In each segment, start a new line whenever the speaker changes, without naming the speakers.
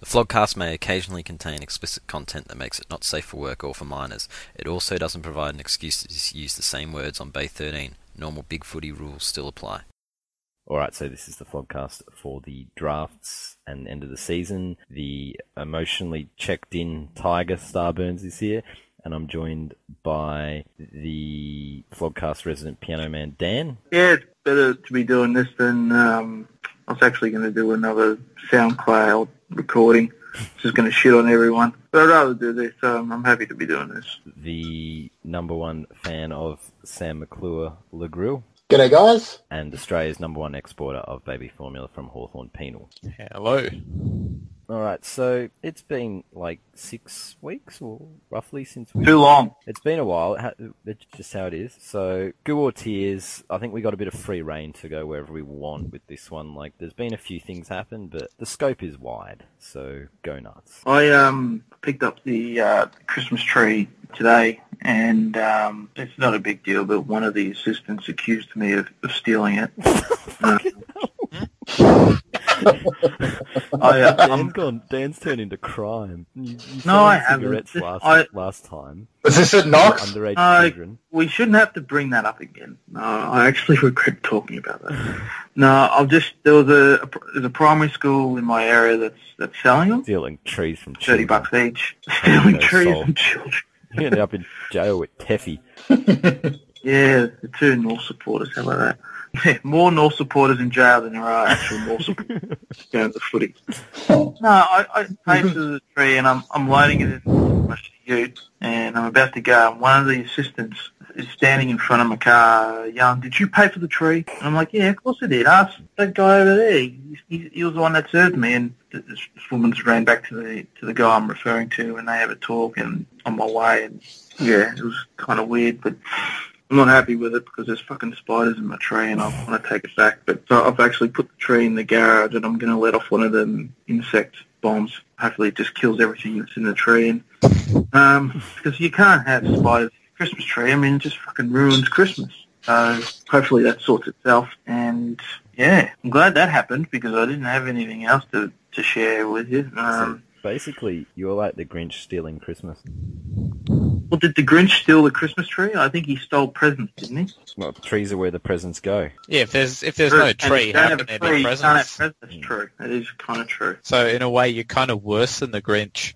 The Flogcast may occasionally contain explicit content that makes it not safe for work or for minors. It also doesn't provide an excuse to use the same words on Bay 13. Normal Big Footy rules still apply.
All right, so this is the podcast for the drafts and end of the season. The emotionally checked in Tiger Starburns is here, and I'm joined by the Flogcast resident piano man Dan.
Yeah, it's better to be doing this than um, I was actually going to do another SoundCloud recording. Just going to shit on everyone. But I'd rather do this. Um, I'm happy to be doing this.
the number one fan of Sam McClure LeGrill
G'day, guys.
and Australia's number one exporter of baby formula from Hawthorn Penal.
Hello.
All right, so it's been like six weeks or roughly since we.
Too long.
It's been a while. It ha- It's just how it is. So, goo or tears, I think we got a bit of free reign to go wherever we want with this one. Like, there's been a few things happen, but the scope is wide, so go nuts.
I um, picked up the uh, Christmas tree today, and um, it's not a big deal, but one of the assistants accused me of, of stealing it. Uh, I, uh,
um,
Dan's
I'm-
gone. Dan's turned into crime. You, you
No, I
found
haven't.
cigarettes last
I-
last time.
Is this at Knox?
Underage
I-
children.
we shouldn't have to bring that up again. No, I actually regret talking about that. No, I'll just there was a, a pr- there's a primary school in my area that's that's selling them,
Stealing trees from
thirty
children.
bucks each. Stealing
no
trees
soul.
from children.
You ended up in jail with Teffy.
Yeah, the two North supporters. How about that? Yeah, more North supporters in jail than there are actual North supporters down at the footy. No, I, I came to the tree and I'm I'm loading it in my ute and I'm about to go. And one of the assistants is standing in front of my car, yelling, "Did you pay for the tree?" And I'm like, "Yeah, of course I did." Ask that guy over there. He, he, he was the one that served me. And th- this, this woman's ran back to the to the guy I'm referring to, and they have a talk. And on my way, and yeah, it was kind of weird, but. I'm not happy with it because there's fucking spiders in my tree and I want to take it back. But so I've actually put the tree in the garage and I'm going to let off one of them insect bombs. Hopefully it just kills everything that's in the tree. And um, because you can't have spiders in a Christmas tree. I mean, it just fucking ruins Christmas. So hopefully that sorts itself. And yeah, I'm glad that happened because I didn't have anything else to, to share with you. Um,
Basically, you're like the Grinch stealing Christmas.
well, did the Grinch steal the Christmas tree? I think he stole presents, didn't he?
Well, trees are where the presents go.
Yeah, if there's if there's no
And if
tree,
you
how
don't have
can
a
there Hmm.
tree,
be
you can't have
presents?
presents. That's true. That is kind of true.
So in a way, you're kind of worse than the Grinch.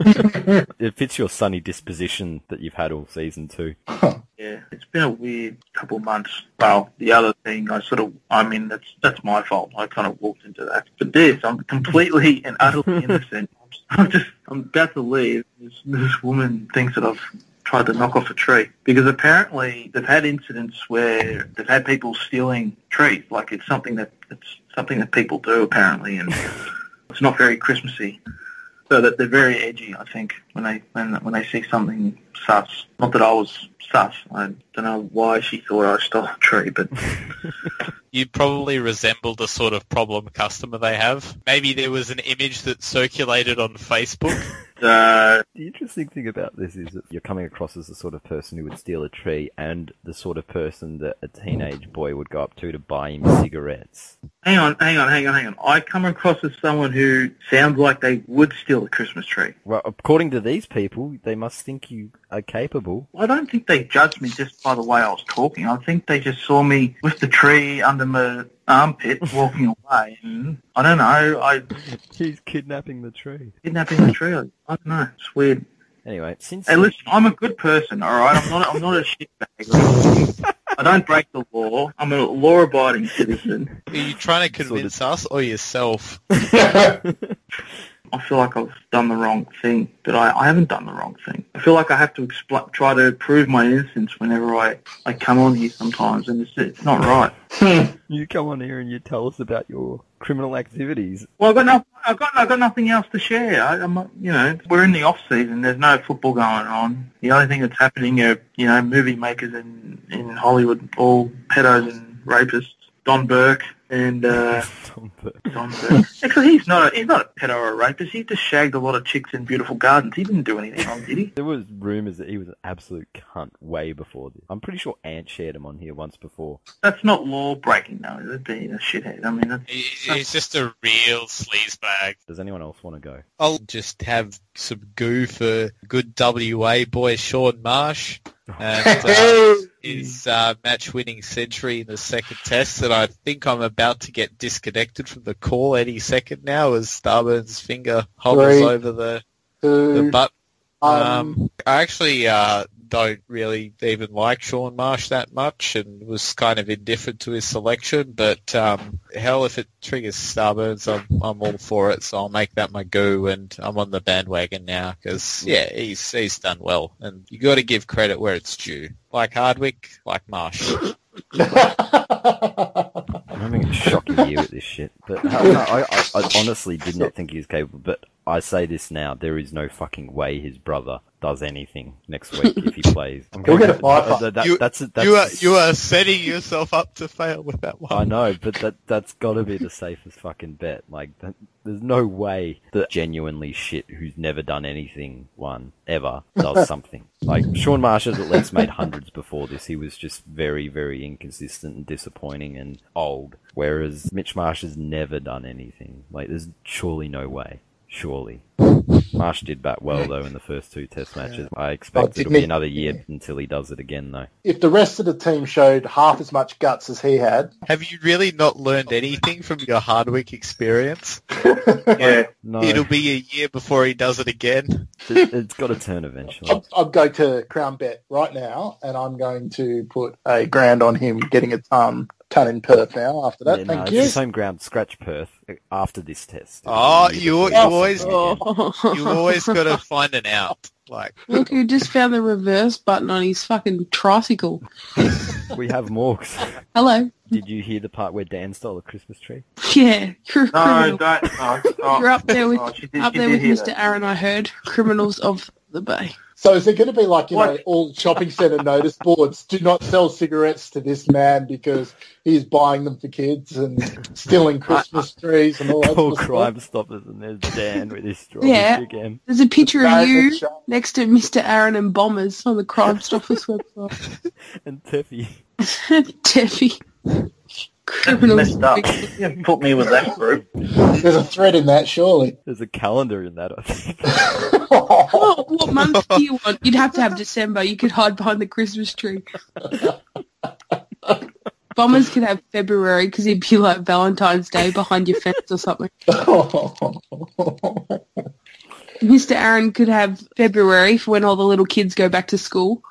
It fits your sunny disposition that you've had all season too.
Yeah, it's been a weird couple months. Well, the other thing, I sort of, I mean, that's that's my fault. I kind of walked into that. But this, I'm completely and utterly innocent. I'm just, I'm about to leave. This, this woman thinks that I've tried to knock off a tree because apparently they've had incidents where they've had people stealing trees. Like it's something that it's something that people do apparently, and it's not very Christmassy. So that they're very edgy, I think, when they when when they see something sus. Not that I was sus. I don't know why she thought I stole a tree, but
You probably resemble the sort of problem customer they have. Maybe there was an image that circulated on Facebook.
uh,
The interesting thing about this is that you're coming across as the sort of person who would steal a tree and the sort of person that a teenage boy would go up to to buy him cigarettes.
hang on, hang on, hang on, hang on. I come across as someone who sounds like they would steal a Christmas tree.
Well, according to these people, they must think you are capable.
I don't think they judged me just by the way I was talking. I think they just saw me with the tree under my armpit walking away. And I don't know. I
He's kidnapping the tree.
kidnapping the tree. I, I don't know. It's weird.
Anyway, since
Hey, listen, I'm a good person, all right? I'm not. I'm not a shitbag. I don't break the law. I'm a law-abiding citizen.
Are you trying to convince us or yourself?
I feel like I've done the wrong thing, but I, I haven't done the wrong thing. I feel like I have to expl- try to prove my innocence whenever I, I come on here sometimes, and it's, it's not right.
you come on here and you tell us about your criminal activities,
Well, I've got no, I've got, I've got nothing else to share. I, I'm, not- you know, we're in the off season. There's no football going on. The only thing that's happening are, you know, movie makers in in Hollywood, all pedos and rapists. Don Burke and uh,
Tom Burke.
Don Burke. Actually, he's not a, he's not a pedo or a rapist. He just shagged a lot of chicks in beautiful gardens. He didn't do anything wrong, did he?
There was rumors that he was an absolute cunt way before this. I'm pretty sure Ant shared him on here once before.
That's not law breaking, though. Is it being a shithead? I mean, that's,
He- He's just a real sleazebag.
Does anyone else want to go?
I'll just have some goo for good WA boy Sean Marsh and uh,
Mm.
his uh, match-winning century in the second test. And I think I'm about to get disconnected from the call any second now as Starburns' finger hovers
Three.
over the, the
Who,
button.
um,
Um, I actually uh, don't really even like Sean Marsh that much and was kind of indifferent to his selection, but um, hell, if it triggers Starburns, I'm, I'm all for it, so I'll make that my goo, and I'm on the bandwagon now, because, yeah, he's, he's done well, and you got to give credit where it's due. Like Hardwick, like Marsh.
I'm having a shocking year with this shit. But uh, no, I, I, I honestly did not think he was capable. But I say this now: there is no fucking way his brother does anything next week if he plays. I'm
He'll
gonna-
get a five.
uh, that- that-
You-
that's, that's,
are setting yourself up to fail with that
I know, but that that's got to be the safest fucking bet. Like, that, there's no way that genuinely shit who's never done anything one ever does something. Like Sean Marsh has at least made hundreds before this. He was just very, very inconsistent and disappointing and old. Whereas Mitch Marsh has never done anything. Like, there's surely no way. Surely. Marsh did bat well though in the first two test matches. I expect
didn't
it'll be
he-
another year until he does it again though.
if the rest of the team showed half as much guts as he had,
Have you really not learned anything from your Hardwick experience?
yeah.
No,
It'll be a year before he does it again.
it- it's got to turn eventually.
I'd, I'd go to Crown Bet right now, and I'm going to put a grand on him getting a ton, ton in Perth now. After that,
Yeah, no,
thank
It's
you.
his home ground, Scratch Perth, uh, after this test.
Oh,
It'll be
you, you
before
always
the season
you always got to find an out. Like
Look who just found the reverse button on his fucking tricycle.
Oh.
again. We have Morgs.
Hello.
Did you hear the part where Dan stole a Christmas tree?
Yeah, you're a
No,
criminal.
don't. No, stop.
You're up there with
Oh, she did,
up
she
there
did
with
hear
Mr.
that.
Aaron. I heard criminals of the bay.
So is it going to be like you know
What?
all shopping centre notice boards? Do not sell cigarettes to this man because he's buying them for kids and stealing Christmas trees and all that.
Call
sort of
Crime Stoppers, and there's Dan with his strawberry
Yeah.
again.
There's a picture
stuff.
of
No,
you
that's right.
next to Mr. Aaron and bombers on the Crime Stoppers website.
And Teffy.
Teffy.
That's
Criminals.
messed up. You didn't put me with that group.
There's a thread in that, surely.
There's a calendar in that, I think.
Oh, what month do you want? You'd have to have December. You could hide behind the Christmas tree. Bombers could have February because it'd be like Valentine's Day behind your fence or something. Mr. Aaron could have February for when all the little kids go back to school.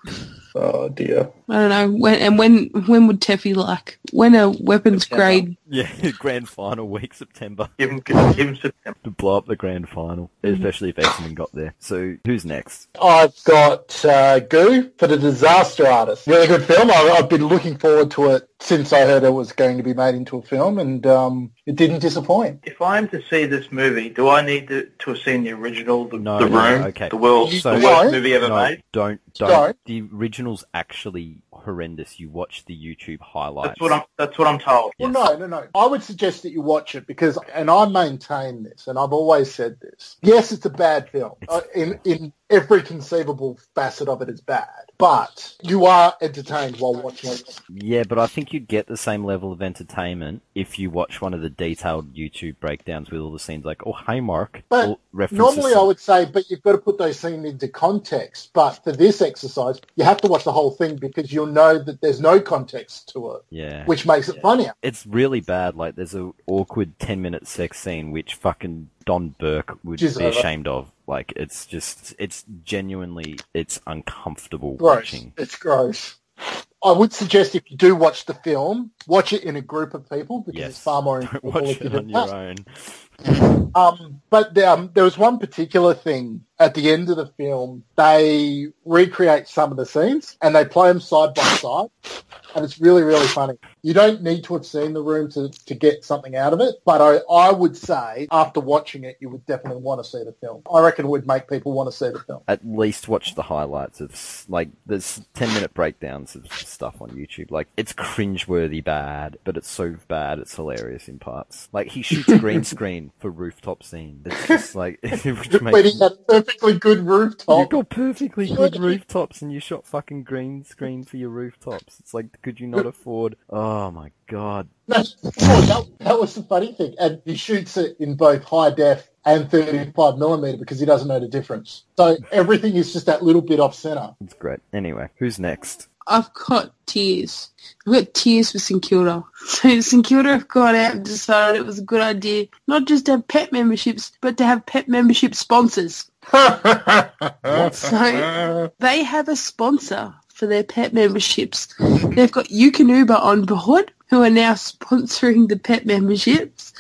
oh dear.
I don't know when and when when would Teffy like when a weapons
September.
grade
yeah, grand final week, September,
Give him, give him September.
to blow up the grand final, especially if Exeter got there. So, who's next?
I've got uh, Goo for the Disaster Artist. Really good film. I, I've been looking forward to it since I heard it was going to be made into a film, and um, it didn't disappoint.
If I am to see this movie, do I need to, to have seen the original, the,
No,
the
no,
room,
okay.
the world,
So-
the worst
No.
movie ever
No,
made?
don't, don't.
Sorry.
The original's actually horrendous. You watch the YouTube highlights.
That's what I'm. That's what I'm told.
Yes.
Well, no, no, no. I would suggest that you watch it because, and I maintain this, and I've always said this. Yes, it's a bad film. Uh, in in every conceivable facet of it is bad, but you are entertained while watching it.
Yeah, but I think you'd get the same level of entertainment if you watch one of the detailed YouTube breakdowns with all the scenes like, oh, hey, Mark.
But
all references
Normally,
to-
I would say, but you've got to put those scenes into context. But for this exercise, you have to watch the whole thing because you'll know that there's no context to it,
Yeah.
which makes it funnier.
It's really bad. Like, there's a awkward 10 minute sex scene which fucking Don Burke would
Jeez,
be
I love-
ashamed of. Like, it's just, it's genuinely, it's uncomfortable
Gross.
watching.
It's gross. I would suggest if you do watch the film, watch it in a group of people because
Yes.
it's far more
Don't
enjoyable
watch
if you
it
do
on
that.
your own.
Um, but there, um, there was one particular thing at the end of the film, they recreate some of the scenes and they play them side by side. And it's really, really funny. You don't need to have seen the room to, to get something out of it. But I, I would say after watching it, you would definitely want to see the film. I reckon it would make people want to see the film.
At least watch the highlights of s- like there's ten minute breakdowns of stuff on YouTube. Like it's cringeworthy bad, but it's so bad it's hilarious in parts. Like he shoots green screen for rooftop scene. It's just like which
But he
makes
had a perfectly good
you
rooftop.
got perfectly good rooftops and you shot fucking green screen for your rooftops. It's like could you not afford? Oh my god.
No, well, that, that was the funny thing. And he shoots it in both high def and 35 millimeter because he doesn't know the difference. So everything is just that little bit off center.
It's great. Anyway, who's next?
I've got tears. I've got tears for St Kilda. So St Kilda have gone out and decided it was a good idea not just to have pet memberships, but to have pet membership sponsors. So they have a sponsor for their pet memberships. They've got You Can Uber on board, who are now sponsoring the pet memberships.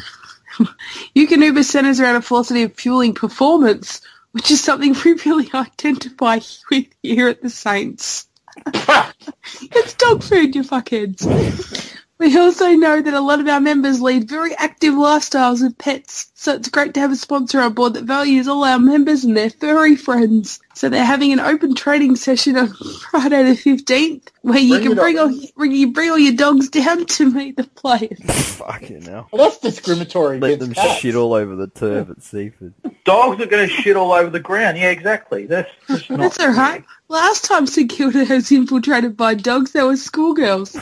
You Can Uber centres around a philosophy of fueling performance, which is something we really identify with here at the Saints. It's dog food, you fuckheads. We also know that a lot of our members lead very active lifestyles with pets, so it's great to have a sponsor on board that values all our members and their furry friends. So they're having an open training session on Friday the fifteenth, where you
Bring your
can bring all
dog.
bring you bring all your dogs down to meet the players.
Fucking hell.
Well, that's discriminatory
Let them
against cats.
shit all over the turf at Seaford.
Dogs are going to shit all over the ground. Yeah, exactly. That's just not.
That's all right. Last time St Kilda was infiltrated by dogs, they were schoolgirls.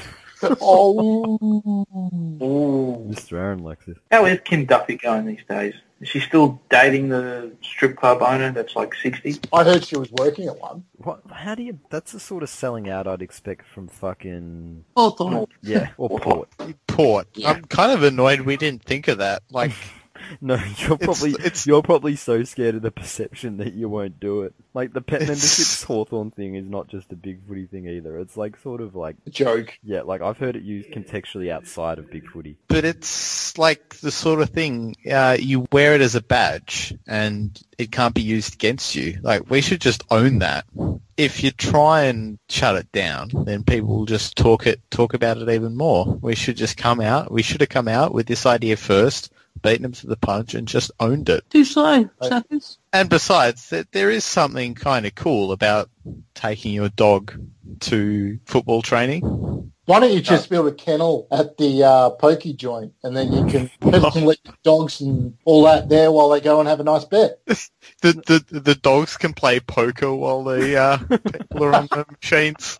Oh,
Ooh.
Mr. Aaron likes it.
How is Kim Duffy going these days? Is she still dating the strip club owner that's like 60?
I heard she was working at one.
What? How do you? That's the sort of selling out I'd expect from fucking
Hawthorne.
yeah or port.
Port.
Yeah.
I'm kind of annoyed we didn't think of that. Like,
No, you're probably
it's-
you're probably so scared of the perception that you won't do it. Like the pet memberships Hawthorne thing is not just a big footy thing either. It's like sort of like
A joke.
yeah, like I've heard it used contextually outside of big footy.
but it's like the sort of thing uh, you wear it as a badge, and it can't be used against you. Like, we should just own that. If you try and shut it down, then people will just talk it, talk about it even more. We should just come out. We should have come out with this idea first, beaten them to the punch, and just owned it.
Too slow, suckers.
And besides, that there is something kind of cool about taking your dog to football training.
Why don't you just build a kennel at the uh, pokey joint, and then you can, people can let your dogs and all that there while they go and have a nice bet.
The the the dogs can play poker while the uh, people are on the machines.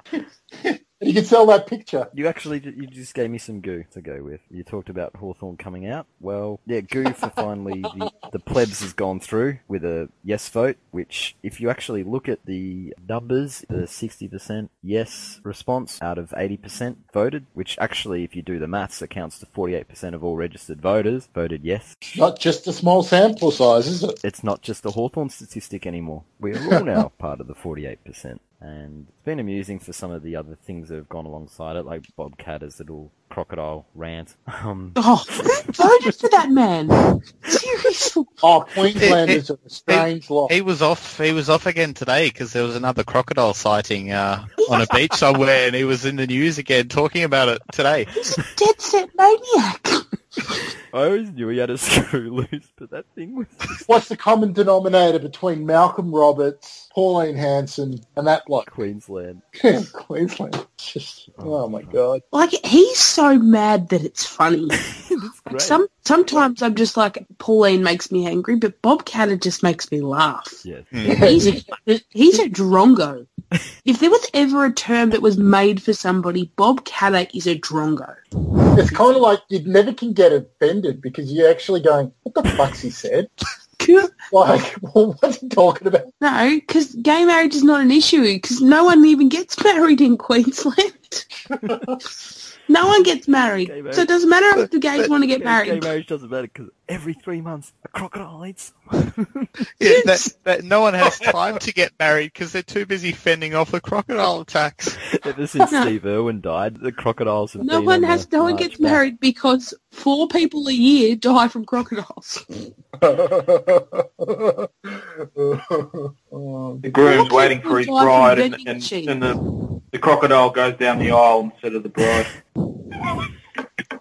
And you can sell that picture.
You actually ju- you just gave me some goo to go with. You talked about Hawthorn coming out. Well, yeah, goo for finally the, the plebs has gone through with a yes vote, which if you actually look at the numbers, the 60% yes response out of 80% voted, which actually if you do the maths accounts to 48% of all registered voters voted yes.
Not just a small sample size, is it?
It's not just a Hawthorn statistic anymore. We're all now part of the 48%. And it's been amusing for some of the other things that have gone alongside it, like Bob Catter's little crocodile rant. Um,
Oh, who voted for that man? Seriously?
Oh, Queenslanders are a strange lot.
He was off. He was off again today because there was another crocodile sighting uh, on a beach somewhere, and he was in the news again talking about it today.
Dead set maniac.
I always knew he had a screw loose, but that thing was...
What's the common denominator between Malcolm Roberts, Pauline Hanson, and that bloke?
Queensland.
Queensland. It's Just, oh my god.
Like, he's so mad that it's funny.
Great.
Some Sometimes I'm just like, Pauline makes me angry, but Bob Catter just makes me laugh.
Yes.
He's a, he's a drongo. If there was ever a term that was made for somebody, Bob Catter is a drongo.
It's kind of like you never can get offended because you're actually going, what the fuck's he said? Like, well, what's he talking about?
No, because gay marriage is not an issue because no one even gets married in Queensland. No one gets married,
Gay marriage.
so it doesn't matter if the gays
But
want to get
gay- Gay
married.
marriage doesn't matter because every three months a crocodile eats.
Yeah,
Yes.
that, that no one has time to get married because they're too busy fending off the crocodile attacks.
Ever since Steve Irwin died, the crocodiles have
No
been
one
on
has.
the
No one
march
gets
back.
married because four people a year die from crocodiles.
the groom's waiting for his bride, and, and, and the, the crocodile goes down the aisle instead of the bride.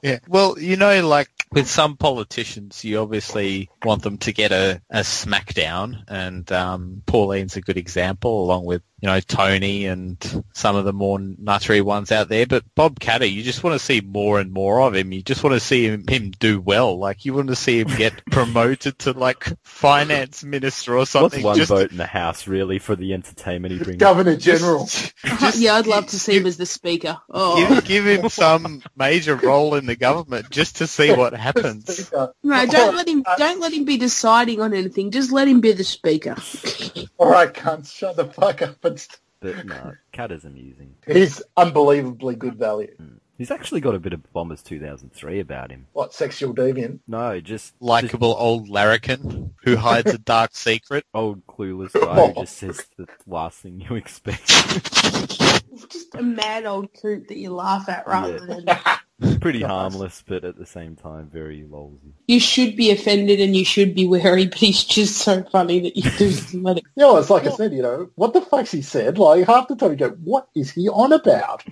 Yeah. Well, you know, like with some politicians, you obviously want them to get a, a smackdown, and um, Pauline's a good example, along with you know Tony and some of the more nuttery ones out there. But Bob Catter, you just want to see more and more of him. You just want to see him, him do well. Like you want to see him get promoted to like finance minister or
What's
something.
one
just,
vote in the House really for the entertainment he brings?
Governor General.
just-
yeah, I'd love to see him as the speaker. Oh,
Give, give him some major role in the government just to see what happens.
no, don't let him. Don't let him be deciding on anything. Just let him be the speaker.
All right, cunts, shut the fuck up. And st-
But no, Cat is amusing.
he's unbelievably good value.
He's actually got a bit of Bombers 2003 about him.
What, sexual deviant?
No, just just
Likeable old larrikin who hides a dark secret.
old clueless guy who just says the last thing you expect.
Just a mad old coot that you laugh at rather than
Pretty harmless, but at the same time very lolsy.
you should be offended and you should be wary. But he's just so funny that you do let it.
Yeah, well, it's like I said, you know, what the fuck's he said? Like, half the time you go, what is he on about?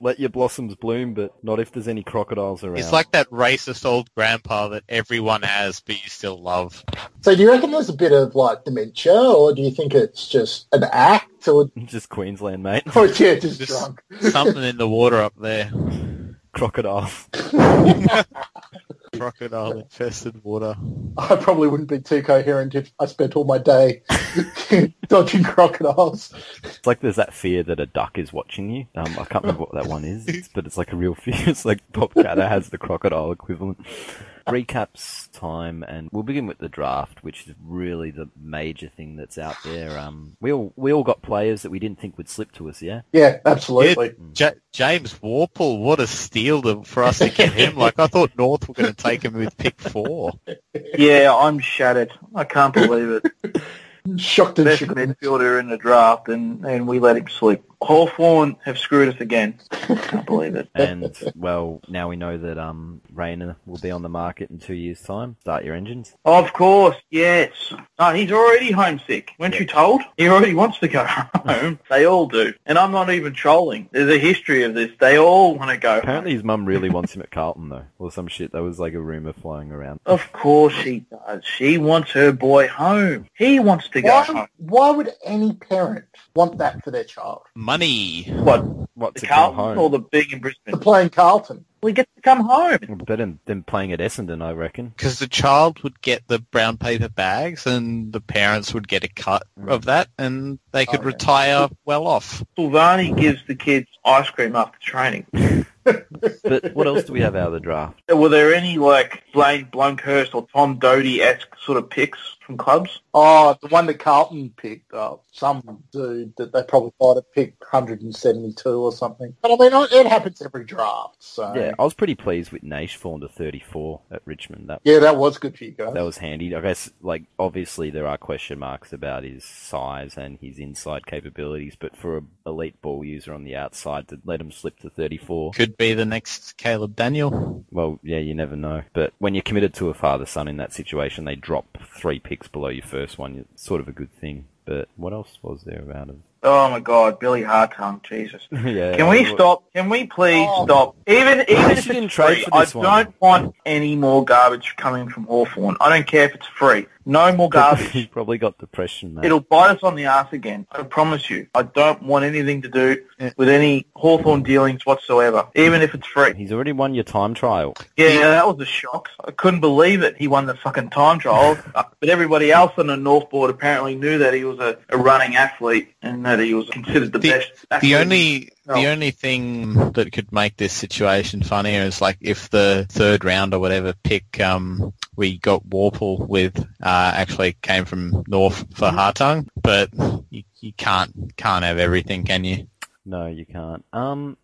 Let your blossoms bloom, but not if there's any crocodiles around.
He's like that racist old grandpa that everyone has but you still love.
So do you reckon there's a bit of, like, dementia, or do you think it's just an act, or,
just Queensland, mate.
or yeah, just
Just-
drunk?
Something in the water up there.
Crocodiles.
Crocodile infested water.
I probably wouldn't be too coherent if I spent all my day dodging crocodiles.
It's like there's that fear that a duck is watching you. Um, I can't remember what that one is, it's- but it's like a real fear. It's like Bob Catter has the crocodile equivalent. Recaps time, and we'll begin with the draft, which is really the major thing that's out there. Um, we all we all got players that we didn't think would slip to us, yeah.
Yeah, absolutely.
J- James Warple, what a steal to, for us to get him. Like, I thought North were going to take him with pick four.
Yeah, I'm shattered. I can't believe it.
Shocked and
Best
shook.
midfielder in the draft, and, and we let him slip. Hawthorn have screwed us again. I can't believe it.
And well, now we know that um, Rayner will be on the market in two years' time. Start your engines.
Of course, yes. No, he's already homesick. Weren't you told? He already wants to go home. They all do. And I'm not even trolling. There's a history of this. They all want to go home.
Apparently, his mum really wants him at Carlton though, or some shit. That was like a rumor flying around.
Of course she does. She wants her boy home. He wants to go
Why,
home.
why would any parent want that for their child?
Money.
What,
What
the
to come
Carlton or
home?
the big in
They're
Brisbane?
playing Carlton.
We get to come home.
Better than playing at Essendon, I reckon.
because the child would get the brown paper bags and the parents would get a cut of that and they could
Oh, yeah.
retire well off.
Silvani gives the kids ice cream after training.
But what else do we have out of the draft?
Were there any, like, Blaine Blunkhurst or Tom Doty-esque sort of picks from clubs?
Oh, the one that Carlton picked up. Some dude that they probably might have picked 172 or something. But I mean, it happens every draft. So
Yeah, I was pretty pleased with Naish falling to 34 at Richmond. That
Yeah, that was good for you guys.
that was handy. I guess, like, obviously there are question marks about his size and his inside capabilities, but for a elite ball user on the outside to let him slip to 34,
Could be the next Caleb Daniel.
well, yeah, you never know. But when you're committed to a father-son in that situation, they drop three picks below your first one. It's sort of a good thing. But what else was there about him?
Oh, my God, Billy Hartung, Jesus.
yeah,
Can we
what-
stop? Can we please
Oh.
stop? Even even
least
if
you didn't
it's
trade
free,
for
I
this one.
don't want any more garbage coming from Hawthorn. I don't care if it's free. No more
He
garbage.
probably got depression, mate.
It'll bite us on the ass again. I promise you. I don't want anything to do
Yeah.
with any Hawthorn dealings whatsoever, even if it's free.
He's already won your time trial.
Yeah, that was a shock. I couldn't believe it. He won the fucking time trial. Uh, but everybody else on the North Board apparently knew that he was a, a running athlete and that he was considered the,
The-
best. athlete.
The only
No.
the only thing that could make this situation funnier is like if the third round or whatever pick um, we got Warple with uh, actually came from North for Hartung, but you, you can't can't have everything, can you?
No, you can't. Um,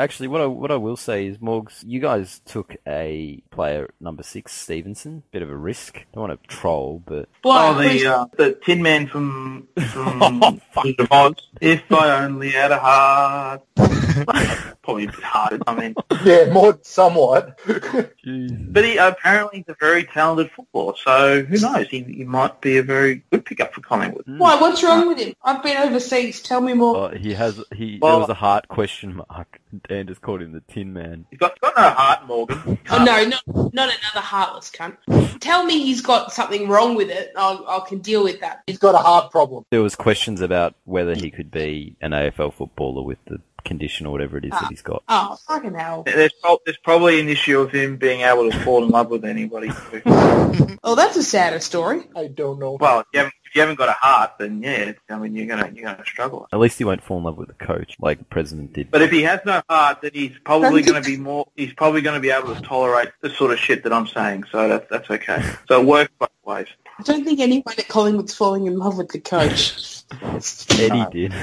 Actually, what I what I will say is, Morgs, you guys took a player at number six, Stevenson, bit of a risk. Don't want to troll, but
Oh, the uh, the Tin Man from
Oh,
from Wizard of Oz. If I only had a heart. Probably a bit hard. I mean,
Yeah, more somewhat.
but he apparently he's a very talented footballer. So who knows? He, he might be a very good pickup for Collingwood.
Why? What's
uh,
wrong with him? I've been overseas. Tell me more.
oh, he has he.
Well-
there was a heart question mark. Dan just called him the Tin Man.
He's got, got no heart, Morgan.
Oh, no, not, not another heartless cunt. Tell me he's got something wrong with it. I'll, I can deal with that.
He's got a heart problem.
There was questions about whether he could be an AFL footballer with the condition or whatever it is that he's got.
Oh, fucking hell.
There's, prob- there's probably an issue of him being able to fall in love with anybody. too.
Oh, that's a sadder story.
I don't know.
well, if you, haven't, if you haven't got a heart, then yeah, it's- I mean you're gonna you're gonna struggle.
At least he won't fall in love with the coach like the president did.
But if he has no heart, then he's probably going to be more. He's probably going to be able to tolerate the sort of shit that I'm saying. So that's that's okay. So it works both ways.
I don't think anyone at Collingwood's falling in love with the coach.
Eddie did.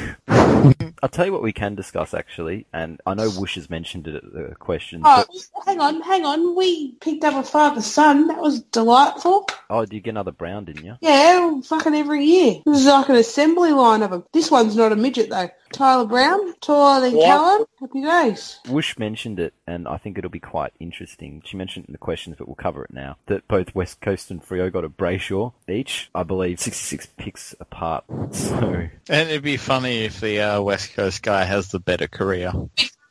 I'll tell you what we can discuss actually, and I know Woosh has mentioned it uh, at the question.
Oh,
but-
hang on, hang on. We picked up a father-son. That was delightful.
oh, did you get another brown, didn't you?
Yeah, fucking every year. This is like an assembly line of them. This one's not a midget, though. Tyler Brown, taller than
Yeah.
Callan. Happy days.
Woosh mentioned it, and I think it'll be quite interesting. She mentioned it in the questions, but we'll cover it now. That both West Coast and Frio got a Brayshaw each, I believe, 66 picks apart. So
And it'd be funny if the uh, West Coast guy has the better career.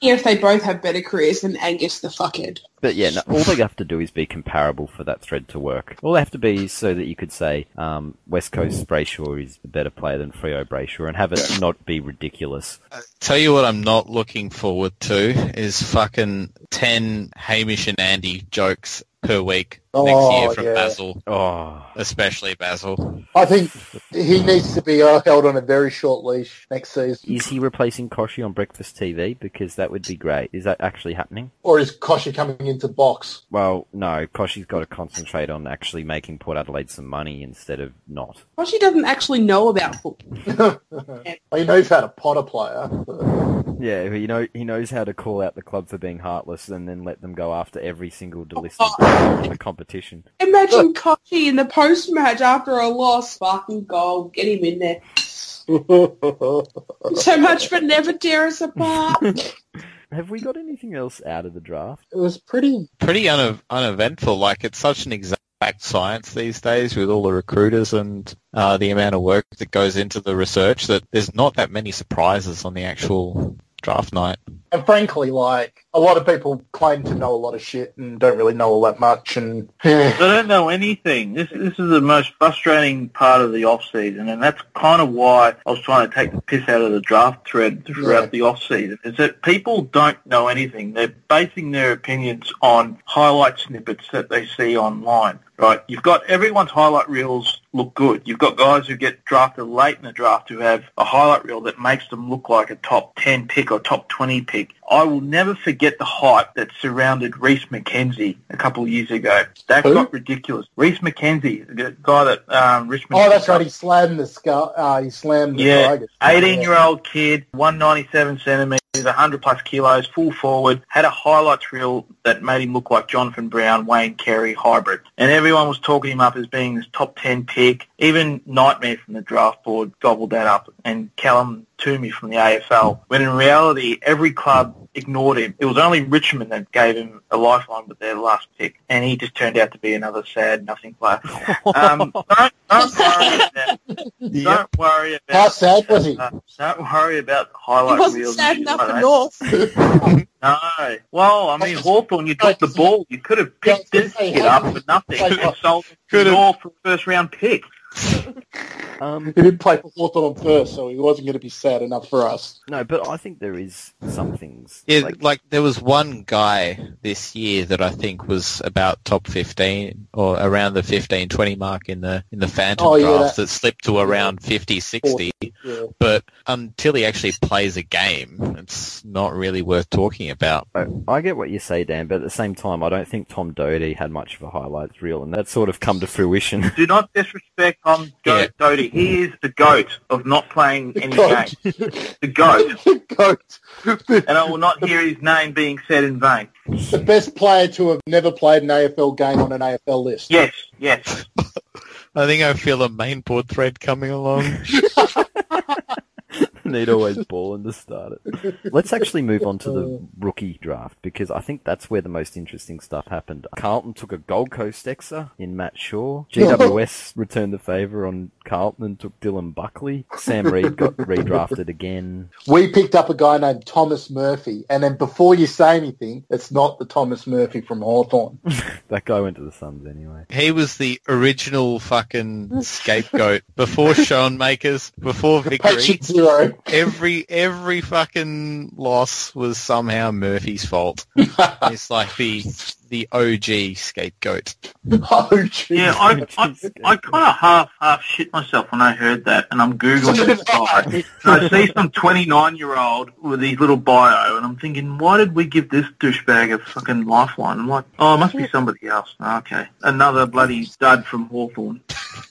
Yeah, if they both have better careers than Angus the fuckhead.
But yeah, no, all they have to do is be comparable for that thread to work. All they have to be is so that you could say um, West Coast Brayshaw is a better player than Frio Brayshaw and have it not be ridiculous.
Tell you what I'm not looking forward to is fucking 10 Hamish and Andy jokes per week next
Oh,
year from
yeah.
Basil,
Oh,
especially Basil.
I think he needs to be uh, held on a very short leash next season.
is he replacing Koshy on breakfast TV? Because that would be great. Is that actually happening?
Or is Kosher coming into box?
Well, no. Koshy's got to concentrate on actually making Port Adelaide some money instead of not.
Well, she doesn't actually know about football.
I know you've had a Potter player. but-
Yeah, you know he knows how to call out the club for being heartless and then let them go after every single delisted player in the competition.
Imagine Kochi in the post-match after a loss. Fucking goal. Get him in there. So much for never tear us apart.
Have we got anything else out of the draft?
it was pretty.
Pretty une- uneventful. Like, it's such an exact science these days with all the recruiters and uh, the amount of work that goes into the research that there's not that many surprises on the actual draft night.
And frankly, like, a lot of people claim to know a lot of shit and don't really know all that much. And yeah,
I don't know anything. This this is the most frustrating part of the off season, and that's kind of why I was trying to take the piss out of the draft thread throughout
Yeah.
the off season. Is that people don't know anything. They're basing their opinions on highlight snippets that they see online. Right, you've got everyone's highlight reels look good. You've got guys who get drafted late in the draft who have a highlight reel that makes them look like a top 10 pick or top 20 pick. I will never forget the hype that surrounded Reese McKenzie a couple of years ago. That
Who?
got ridiculous. Reese McKenzie, the guy that um, Richmond...
oh, that's right. He slammed the scar. Uh, he slammed the
Yeah.
Tigers.
18 year old kid, 197 centimetres, 100 plus kilos, full forward, had a highlights reel that made him look like Jonathan Brown, Wayne Carey hybrid. And everyone was talking him up as being this top 10 pick. Even Nightmare from the draft board gobbled that up and Callum Toomey from the AFL. When in reality, every club ignored him. It was only Richmond that gave him a lifeline with their last pick. And he just turned out to be another sad nothing player. Um, don't, don't worry about, don't worry about
How sad was he?
uh, don't worry about the
It
highlight
wasn't
reels.
sad
and shit
enough
like
for
that.
North.
No. Well, I mean, Hawthorn, you dropped the ball. You could have picked
Yeah, I
this
was gonna say,
kid
how
up
did
for nothing
play
and
off?
sold
Could
him
have-
all for first round pick.
Um,
He did play for Hawthorn first, so he wasn't going to be sad enough for us.
no, but I think there is some things.
Yeah,
like-
like, there was one guy this year that I think was about top 15 or around the 15, 20 mark in the in the Phantom
Oh, yeah,
draft
that-
that slipped to around 50, 60.
Yeah.
But until he actually plays a game, it's not really worth talking about.
I, I get what you say, Dan, but at the same time, I don't think Tom Doty had much of a highlights reel, and that's sort of come to fruition.
Do not disrespect um, Go-
Yeah.
Dodie. He is the goat of not playing
The
any
goat.
game. The goat.
the goat. The,
And I will not hear his name being said in vain.
the best player to have never played an AFL game on an AFL list.
Yes, yes.
I think I feel a main board thread coming along.
Need always balling to start it. Let's actually move on to the rookie draft because I think that's where the most interesting stuff happened. Carlton took a Gold Coast Xer in Matt Shaw. GWS returned the favour on Carlton and took Dylan Buckley. Sam Reed got redrafted again.
We picked up a guy named Thomas Murphy, and then before you say anything, it's not the Thomas Murphy from Hawthorn.
That guy went to the Suns anyway.
He was the original fucking scapegoat before Sean Makers, before Vickery.
Patient zero.
Every every fucking loss was somehow Murphy's fault. It's like the the OG scapegoat.
Oh, geez.
Yeah, I, I, I kind of half half shit myself when I heard that, and I'm googling this guy. And I see some 29 year old with his little bio, and I'm thinking, why did we give this douchebag a fucking lifeline? I'm like, oh, it must be somebody else. Ah, Okay, another bloody dud from Hawthorn.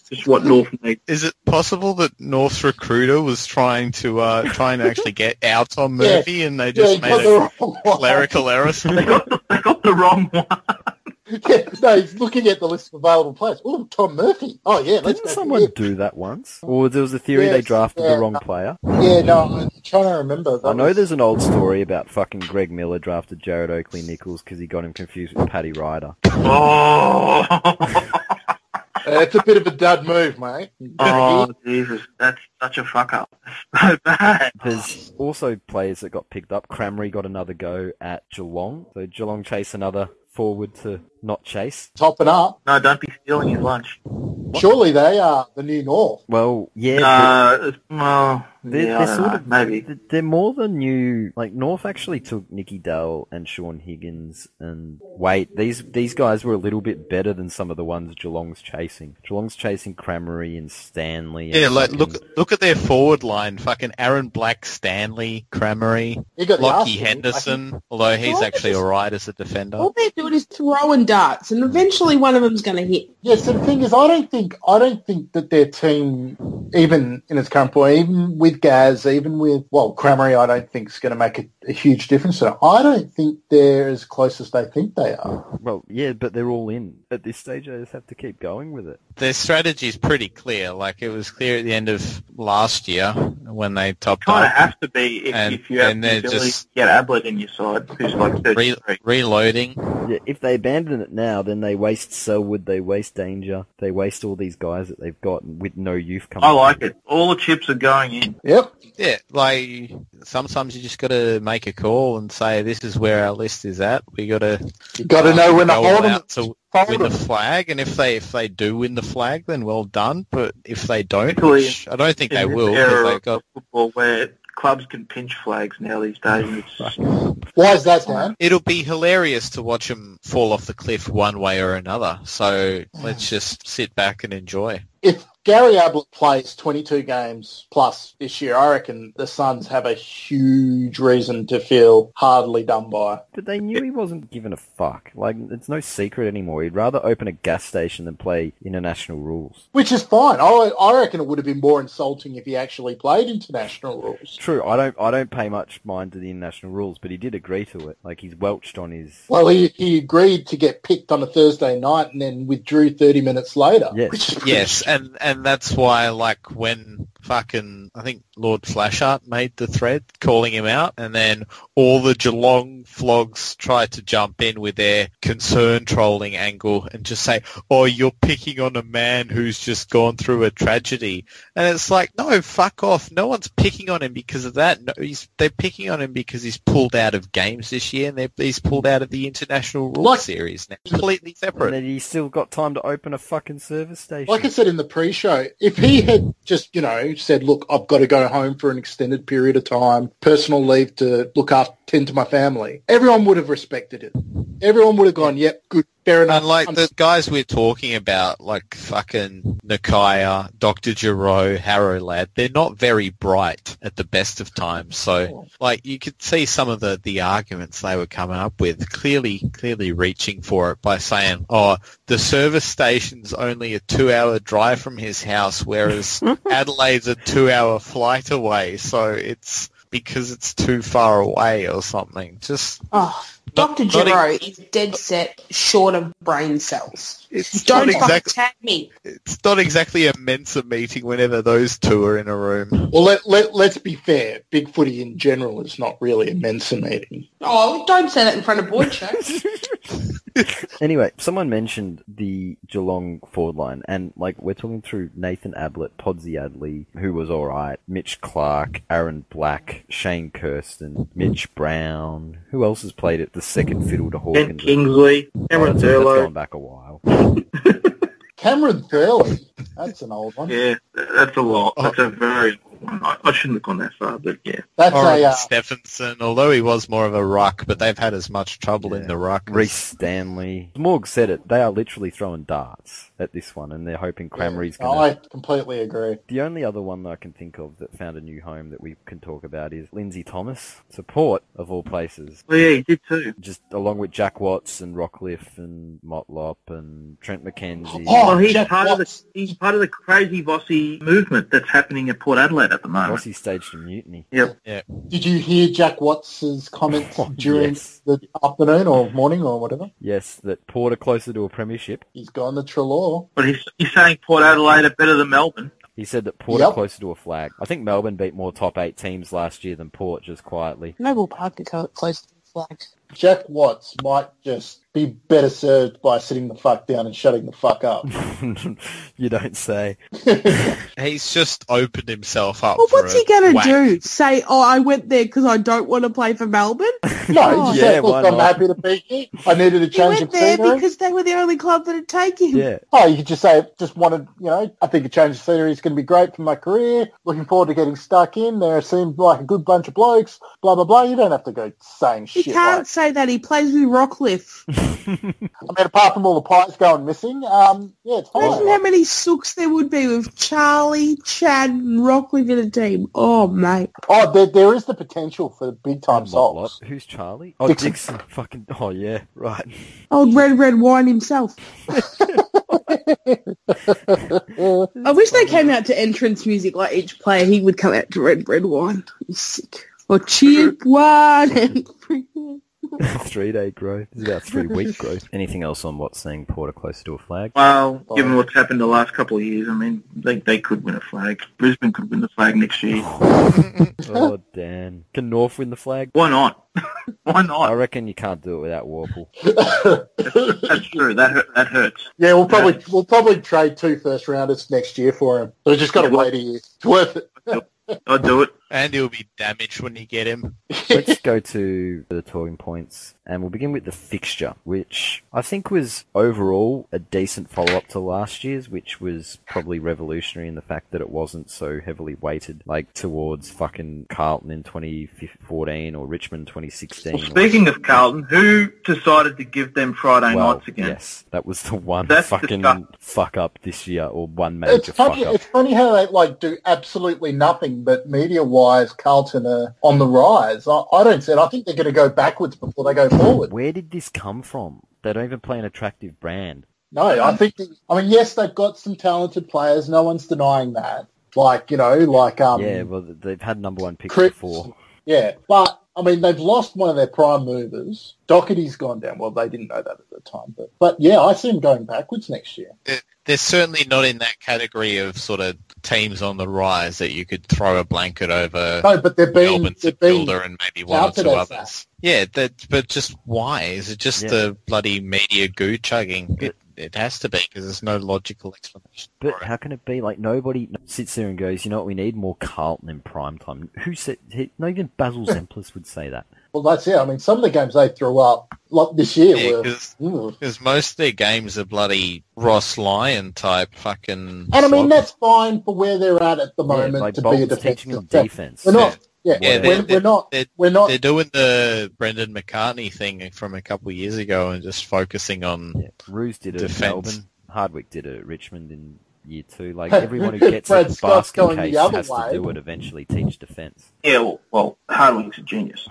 Just what North needs.
Is it possible that North's recruiter was trying to uh, trying to actually get out on Murphy and they
Yeah,
just
you got
made a
the wrong one.
clerical error?
They got the, they got the wrong one.
Yeah, no, he's looking at the list of available players. Oh, Tom Murphy. Oh, yeah, let's
Didn't
go for
someone
him.
do that once? Or there was a theory they
Yes,
drafted
yeah.
the wrong player?
Yeah, no, I'm trying to remember. That
I know
was-
there's an old story about fucking Greg Miller drafted Jared Oakley Nichols because he got him confused with Paddy Ryder.
Oh,
Uh, it's a bit of a dud move, mate.
oh, Jesus, that's such a fuck up. So bad.
There's also players that got picked up. Cramry got another go at Geelong. So Geelong chase another forward to not chase.
Topping up.
No, don't be stealing his lunch.
Surely they are the new North.
Well, yeah,
Uh, it's- well,
but they're,
yeah, I
they're
don't
sort
know,
of
maybe.
th- They're more than new. Like North actually took Nicky Dell and Sean Higgins and wait, these these guys were a little bit better than some of the ones Geelong's chasing. Geelong's chasing Cramry and Stanley. And
Yeah, like
fucking-
look look at their forward line. Fucking Aaron Black, Stanley, Cramery,
You got the
Lockie
Arsenal.
Henderson. Although
Oh,
he's actually all right as a defender.
All they're doing is throwing darts, and eventually one of them's going to hit.
Yeah, so the thing is, I don't think I don't think that their team, even in its current form, even with Gaz, even with well Cramery, I don't think is going to make a, a huge difference. So I don't think they're as close as they think they are.
Well, yeah, but they're all in at this stage. I just have to keep going with it.
Their strategy is pretty clear. Like it was clear at the end of last year when they topped
kind of
up,
have to be if,
And-
if you have
and
the
they're
ability
just-
to get Ablett in your side, who's like
re-
33.
reloading.
Yeah, if they abandon it now, then they waste Selwood, they waste Danger, they waste all these guys that they've got with no youth coming.
I like it. All the chips are going in.
Yep.
Yeah, like sometimes you just got to make a call and say this is where our list is at. We got to
You got to know when to
go
hold them.
out to
Fold
win the
them.
flag, and if they if they do win the flag, then well done. But if they don't,
Particularly
which I don't think
in
they
this
will. 'cause
era
they've
of
got-
football where clubs can pinch flags now these days. And it's,
Why is that, Dan?
it'll be hilarious to watch them fall off the cliff one way or another. So let's just sit back and enjoy.
If Gary Ablett plays 22 games plus this year, I reckon the Suns have a huge reason to feel hardly done by.
But they knew he wasn't giving a fuck. Like, it's no secret anymore. He'd rather open a gas station than play international rules.
Which is fine. I, I reckon it would have been more insulting if he actually played international rules.
True, I don't, I don't pay much mind to the international rules, but he did agree to it. Like, he's welched on his.
Well, he, he agreed to get picked on a Thursday night and then withdrew 30 minutes later.
Yes.
Which is pretty
Yes, and and that's why like when fucking I think Lord Flashart made the thread calling him out, and then all the Geelong flogs tried to jump in with their concern trolling angle and just say, "Oh, you're picking on a man who's just gone through a tragedy," and it's like, no, fuck off. No one's picking on him because of that. No, he's, they're picking on him because he's pulled out of games this year, and they're- he's pulled out of the international rules
Like-
series now. Completely separate.
And then he's still got time to open a fucking service station.
Like I said in the pre-show, if he had just, you know, said, look, I've got to go home for an extended period of time, personal leave to look after, tend to my family, everyone would have respected it. Everyone would have gone, yep, good, fair enough.
Unlike
I'm-
the guys we're talking about, like fucking Nakaya, Dr. Giro, Harrowlad, they're not very bright at the best of times. So, like, you could see some of the, the arguments they were coming up with clearly, clearly reaching for it by saying, oh, the service station's only a two-hour drive from his house, whereas Adelaide's a two-hour flight away. So it's because it's too far away or something. Just
Oh,
Not-
Dr.
not e-
Giro is dead set short of brain cells.
it's
Don't
not exactly
fucking tag me.
it's not exactly a Mensa meeting whenever those two are in a room.
Well, let, let, let's be fair. Big footy in general is not really a Mensa meeting.
Oh, don't say that in front of board show.
Anyway, someone mentioned the Geelong forward line, and like we're talking through Nathan Ablett, Podsy Adley, who was all right, Mitch Clark, Aaron Black, Shane Kirsten, Mitch Brown. Who else has played it the second fiddle to
Ben
Hawkins?
Kingsley, Cameron
that's, that's going
Thurlow.
back a while.
Cameron Thurley. That's an old one.
Yeah, that- that's a lot. That's a very long one. I, I shouldn't have gone that far, but yeah.
That's
Or
a uh,
Stephenson, although he was more of a ruck, but they've had as much trouble in the ruck.
Reece Stanley. Morg said it. They are literally throwing darts at this one, and they're hoping Cramry's
no,
going to
I completely agree.
The only other one that I can think of that found a new home that we can talk about is Lindsay Thomas, support of all places,
Well, yeah, he did too.
just along with Jack Watts and Rockcliffe and Motlop and Trent McKenzie.
Oh, he's
Jack
part of the
Watts.
he's part of the crazy bossy movement that's happening at Port Adelaide at the moment.
Rossi staged a mutiny.
Did you hear Jack Watts's comments
Oh,
during
yes.
the afternoon or morning or whatever?
Yes, that Port are closer to a premiership.
He's gone to Trelaw.
But he's he's saying Port Adelaide are better than Melbourne.
He said that Port are
Yep.
closer to a flag. I think Melbourne beat more top eight teams last year than Port, just quietly.
Noble Park could co- close to the flag.
Jack Watts might just be better served by sitting the fuck down and shutting the fuck up.
you don't say.
He's just opened himself up.
Well,
for
what's
a
he going to
whack.
do? Say, oh, I went there because I don't want to play for Melbourne?
Oh.
No, he just
Yeah,
said,
why
look, I'm
not?"
happy to be here. I needed a
He
change
went
of
there
scenery.
because they were the only club that had taken him.
Yeah.
Oh, you could just say, just wanted, you know, I think a change of scenery is going to be great for my career. Looking forward to getting stuck in. There seemed like a good bunch of blokes. Blah, blah, blah. You don't have to go saying
He
shit.
can't
Like,
say that. He plays with Rockcliffe.
I mean, apart from all the pies going missing, um, yeah, it's
Imagine
fine.
how many sooks there would be with Charlie, Chad, and Rockcliffe in a team. Oh, mate.
Oh, there, there is the potential for big-time
Motlop.
salts.
Who's Charlie? Oh,
Dixon.
Dixon. Fucking. Oh, yeah. Right.
Old Red Red Wine himself. I wish they came out to entrance music like each player. He would come out to Red Red Wine. He's sick. Or cheap wine and freaking
three day growth. It's about three week growth. Anything else on what's saying Porter closer to a flag?
Well, given what's happened the last couple of years, I mean, they they could win a flag. Brisbane could win the flag next year.
oh, Dan. Can North win the flag?
Why not? Why
I
not?
reckon you can't do it without Warple.
That's true. That hurt, that hurts.
Yeah, we'll probably we'll probably trade two first rounders next year for him. We've just got to wait a year. It's worth it.
I'd do it.
And he'll be damaged when you get him.
Let's go to the talking points, and we'll begin with the fixture, which I think was overall a decent follow up to last year's, which was probably revolutionary in the fact that it wasn't so heavily weighted, like towards fucking Carlton in 2014 or Richmond 2016.
Well,
or-
speaking of Carlton, who decided to give them Friday
well,
nights again?
yes, that was the one
That's
fucking
disgusting.
fuck up this year, or one major
It's funny.
fuck up.
It's funny how they like do absolutely nothing, but media-wise, Carlton are on the rise. I, I don't see it. I think they're going to go backwards before they go forward.
Where did this come from? They don't even play an attractive brand.
No, I think. I mean, yes, they've got some talented players. No one's denying that. Like you know, like um,
yeah, well, they've had number one pick
Chris-
before.
yeah. But I mean, they've lost one of their prime movers. Doherty's gone down. Well, they didn't know that at the time, but but yeah, I see them going backwards next year.
They're certainly not in that category of sort of teams on the rise that you could throw a blanket over
No, but they're being
Melbourne,
they're
St
being
Kilda, and maybe one or
touted
two
as that.
others. Yeah, that, but just why? Is it just
Yeah.
the bloody media goo chugging? It, it has to be because there's no logical explanation.
But
for it.
how can it be? Like, nobody sits there and goes, you know what, we need more Carlton in prime time. Who said, he, not even Basil Zemplis would say that.
Well, that's it. I mean, some of the games they threw up like this year
Yeah,
were.
'cause-
Ugh.
Because most of their games are bloody Ross Lyon type fucking.
And I mean,
slog.
that's fine for where they're at at the moment
yeah, like,
to be a
Bolton's teaching
defensive.
them
team.
defense.
We're not. Yeah,
Yeah,
we're,
they-
we're not.
they-
we're not.
They're doing the Brendan McCartney thing from a couple of years ago and just focusing on.
Yeah. Ruse did it
Defense.
at Melbourne. Hardwick did it at Richmond in year two. Like everyone who gets a
Fred
basket
Scott's going
case
the other
has
way.
to do it eventually. Teach defense.
Yeah, well, well Hardwick's a genius.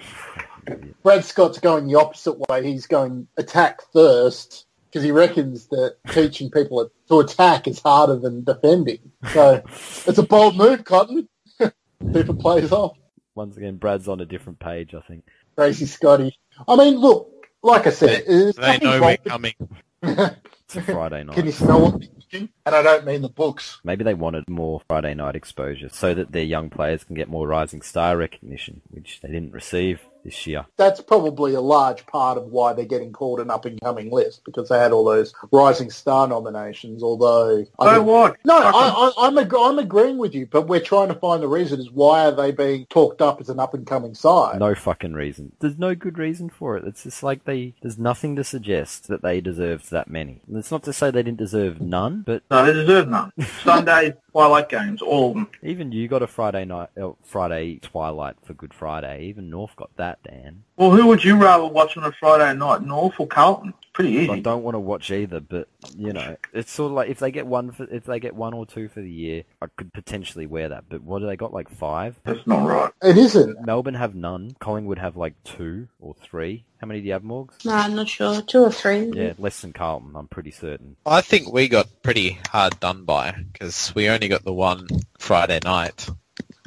Brad Scott's going the opposite way. He's going attack first because he reckons that teaching people to attack is harder than defending. So it's a bold move, Cotton. people plays off.
Once again, Brad's on a different page. I think.
Crazy Scotty. I mean, look, like I said, there's
They
nothing
know
wrong
we're coming.
with-
It's a Friday night.
Can you smell what I'm thinking? And I don't mean the books.
Maybe they wanted more Friday night exposure so that their young players can get more rising star recognition, which they didn't receive this year.
That's probably a large part of why they're getting called an up-and-coming list because they had all those rising star nominations, although... I
So
think-
what?
No,
Fuck 'em.
I, I, I'm, ag- I'm agreeing with you, but we're trying to find the reason is why are they being talked up as an up and coming side?
No fucking reason. There's no good reason for it. It's just like they. There's nothing to suggest that they deserved that many. And it's not to say they didn't deserve none, but
No, they deserve none. Sunday Twilight games, all of them.
even you got a Friday night, uh, Friday twilight for Good Friday. Even North got that, Dan.
Well, who would you rather watch on a Friday night, North or Carlton? Pretty
I
easy.
don't want to watch either, but you know, it's sort of like if they get one, for, if they get one or two for the year, I could potentially wear that. But what do they got? Like five.
That's not right.
It isn't.
Melbourne have none. Collingwood have like two or three. How many do you have, Morgs?
No, I'm not sure. Two or three.
Yeah, less than Carlton. I'm pretty certain.
I think we got pretty hard done by because we only got the one Friday night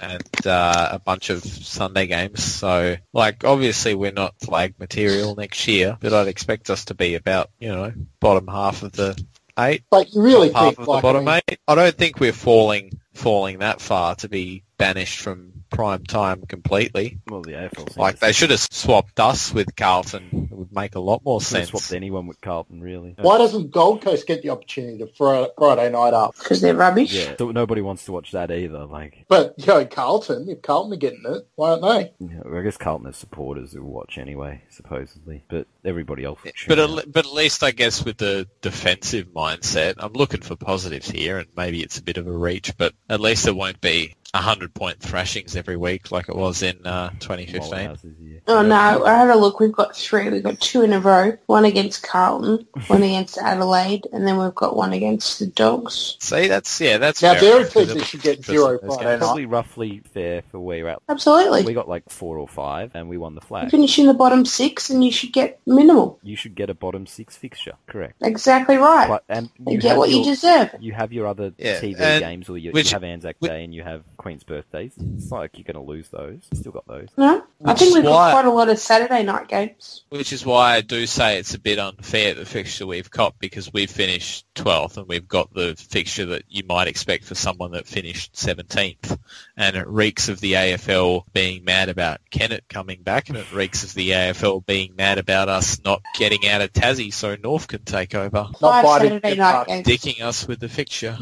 and uh, a bunch of Sunday games. So, like, obviously we're not flag material next year, but I'd expect us to be about, you know, bottom half of the eight,
But you really
top half
think
of
like,
the bottom
I mean,
eight. I don't think we're falling falling that far to be banished from prime time completely.
Well, the AFL.
Like, they should have swapped us with Carlton. It would make a lot more sense.
swapped anyone with Carlton, really.
why doesn't Gold Coast get the opportunity to Fri- Friday night up?
Because they're rubbish.
Yeah, so nobody wants to watch that either. Like,
But you know, Carlton, if Carlton are getting it, why aren't they?
yeah, I guess Carlton has supporters who watch anyway, supposedly, but everybody else. will tune
But at,
out.
le- but at least I guess with the defensive mindset, I'm looking for positives here, and maybe it's a bit of a reach, but at least it won't be hundred point thrashings every week like it was in uh, 2015.
Mollinghouse is here.
Oh no, I had a look. We've got three. We've got two in a row. One against Carlton, one against Adelaide, and then we've got one against the Dogs.
See, that's yeah, that's
Now,
fair
Dairy
enough, 'cause
Feeds,
it
they should get
looks
zero
interesting.
Friday night.
Probably roughly fair for where we're at. We
Absolutely.
got like four or five, and we won the
You
flag.
finish in the bottom six, and you should get minimal.
You should get a bottom six fixture, correct?
Exactly right.
But and
you,
you
get
have
what
your,
you deserve.
You have your other
Yeah,
TV
and
games, or you,
which-
you have Anzac
which-
Day and you have Queen's birthdays. It's not like you're going to lose those. You Still got those.
No, I
Which
think
is
we've
why-
got quite a lot of Saturday night games.
Which is why I do say it's a bit unfair the fixture we've got because we've finished 12th and we've got the fixture that you might expect for someone that finished 17th. And it reeks of the AFL being mad about Kennett coming back and it reeks of the AFL being mad about us not getting out of Tassie so North can take over,
Not
Five
biting
Saturday
your
night
butt.
games.
dicking us with the fixture.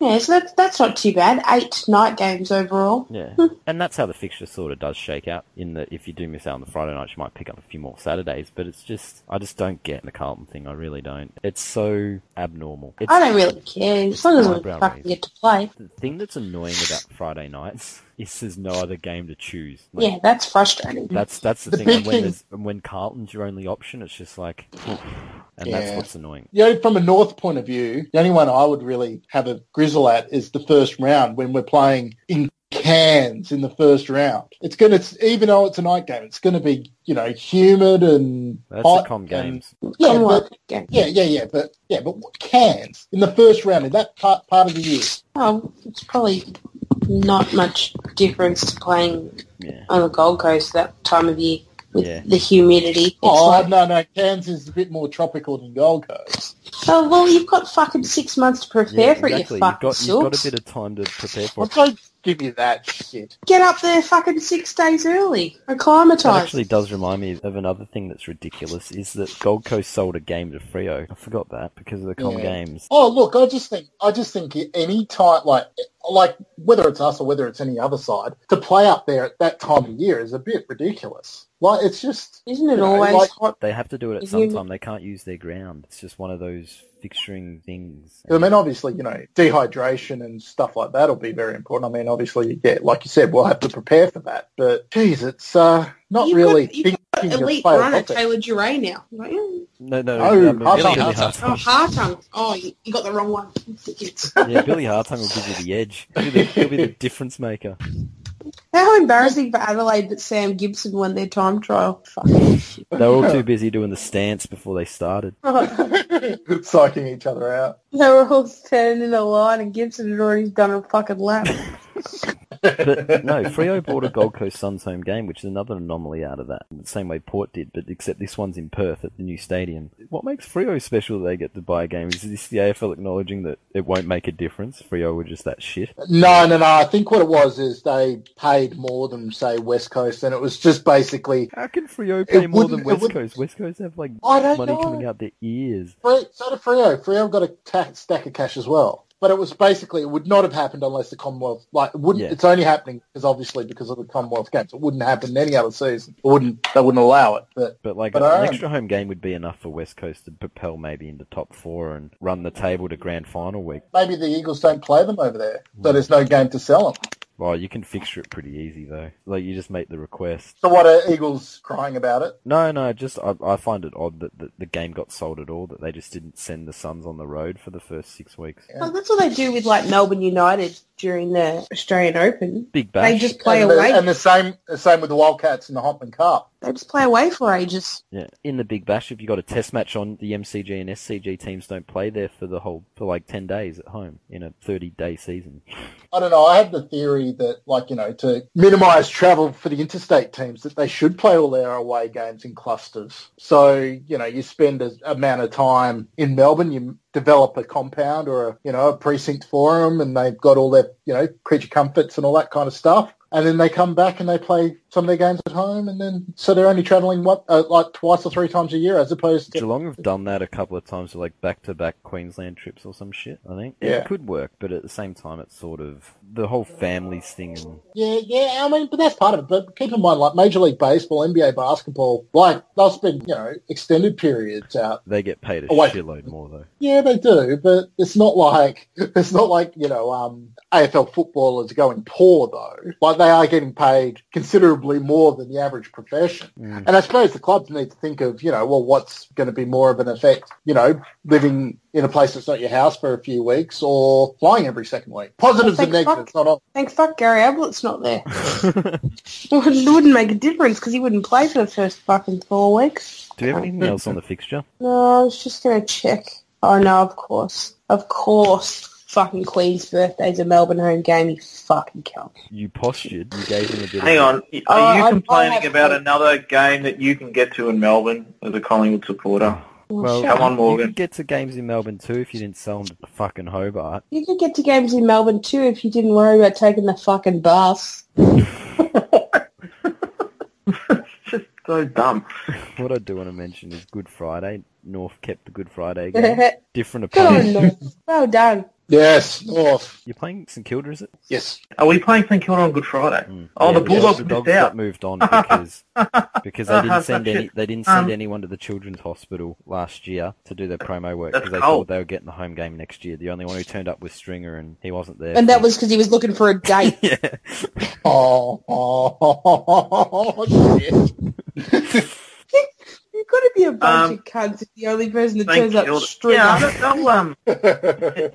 Yeah, so that's that's not too bad. Eight night games overall.
Yeah, and that's how the fixture sort of does shake out. In that, if you do miss out on the Friday night, you might pick up a few more Saturdays. But it's just, I just don't get the Carlton thing. I really don't. It's so abnormal. It's,
I don't really care as long as we
Eyebrow
fucking
raise.
get to play.
The thing that's annoying about Friday nights is there's no other game to choose. Like,
Yeah, that's frustrating.
That's that's the,
The
thing. And
big
when
thing-
there's, and when Carlton's your only option, it's just like, and that's
Yeah.
what's annoying.
You know, from a North point of view, the only one I would really have a grizzle at is the first round when we're playing in Cairns in the first round. It's going to, even though it's a night game, it's going to be, you know, humid and
That's
hot.
the com
and-
games.
Yeah,
And
but,
what? Yeah.
yeah, yeah, yeah, but yeah, but what Cairns in the first round in that part, part of the year.
Oh, it's probably not much difference to playing
Yeah.
on the Gold Coast that time of year with
Yeah.
the humidity. It's
Oh
like,
no, no, Cairns is a bit more tropical than Gold Coast.
oh well, you've got fucking six months to
Yeah,
prepare for it.
exactly.
You
You've
fucking
got, you've got
silks.
a bit of time to prepare for
Well,
it.
don't give you that shit.
Get up there fucking six days early.
That
Acclimatise.
actually does remind me of another thing that's ridiculous is that Gold Coast sold a game to Frio. I forgot that because of the com
Yeah.
games.
Oh look, I just think I just think any time like like whether it's us or whether it's any other side to play up there at that time of year is a bit ridiculous. Like it's just
Isn't it
you know,
always
like-
hot?
They have to do it at
Is
some
you-
time. They can't use their ground. It's just one of those fixturing things.
I mean, obviously, you know, dehydration and stuff like that will be very important. I mean, obviously, yeah, like you said, we'll have to prepare for that. But, geez, it's uh, not
You've
really
got- you've
thinking of
Elite
player
runner
topics.
Taylor Duray now. Like, mm.
No, no,
Oh,
um,
Billy
Billy
Hartung.
Hartung.
Oh, Hartung. Oh, you, you got the wrong one. Idiots.
Yeah, Billy Hartung will give you the edge. He'll be the, he'll be the difference maker.
How embarrassing for Adelaide that Sam Gibson won their time trial. Fucking shit.
They were all too busy doing the stance before they started.
Psyching each other out.
They were all standing in a line and Gibson had already done a fucking lap.
But no, Frio bought a Gold Coast Suns home game, which is another anomaly out of that. The same way Port did, but except this one's in Perth at the new stadium. What makes Frio special that they get to buy a game? Is this the AFL acknowledging that it won't make a difference? Frio were just that shit.
No, no, no. I think what it was is they paid more than, say, West Coast, and it was just basically,
How can Frio pay more
wouldn't-
than
it
West
wouldn't-
Coast? West Coast have like
I don't
money
know.
coming out their ears.
Fre- so did Frio. Frio got a ta- stack of cash as well. But it was basically, it would not have happened unless the Commonwealth, like, it wouldn't,
Yeah.
it's only happening because obviously because of the Commonwealth Games. It wouldn't happen any other season. It wouldn't, they wouldn't allow it. But
But like
But
an
I-
extra home game would be enough for West Coast to propel maybe into top four and run the table to grand final week.
maybe the Eagles don't play them over there, so there's no game to sell them.
Well, Oh, you can fixture it pretty easy though. Like you just make the request.
So what are Eagles crying about it?
No, no, just I, I find it odd that the, the game got sold at all. That they just didn't send the Suns on the road for the first six weeks.
Well, that's what they do with like Melbourne United during the Australian Open.
Big bash.
They just play
and,
away.
the, and the same, the same with the Wildcats and the Hopman Cup.
they just play away for ages.
Yeah, in the Big Bash, if you got a test match on, the MCG and SCG teams don't play there for the whole for like ten days at home in a thirty-day season.
I don't know. I had the theory that, like you know, to minimise travel for the interstate teams, that they should play all their away games in clusters. So you know, you spend a amount of time in Melbourne, you develop a compound or a you know a precinct for them, and they've got all their you know creature comforts and all that kind of stuff. And then they come back and they play some of their games at home, and then so they're only travelling what uh, like twice or three times a year, as opposed to
Geelong have done that a couple of times, like back-to-back Queensland trips or some shit. I think
Yeah.
it could work, but at the same time, it's sort of the whole families thing. And
Yeah, yeah. I mean, but that's part of it. But keep in mind, like Major League Baseball, NBA basketball, like they'll spend you know extended periods out.
they get paid a
Oh, wait.
shitload more though.
Yeah, they do, but it's not like it's not like you know um, AFL footballers going poor though. Like they are getting paid considerably more than the average profession.
Mm.
And I suppose the clubs need to think of you know well what's going to be more of an effect you know living in a place that's not your house for a few weeks or flying every second week. Positives and
Like, fuck.
negatives, not all.
Thank fuck Gary Ablett's not there. Well, it wouldn't make a difference because he wouldn't play for the first fucking four weeks.
Do we have anything else on the fixture?
No, I was just going to check. Oh, no, of course. Of course. Fucking Queen's birthday's a Melbourne home game, you fucking cunt.
You postured. You gave him a bit.
Hang
of
on,
Oh,
are you
I- I
complaining
have-
about another game that you can get to in Melbourne as a Collingwood supporter?
Well,
shut
Come on,
up.
You
Morgan.
could get to games in Melbourne too if you didn't sell them to fucking Hobart.
You could get to games in Melbourne too if you didn't worry about taking the fucking bus.
it's just so dumb.
What I do want to mention is Good Friday. North kept the Good Friday game.
Good
Different
on,
opponent.
North. Well done.
Yes, North.
You're playing St Kilda, is it?
Yes.
Are we playing St Kilda on Good Friday?
Mm.
Oh, the
because
Bulldogs missed
the dogs
out.
got moved on because because they
Uh-huh,
didn't send
that's
any
it.
they didn't send
Um,
anyone to the Children's Hospital last year to do their promo work
that's
because they
cold.
thought they were getting the home game next year. The only one who turned up was Stringer, and he wasn't there.
And that
for-
was because he was looking for a date.
yeah.
Oh, oh, shit.
You've got to be a bunch
Um,
of cunts if the only person that
St
turns up
Kilda.
straight
Yeah,
up.
they'll, they'll, um,
But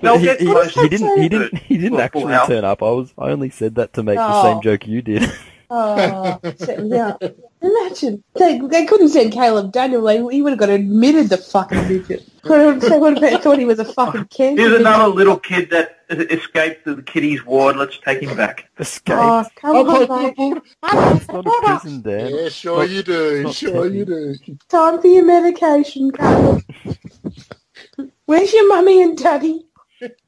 they'll
he,
get
he-
close.
he didn't. He
to
didn't. He didn't
Full
actually
house.
turn up. I was. I only said that to make the
Oh.
same joke you did.
Oh, set me down. Imagine. They, they couldn't send Caleb Daniel. They, he would have got admitted the fucking midget. Would have, they would have thought he was a fucking cancer.
Here's
patient.
another little kid that escaped the kiddies' ward. Let's take him back.
Escape.
Oh, come
I'll put-
on, baby.
it's not a prison, Dan.
Yeah, sure you do.
not
Sure
petty.
you do.
Time for your medication, Caleb. Where's your mummy and daddy?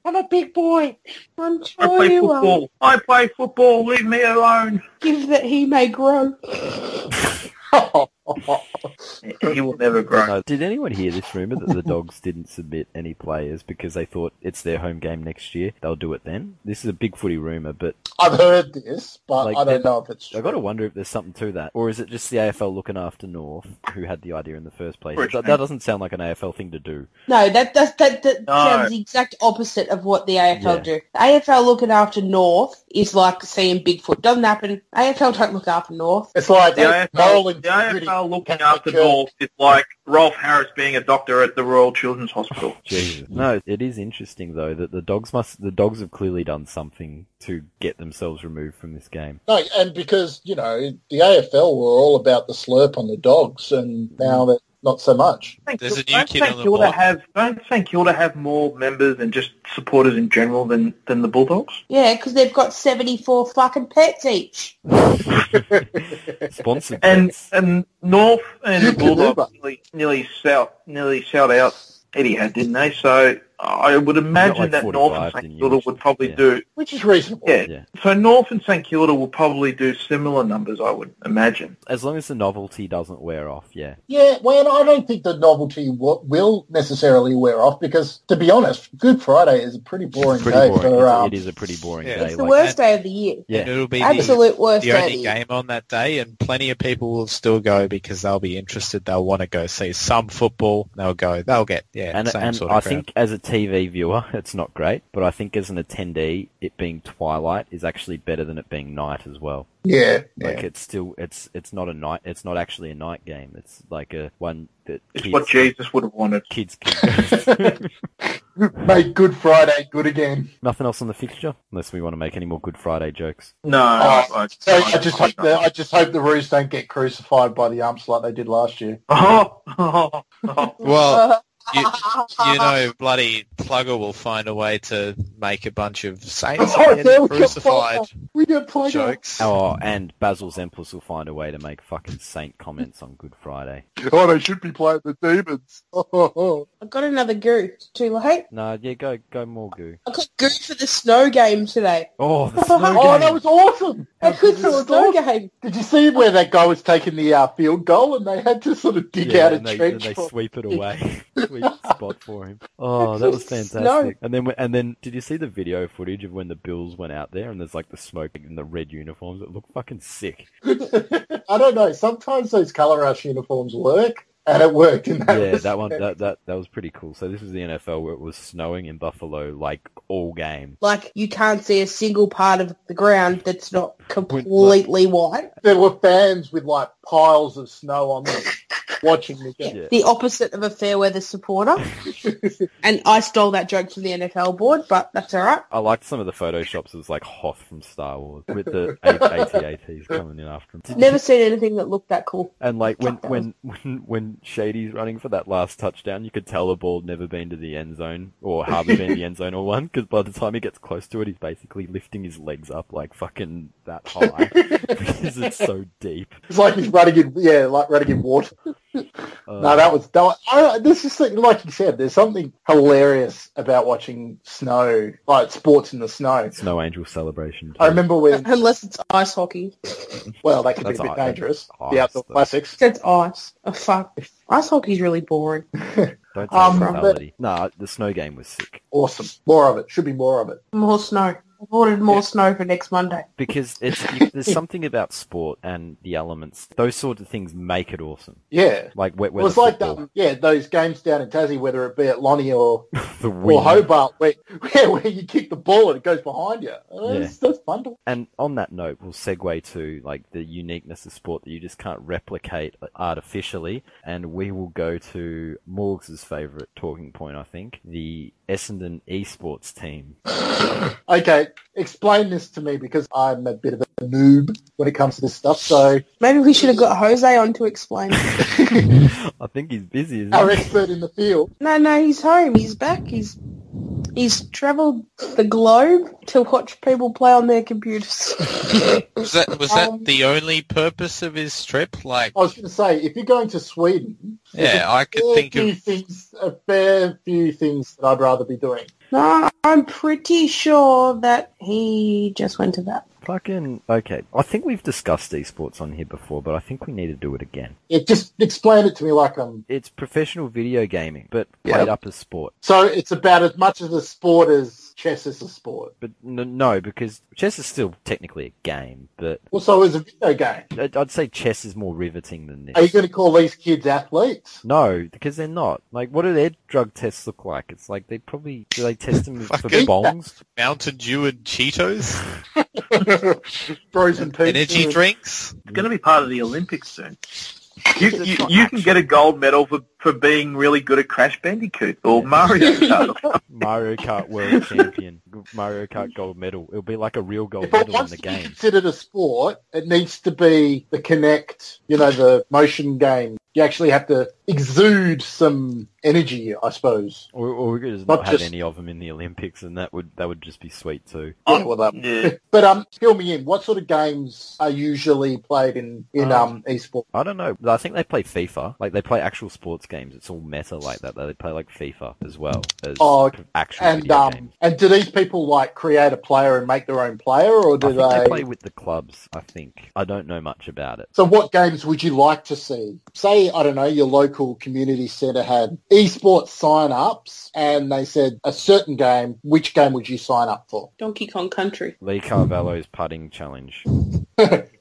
I'm a big boy. I'm
I
sure
play
you will.
football. I play football. Leave me alone.
Give that he may grow.
Oh,
He will never grow.
No, did anyone hear this rumor that the Dogs didn't submit any players because they thought it's their home game next year? They'll do it then. This is a big footy rumor, but
I've heard this, but
Like,
I
they're
don't know if it's
I
true.
got to wonder if there's something to that, or is it just the AFL looking after North, who had the idea in the first place?
Rich
That,
man.
that doesn't sound like an AFL thing to do.
No, that that that, that
No.
sounds the exact opposite of what the AFL
Yeah.
do. The AFL looking after North is like seeing Bigfoot. Doesn't happen. AFL don't look after North.
It's like
The AFL,
moral
the
integrity.
AFL looking
Catholic
after
Church.
North is like Rolf Harris being a doctor at the Royal Children's Hospital.
Jesus. No, it is interesting though that the dogs must. The dogs have clearly done something to get themselves removed from this game.
No, and because you know the AFL were all about the slurp on the dogs, and
Mm.
now that not so much.
St.
There's a new
don't
kid
St
on the
Kilda
block.
have don't St Kilda have more members and just supporters in general than, than the Bulldogs?
Yeah, because they've got seventy four fucking pets each.
Sponsored
And
bets.
and North and
You
the
can
Bulldogs nearly nearly sell nearly sold out Eddie had, didn't they? So I would imagine
like,
that North
45,
and
didn't
St
you,
Kilda
which-
would probably
yeah.
do
Which is reasonable.
yeah.
Yeah.
So North and St Kilda will probably do similar numbers, I would imagine.
as long as the novelty doesn't wear off, yeah.
Yeah, well, I don't think the novelty w- will necessarily wear off because, to be honest, Good Friday is a pretty boring
Pretty
day
boring.
for.
It's,
Um,
it is a pretty boring
Yeah.
day.
It's the
like-
worst day of the year.
And
Yeah.
it'll be the,
Absolute worst
the
day. of
only
the year.
game on that day, and plenty of people will still go because they'll be interested. They'll want to go see some football. They'll go. They'll get yeah.
And,
same
and
sort of
I
crowd.
think as a TV viewer, it's not great, but I think as an attendee, it being twilight is actually better than it being night as well.
yeah,
Like
yeah.
it's still it's it's not a night it's not actually a night game. It's like a one that
It's
kids,
what Jesus would have wanted.
kids can
make Good Friday good again.
Nothing else on the fixture unless we want to make any more Good Friday jokes.
No,
Oh,
I-
So I just hope the, I just hope the Roos don't get crucified by the umps like they did last year.
Oh, oh, oh.
Well,
Uh,
you, you know, bloody Plugger will find a way to make a bunch of saints
Oh,
and
they'll
crucified
We don't play
jokes.
Oh, and Basil Zemplis will find a way to make fucking saint comments on Good Friday.
Oh, they should be playing the demons. Oh,
I got another goo. Too late.
No, yeah, go go more goo.
I got goo for the snow game today.
Oh, the snow game.
oh, that was awesome!
I could
That
for
was
the snow
awesome.
game.
Did you see where that guy was taking the uh, field goal and they had to sort of dig
Yeah,
out a
and they,
trench?
and they
for-
sweep it away, sweep the spot for him. Oh,
It's
that was
just
fantastic.
snow.
And then, and then, did you see the video footage of when the Bills went out there and there's like the smoke and the red uniforms? It looked fucking sick.
I don't know. Sometimes those colour rush uniforms work, and it worked in that.
Yeah, that
respect.
one, that, that that was pretty cool. So this was the NFL where it was snowing in Buffalo like all game.
Like you can't see a single part of the ground that's not
like-
completely white.
There were fans with like piles of snow on them watching the game.
Yeah.
The opposite of a fair weather supporter. and I stole that joke from the NFL board, but that's all right.
I liked some of the photoshops. It was like Hoth from Star Wars with the ATATs coming in after him. Did
Never seen anything that looked that cool.
And like when,
Fuck, that
when when when Shady's running for that last touchdown, you could tell the ball had never been to the end zone or hardly been to the end zone or one because by the time he gets close to it, he's basically lifting his legs up like fucking that high because it's so deep.
It's like he's running in, yeah, like running in water.
Uh,
No, that was that. Was, I, this is like- like you said. There's something hilarious about watching snow, like sports in the snow.
Uh, Snow Angel celebration.
I remember when.
Unless it's ice hockey.
Well, that could be
That's
a bit
ice.
dangerous.
That's
the
ice,
outdoor
though.
classics.
It's ice. Oh, fuck. Ice hockey's really boring.
Don't say
Um,
brutality. Nah, the snow game was sick
Awesome. More of it. Should be more of it.
More snow. I've ordered more snow for next Monday.
because it's you, there's something about sport and the elements. Those sorts of things make it awesome.
Yeah.
Like wet
It
weather
was like
football,
um, yeah, those games down in Tassie, whether it be at Lonnie or,
the
or
wind.
Hobart, where, yeah, where you kick the ball and it goes behind you. Uh,
Yeah.
That's, that's fun. To,
And on that note, we'll segue to like the uniqueness of sport that you just can't replicate uh, artificially. And we will go to Morgs' favourite talking point, I think, the Essendon esports team.
okay, explain this to me because I'm a bit of a noob when it comes to this stuff. So
Maybe we should have got Jose on to explain.
I think he's busy. Isn't
our
he?
expert in the field.
no, no, he's home. He's back. He's he's travelled the globe to watch people play on their computers.
Was that was that
Um,
the only purpose of his trip? Like,
I was going to say, if you're going to Sweden, there's
yeah, I
a
could
fair
think
few
of
things, a fair few things that I'd rather be doing.
no, I'm pretty sure that he just went to that.
Fucking okay. I think we've discussed esports on here before, but I think we need to do it again.
Yeah, just explain it to me like um, I'm.
It's professional video gaming, but
Yeah.
played up as sport.
So it's about as much of a sport as chess is a sport.
But n- no, because chess is still technically a game, but
Well, so is a video game.
I'd I'd say chess is more riveting than this.
Are you going to call these kids athletes?
No, because they're not. Like, what do their drug tests look like? It's like they probably do they test them for
Fucking-
bongs.
Mountain Dew and Cheetos,
Frozen pizza.
energy drinks.
It's going to be part of the Olympics soon. You, you, you can get a gold medal for, for being really good at Crash Bandicoot or Mario Kart.
Mario Kart World Champion, Mario Kart Gold Medal. It'll be like a real gold
If it
medal in
wants
the
to be
game.
considered a sport, it needs to be the connect, you know, the motion game. You actually have to exude some energy, I suppose.
Or, or we could just
Not
not, have
just-
any of them in the Olympics, and that would that would just be sweet too.
Yeah, well, that-
yeah.
But um, fill me in. What sort of games are usually played in in
Oh.
um, esports?
I don't know. I think they play FIFA. Like they play actual sports games. It's all meta like that. They play like FIFA as well as
Oh,
actual
And
video
um,
games.
and do these people like create a player and make their own player, or do
I think they...
they?
play with the clubs. I think I don't know much about it.
So, what games would you like to see? Say, I don't know, your local community centre had esports sign-ups, and they said a certain game. Which game would you sign up for?
Donkey Kong Country.
Lee Carvalho's putting challenge.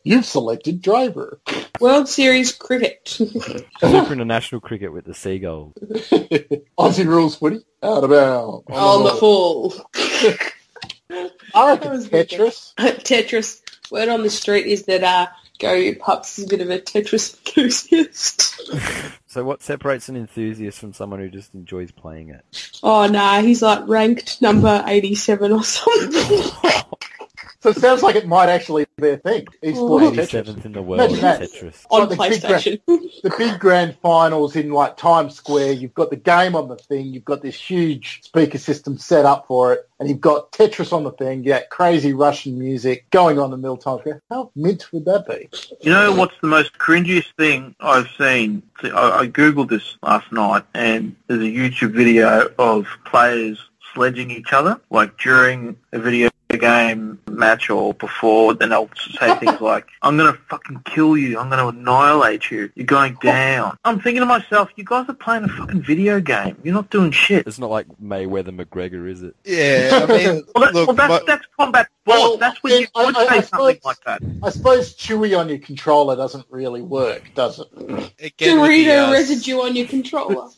You've selected driver.
World Series Cricket.
Super international cricket with the seagulls.
Aussie rules footy. Out of bounds.
On the hall.
I reckon
Oh, That was good.
Tetris.
Tetris. Word on the street is that uh, Gary Pups is a bit of a Tetris enthusiast.
So what separates an enthusiast from someone who just enjoys playing it?
Oh nah, he's like ranked number eighty-seven or something.
So it sounds like it might actually be a thing. Esports Tetris.
87th in the world in
Imagine that.
Tetris.
on
the big
PlayStation.
The big grand finals in like Times Square. You've got the game on the thing. You've got this huge speaker system set up for it, and you've got Tetris on the thing. You got crazy Russian music going on in the middle of Times Square. How mint would that be?
You know what's the most cringiest thing I've seen? I, I googled this last night, and there's a YouTube video of players sledging each other, like during a video game match or before. Then they'll say things like, "I'm gonna fucking kill you. I'm gonna annihilate you. You're going down." I'm thinking to myself, "You guys are playing a fucking video game. You're not doing shit."
It's not like Mayweather McGregor, is it?
Yeah, I mean,
Well, that,
look,
well, that's,
mo-
that's combat sport.
Well,
that's when you
I- I-
would
I
say something
suppose-
like that.
I suppose Chewy on your controller doesn't really work, does it?
again, with the,
Dorito
uh,
residue on your controller.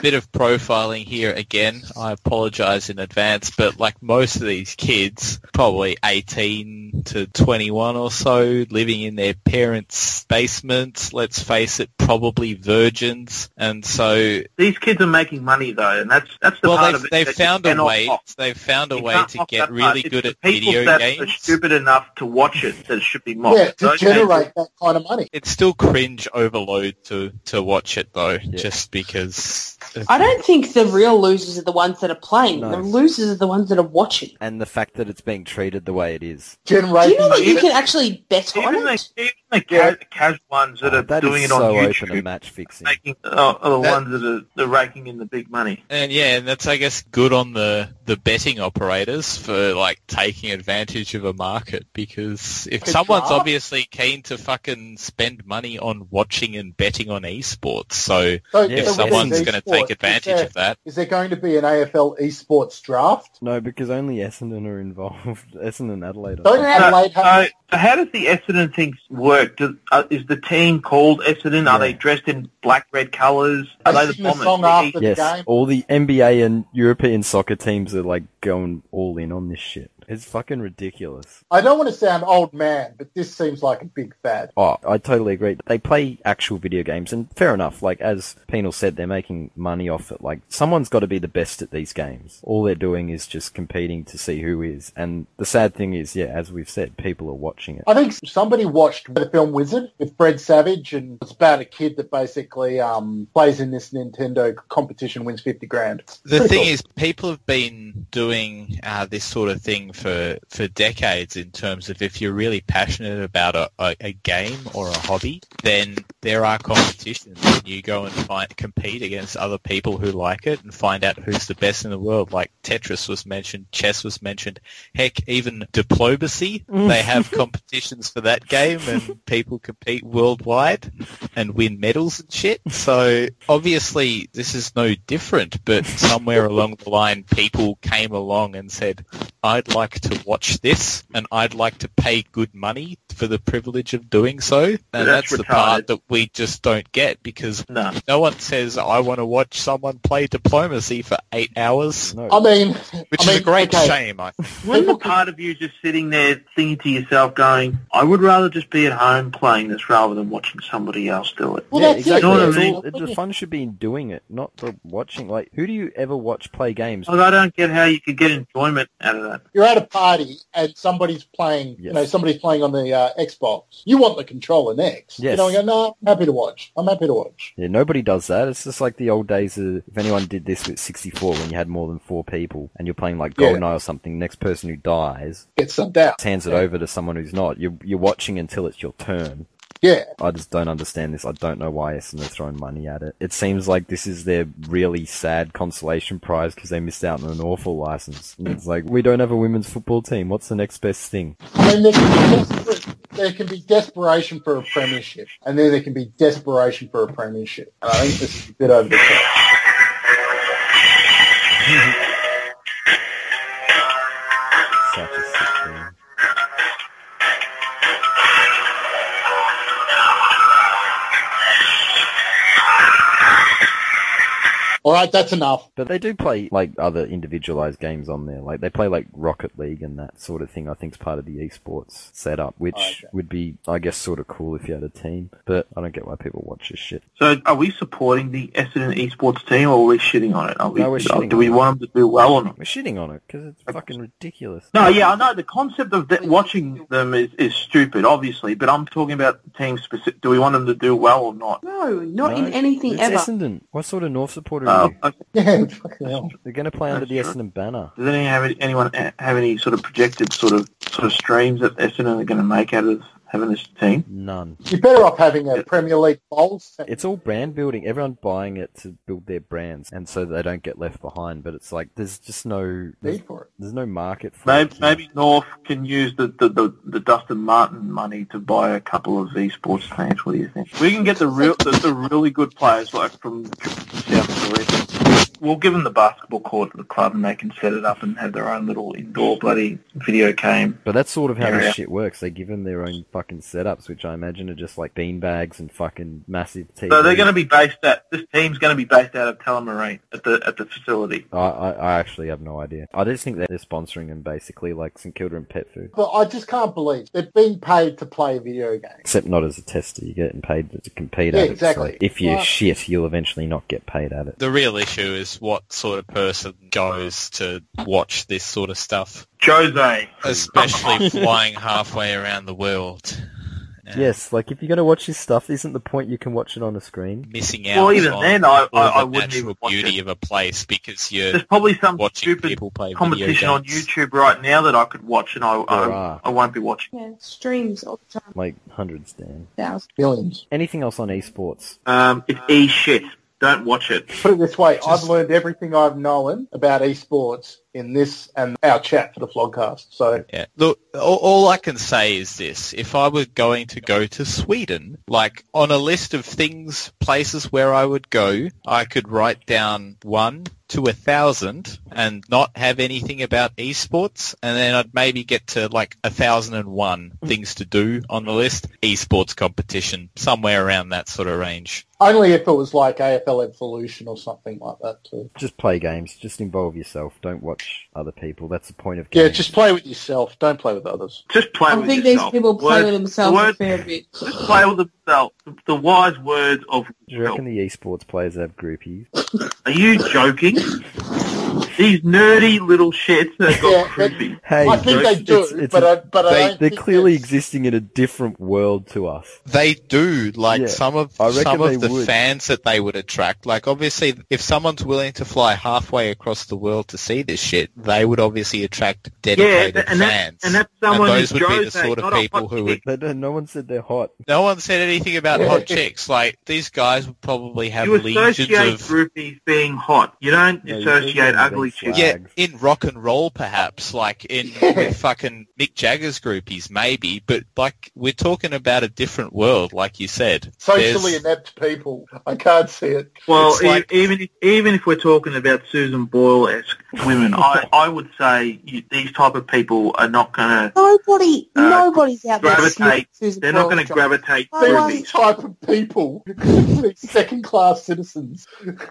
bit of profiling here again. I apologize in advance, but like most of these kids, probably 18 to 21 or so, living in their parents' basements, let's face it, probably virgins. And so,
These kids are making money though, and that's that's the part
well,
of
they've,
it.
they've
that you
found a
cannot
way,
knock.
they've found a
You
way
can't
to
knock
get
that
really
part. It's
good
the
at
people
video
that are
games.
stupid enough to watch it that should be mocked.
yeah, to
Those
generate
kids-
that kind of money.
It's still cringe overload to, to watch it though,
Yeah.
just because
I don't think the real losers are the ones that are playing.
No.
The losers are the ones that are watching.
And the fact that it's being treated the way it is.
Do
Generate
you know that you
even-
can actually bet on
even the,
it?
even the ca-
Yeah.
casual ones that
Oh,
are
that
doing
is
it on
so open to
YouTube
match fixing.
making, uh, are the
That-
ones that are they're raking in the big money.
And yeah, and that's I guess good on the, the betting operators for like taking advantage of a market because if
Good
someone's
job.
obviously keen to fucking spend money on watching and betting on esports, so
So,
Yeah,
if
so with
someone's
these
going to
esports,
take
is
advantage
there-
of that,
Is there going to be an AFL esports draft?
No, because only Essendon are involved. Essendon Adelaide. I
Uh,
Don't
think.
Adelaide
So,
have...
so how does the Essendon thing work? Does, uh, is the team called Essendon? Are they
Yeah.
dressed in black red colours? Are
I
they the
sing the
bombers?
song
The
after
Eagles?
the
Yes,
game.
all the NBA and European soccer teams are like going all in on this shit. It's fucking ridiculous.
I don't want to sound old man, but this seems like a big fad.
Oh, I totally agree. They play actual video games, and fair enough. Like as Penal said, they're making money off it. Like someone's got to be the best at these games. All they're doing is just competing to see who is. And the sad thing is, yeah, as we've said, people are watching it.
I think somebody watched the film Wizard with Fred Savage, and it's about a kid that basically um, plays in this Nintendo competition, wins 50 grand.
the
Pretty
thing
cool.
is, people have been doing uh, this sort of thing for, for decades in terms of if you're really passionate about a, a, a game or a hobby, then there are competitions and you go and find, compete against other people who like it and find out who's the best in the world. Like Tetris was mentioned, chess was mentioned, heck, even diplomacy.
Mm.
they have competitions for that game and people compete worldwide and win medals and shit. So obviously this is no different, but somewhere along the line people came along and said, I'd like to watch this and I'd like to pay good money for the privilege of doing so. And that's,
That's
the part
retarded.
that we just don't get because
No.
no one says, I want to watch someone play diplomacy for eight hours,
No.
I mean,
which
I
is
mean,
a great
okay.
shame, I think.
Wasn't a part of you just sitting there thinking to yourself, going, I would rather just be at home playing this rather than watching somebody else do it?
Well,
yeah,
that's
exactly.
You know what I
It's
mean?
all- the fun should be in doing it, not the watching. Like, who do you ever watch play games?
Like, I don't get how you could get enjoyment out of that.
you're at a party and somebody's playing, you
Yes.
know, somebody's playing on the uh, Xbox. You want the controller next. You
Yes.
know, you go, no, I'm happy to watch. I'm happy to watch.
Yeah, nobody does that. It's just like the old days of if anyone did this with 64 when you had more than four people and you're playing like
Yeah.
GoldenEye or something, next person who dies
Get subbed out.
hands it over to someone who's not. You're, you're watching until it's your turn.
Yeah.
I just don't understand this. I don't know why Essendon are throwing money at it. It seems like this is their really sad consolation prize because they missed out on an awful license. And it's like, we don't have a women's football team. What's the next best thing?
I mean, there can, be desperate, there can be desperation for a premiership, and then there can be desperation for a premiership. And I think this is a bit over the top.
Such a sick thing.
All right, that's enough.
But they do play like other individualized games on there. Like they play like Rocket League and that sort of thing. I think is part of the esports setup, which
Oh, okay.
would be, I guess, sort of cool if you had a team. But I don't get why people watch this shit.
So are we supporting the Essendon esports team or are we shitting on it? Are we,
No, we're shitting
do
on
we
it.
want them to do well or not?
We're shitting on it because it's fucking ridiculous.
No, yeah, I know the concept of that watching them is, is stupid, obviously, but I'm talking about the team specific. Do we want them to do well or not?
No, not in
No,
anything
It's
ever.
Essendon. What sort of North supporter are
Uh,
you?
okay.
Yeah, fucking hell.
They're going to play under the
sure.
Essendon banner.
Does anyone have any, anyone have any sort of projected sort of sort of streams that Essendon are going to make out of having this team?
None.
You're better off having a Premier League bowl set.
It's all brand building. Everyone buying it to build their brands, and so they don't get left behind. But it's like there's just no there's,
Need for it.
there's no market for
Maybe,
it.
maybe North can use the, the, the, the Dustin Martin money to buy a couple of esports teams. What do you think? We can get the real the, the really good players like from South Korea. We'll give them the basketball court at the club, and they can set it up and have their own little indoor bloody video game.
But that's sort of how
Yeah.
this shit works. They give them their own fucking setups, which I imagine are just like beanbags and fucking massive TVs.
So they're going to be based at this team's going to be based out of Tullamarine at the at the facility.
I, I, I actually have no idea. I just think that they're sponsoring them basically, like St Kilda and Pet Food.
But I just can't believe they're being paid to play video games.
Except not as a tester, you're getting paid to compete
Yeah,
at it. It's
exactly.
like, if you're
Right.
shit, you'll eventually not get paid at it.
The real issue is what sort of person goes to watch this sort of stuff,
Jose,
especially flying halfway around the world. and
Yes, like if you're going to watch this stuff, isn't the point you can watch it on a screen?
Missing out
Well, even
on
then, I-
all
I- I
the
wouldn't even
natural
watch
beauty
it.
of a place because you're
there's probably some
watching
stupid
people play
competition
video
on
games.
YouTube right now that I could watch, and I um,
There
I,
are.
I won't be watching.
Yeah, streams all the time.
Like hundreds, Dan.
Thousands.
Billions.
Anything else on esports?
Um, it's e shit. Don't watch it.
Put it this way,
Just-
I've learned everything I've known about esports in this and our chat for the vlogcast. So
Yeah. Look, all, all I can say is this. If I were going to go to Sweden, like on a list of things, places where I would go, I could write down one to a thousand and not have anything about esports. And then I'd maybe get to like a thousand and one things to do on the list. Esports competition, somewhere around that sort of range.
only if it was like AFL Evolution or something like that too.
Just play games. Just involve yourself. Don't watch other people. That's the point of
Yeah,
games.
just play with yourself. Don't play with others.
Just play
I
with
think these
yourself.
people play
Words-
with themselves a
words-
fair bit.
just play with themselves. The, the wise words of
Do you reckon the esports players have groupies?
Are you joking? These nerdy little shits that got
Yeah,
creepy.
Hey,
I think they
it's-
do,
it's- it's
but
a-
I, but I
they-
don't
they're
think
clearly
it's-
existing in a different world to us.
They do like
Yeah,
some of
I reckon
some
they
of the
would.
fans that they would attract. Like obviously, if someone's willing to fly halfway across the world to see this shit, they would obviously attract
Yeah,
dedicated
th- and, that,
fans.
and that's someone
those
who
would be the
Joe's
sort
at,
of
not a
people
hot
who would.
chick.
They don't, no one said they're hot.
No one said anything about hot chicks. Like these guys would probably have
You associate
legions of.
groupies being hot. You don't
Yeah, you think
associate
of them
ugly
being
chicks.
Yeah,
Flags.
in rock and roll, perhaps, like in with fucking Mick Jagger's groupies, maybe. But like, we're talking about a different world, like you said.
socially
There's-
inept people. I can't see it.
Well,
It's
e-
like-
even if, even if we're talking about Susan Boyle-esque women, I, I would say you, these type of people are not going to
Nobody,
Uh,
nobody's out there.
gravitate.
snooping Susan
they're not
Boyle
going to
Johnson.
gravitate
Oh,
They're
wow.
through
the
these.
type of people, these second-class citizens.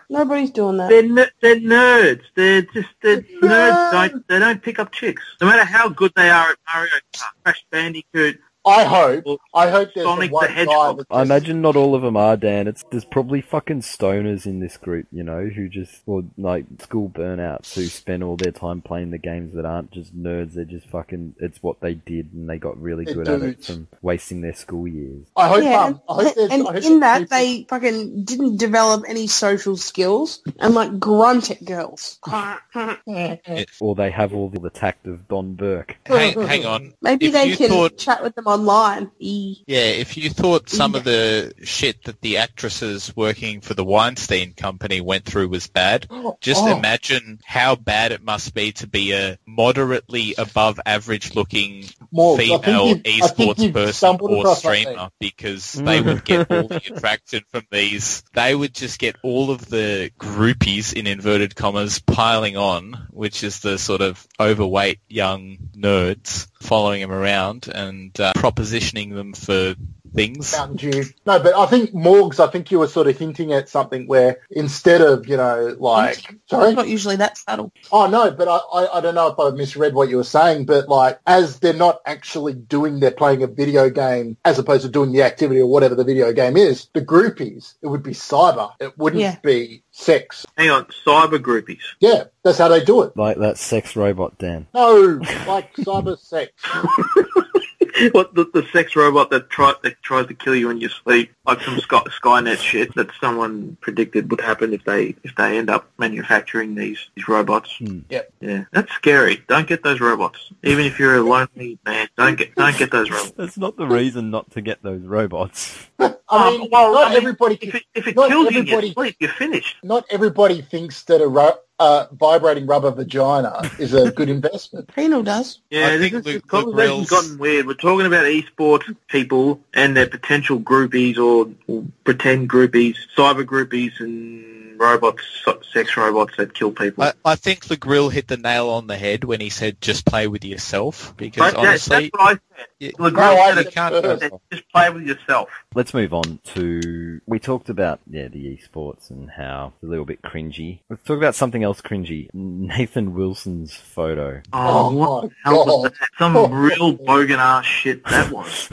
Nobody's doing that.
They're, n- they're nerds. They're just they're nerds.
Nerds.
Don't, they don't pick up chicks, no matter how good they are at Mario Kart, Crash Bandicoot.
I hope.
Well,
I hope there's
Sonic
the one
the Hedgehog.
guy. that
I
just-
imagine not all of them are, Dan. It's there's probably fucking stoners in this group, you know, who just or like school burnouts who spend all their time playing the games that aren't just nerds. They're just fucking. It's what they did, and they got really
They're
good at it
dudes.
from wasting their school years.
I hope.
yeah,
um, I hope
and,
there's,
and
I hope
in that
people-
they fucking didn't develop any social skills and like grunt at girls.
Or they have all the, the tact of Don Burke.
hang, hang on,
Maybe
If
they
you
can
thought-
chat with them online. E.
Yeah, if you thought some of the shit that the actresses working for the Weinstein Company went through was bad, just
Oh.
imagine how bad it must be to be a moderately above average looking
Morgs, I think
female
you've- I think
esports
you've
person
stumbled
or
across something.
streamer because they would get all the attraction from these. They would just get all of the groupies in inverted commas piling on, which is the sort of overweight young nerds following them around and uh, propositioning them for things.
Mountain Dew. No, but I think Morgs. I think you were sort of hinting at something where instead of you know like sorry,
It's not usually that subtle.
oh no, but I, I I don't know if I misread what you were saying, but like as they're not actually doing, they're playing a video game as opposed to doing the activity or whatever the video game is. The groupies, it would be cyber. It wouldn't
Yeah.
be sex.
Hang on, cyber groupies.
Yeah, that's how they do it.
Like that sex robot, Dan.
No, like cyber sex.
what the, the sex robot that try, that tries to kill you in your sleep, like some Sky, Skynet shit that someone predicted would happen if they if they end up manufacturing these these robots.
Hmm.
Yep.
Yeah, that's scary. Don't get those robots. Even if you're a lonely man, don't get don't get those robots.
That's not the reason not to get those robots.
I mean,
Um, well,
not
I mean,
everybody.
If
Can,
it, if it
Not
kills you in your
everybody-
sleep, you're finished.
not everybody thinks that a ru- uh, vibrating rubber vagina is a good investment.
Penal does.
I
Yeah, this
think
is, this
Luke-
conversation's
Luke Reels-
gotten weird. We're talking about esports people and their potential groupies or, or pretend groupies, cyber groupies, and robots, so- sex robots that kill people.
I, I think LeGrill hit the nail on the head when he said just play with yourself because
But that- that's
honestly,
what I said.
it-
Look,
No, I
I
you can't.
said, just play with yourself.
Let's move on to we talked about yeah the esports and how it's a little bit cringy. Let's talk about something else cringy. Nathan Wilson's photo.
Oh,
Oh,
what
my
the hell was
God.
that? Some real bogan ass shit that was.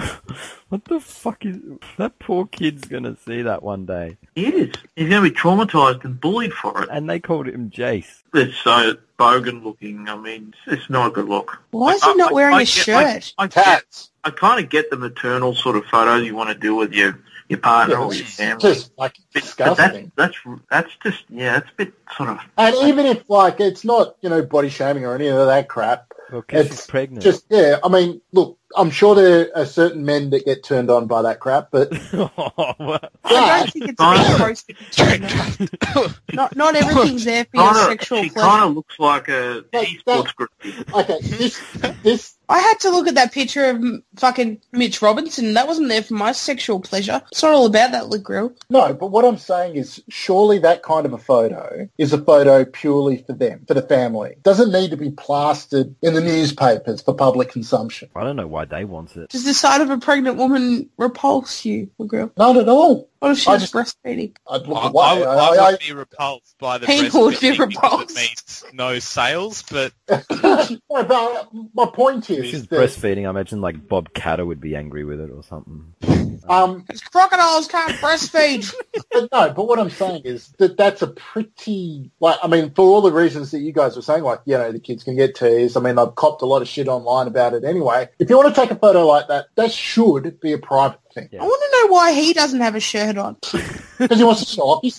What the fuck is that poor kid's gonna see that one day?
He is. He's going to be traumatized and bullied for it.
And they called him Jace.
It's so bogan looking. I mean, it's, it's not a good look.
Why is he not
I-
wearing
I- I
a
get-
shirt?
I, I, get-
Tats.
I kind of get the maternal sort of photos you want to do with your, your partner
Yeah,
or your
it's
family.
just like
But- but that's,
disgusting.
that's, that's just, yeah, it's a bit sort of...
And even if like it's not you know body shaming or any of that crap,
Well, 'cause
It's
she's pregnant.
just yeah. I mean, look, I'm sure there are certain men that get turned on by that crap, but
What?
I don't think it's a big process. Not, not everything's there for your
Kinda-
sexual
she
pleasure.
kind of looks like a
Like
esports groupie.
okay, this this
I had to look at that picture of mm, fucking Mitch Robinson. That wasn't there for my sexual pleasure. It's not all about that, LeGrill.
No, but what I'm saying is surely that kind of a photo is a photo purely for them, for the family. Doesn't need to be plastered in the newspapers for public consumption.
I don't know why they want it.
Does the sight of a pregnant woman repulse you, LeGrill?
Not at all.
What if she
I
was
just-
breastfeeding?
I'd
I,
look
I
away.
would,
I-
I
I-
would be repulsed by the
People would be
breastfeeding because
repulsed.
It means no sales, but
No, but my point
If she's
is that
breastfeeding, I imagine like Bob Catter would be angry with it or something.
um,
Because crocodiles can't breastfeed.
but no, but what I'm saying is that that's a pretty like I mean for all the reasons that you guys were saying, like you know the kids can get teased. I mean I've copped a lot of shit online about it anyway. If you want to take a photo like that, that should be a private thing
Yeah.
I want to know why he doesn't have a shirt on.
because he wants to show off.
He's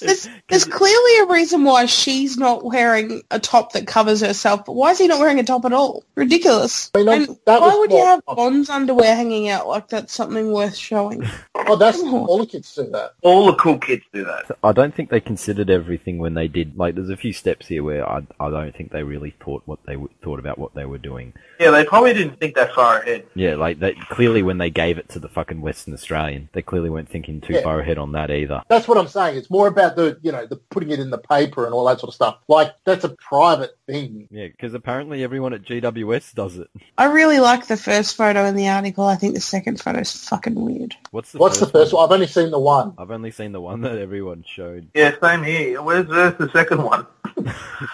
There's, there's clearly a reason why she's not wearing a top that covers herself, but why is he not wearing a top at all? Ridiculous.
I mean,
And
that
why
was
would you
what-
have Bond's underwear hanging out like that's something worth showing?
Oh, that's all the kids do that.
All the cool kids do that.
I don't think they considered everything when they did. Like, there's a few steps here where I, I don't think they really thought what they w- thought about what they were doing.
Yeah, they probably didn't think that far ahead.
Yeah, like they clearly when they gave it to the fucking Western Australian, they clearly weren't thinking too
Yeah.
far ahead on that either.
That's what I'm saying. It's more about the you know the putting it in the paper and all that sort of stuff. Like that's a private thing.
Yeah, because apparently everyone at GWS does it.
I really like the first photo in the article. I think the second photo is fucking weird.
What's the
What's the first one? I've only seen the one.
I've only seen the one that everyone showed.
Yeah, same here. Where's, where's the second one?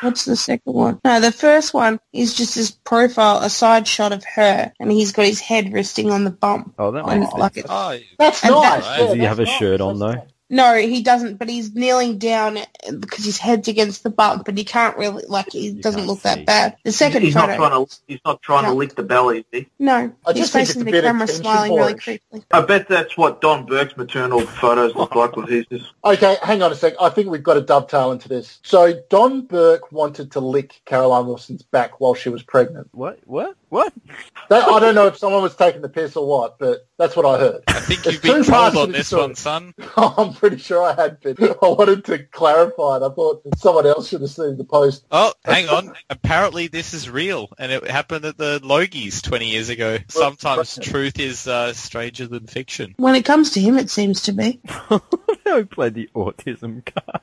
What's the second one? No, the first one is just his profile, a side shot of her, and he's got his head resting on the bump.
Oh, that
on,
makes sense.
like it's
oh,
That's
And
nice.
that-
yeah,
Does he
that's
have a
nice.
shirt on,
That's
though?
nice.
No, he doesn't. But he's kneeling down because his head's against the bump, but he can't really like. He doesn't
can't
look
see.
that bad. The second
He's not
photo,
trying to. He's not trying
Yeah.
to lick the belly. Is he?
no,
I
he's
just think it's
facing
a
the
bit of
camera,
tension
smiling really
porridge.
creepily.
I bet that's what Don Burke's maternal photos look like with his. his-
Okay, hang on a sec. I think we've got to dovetail into this. So Don Burke wanted to lick Caroline Wilson's back while she was pregnant.
What? What? What?
That, I don't know if someone was taking the piss or what, but that's what I heard.
I think
There's
you've been
two
told
parts to
on
this
this
story.
one, son.
I'm pretty sure I had been. I wanted to clarify it. I thought someone else should have seen the post.
Oh, hang on. Apparently, this is real, and it happened at the Logies 20 years ago. Sometimes truth is uh, stranger than fiction.
When it comes to him, it seems to be.
I played the autism card.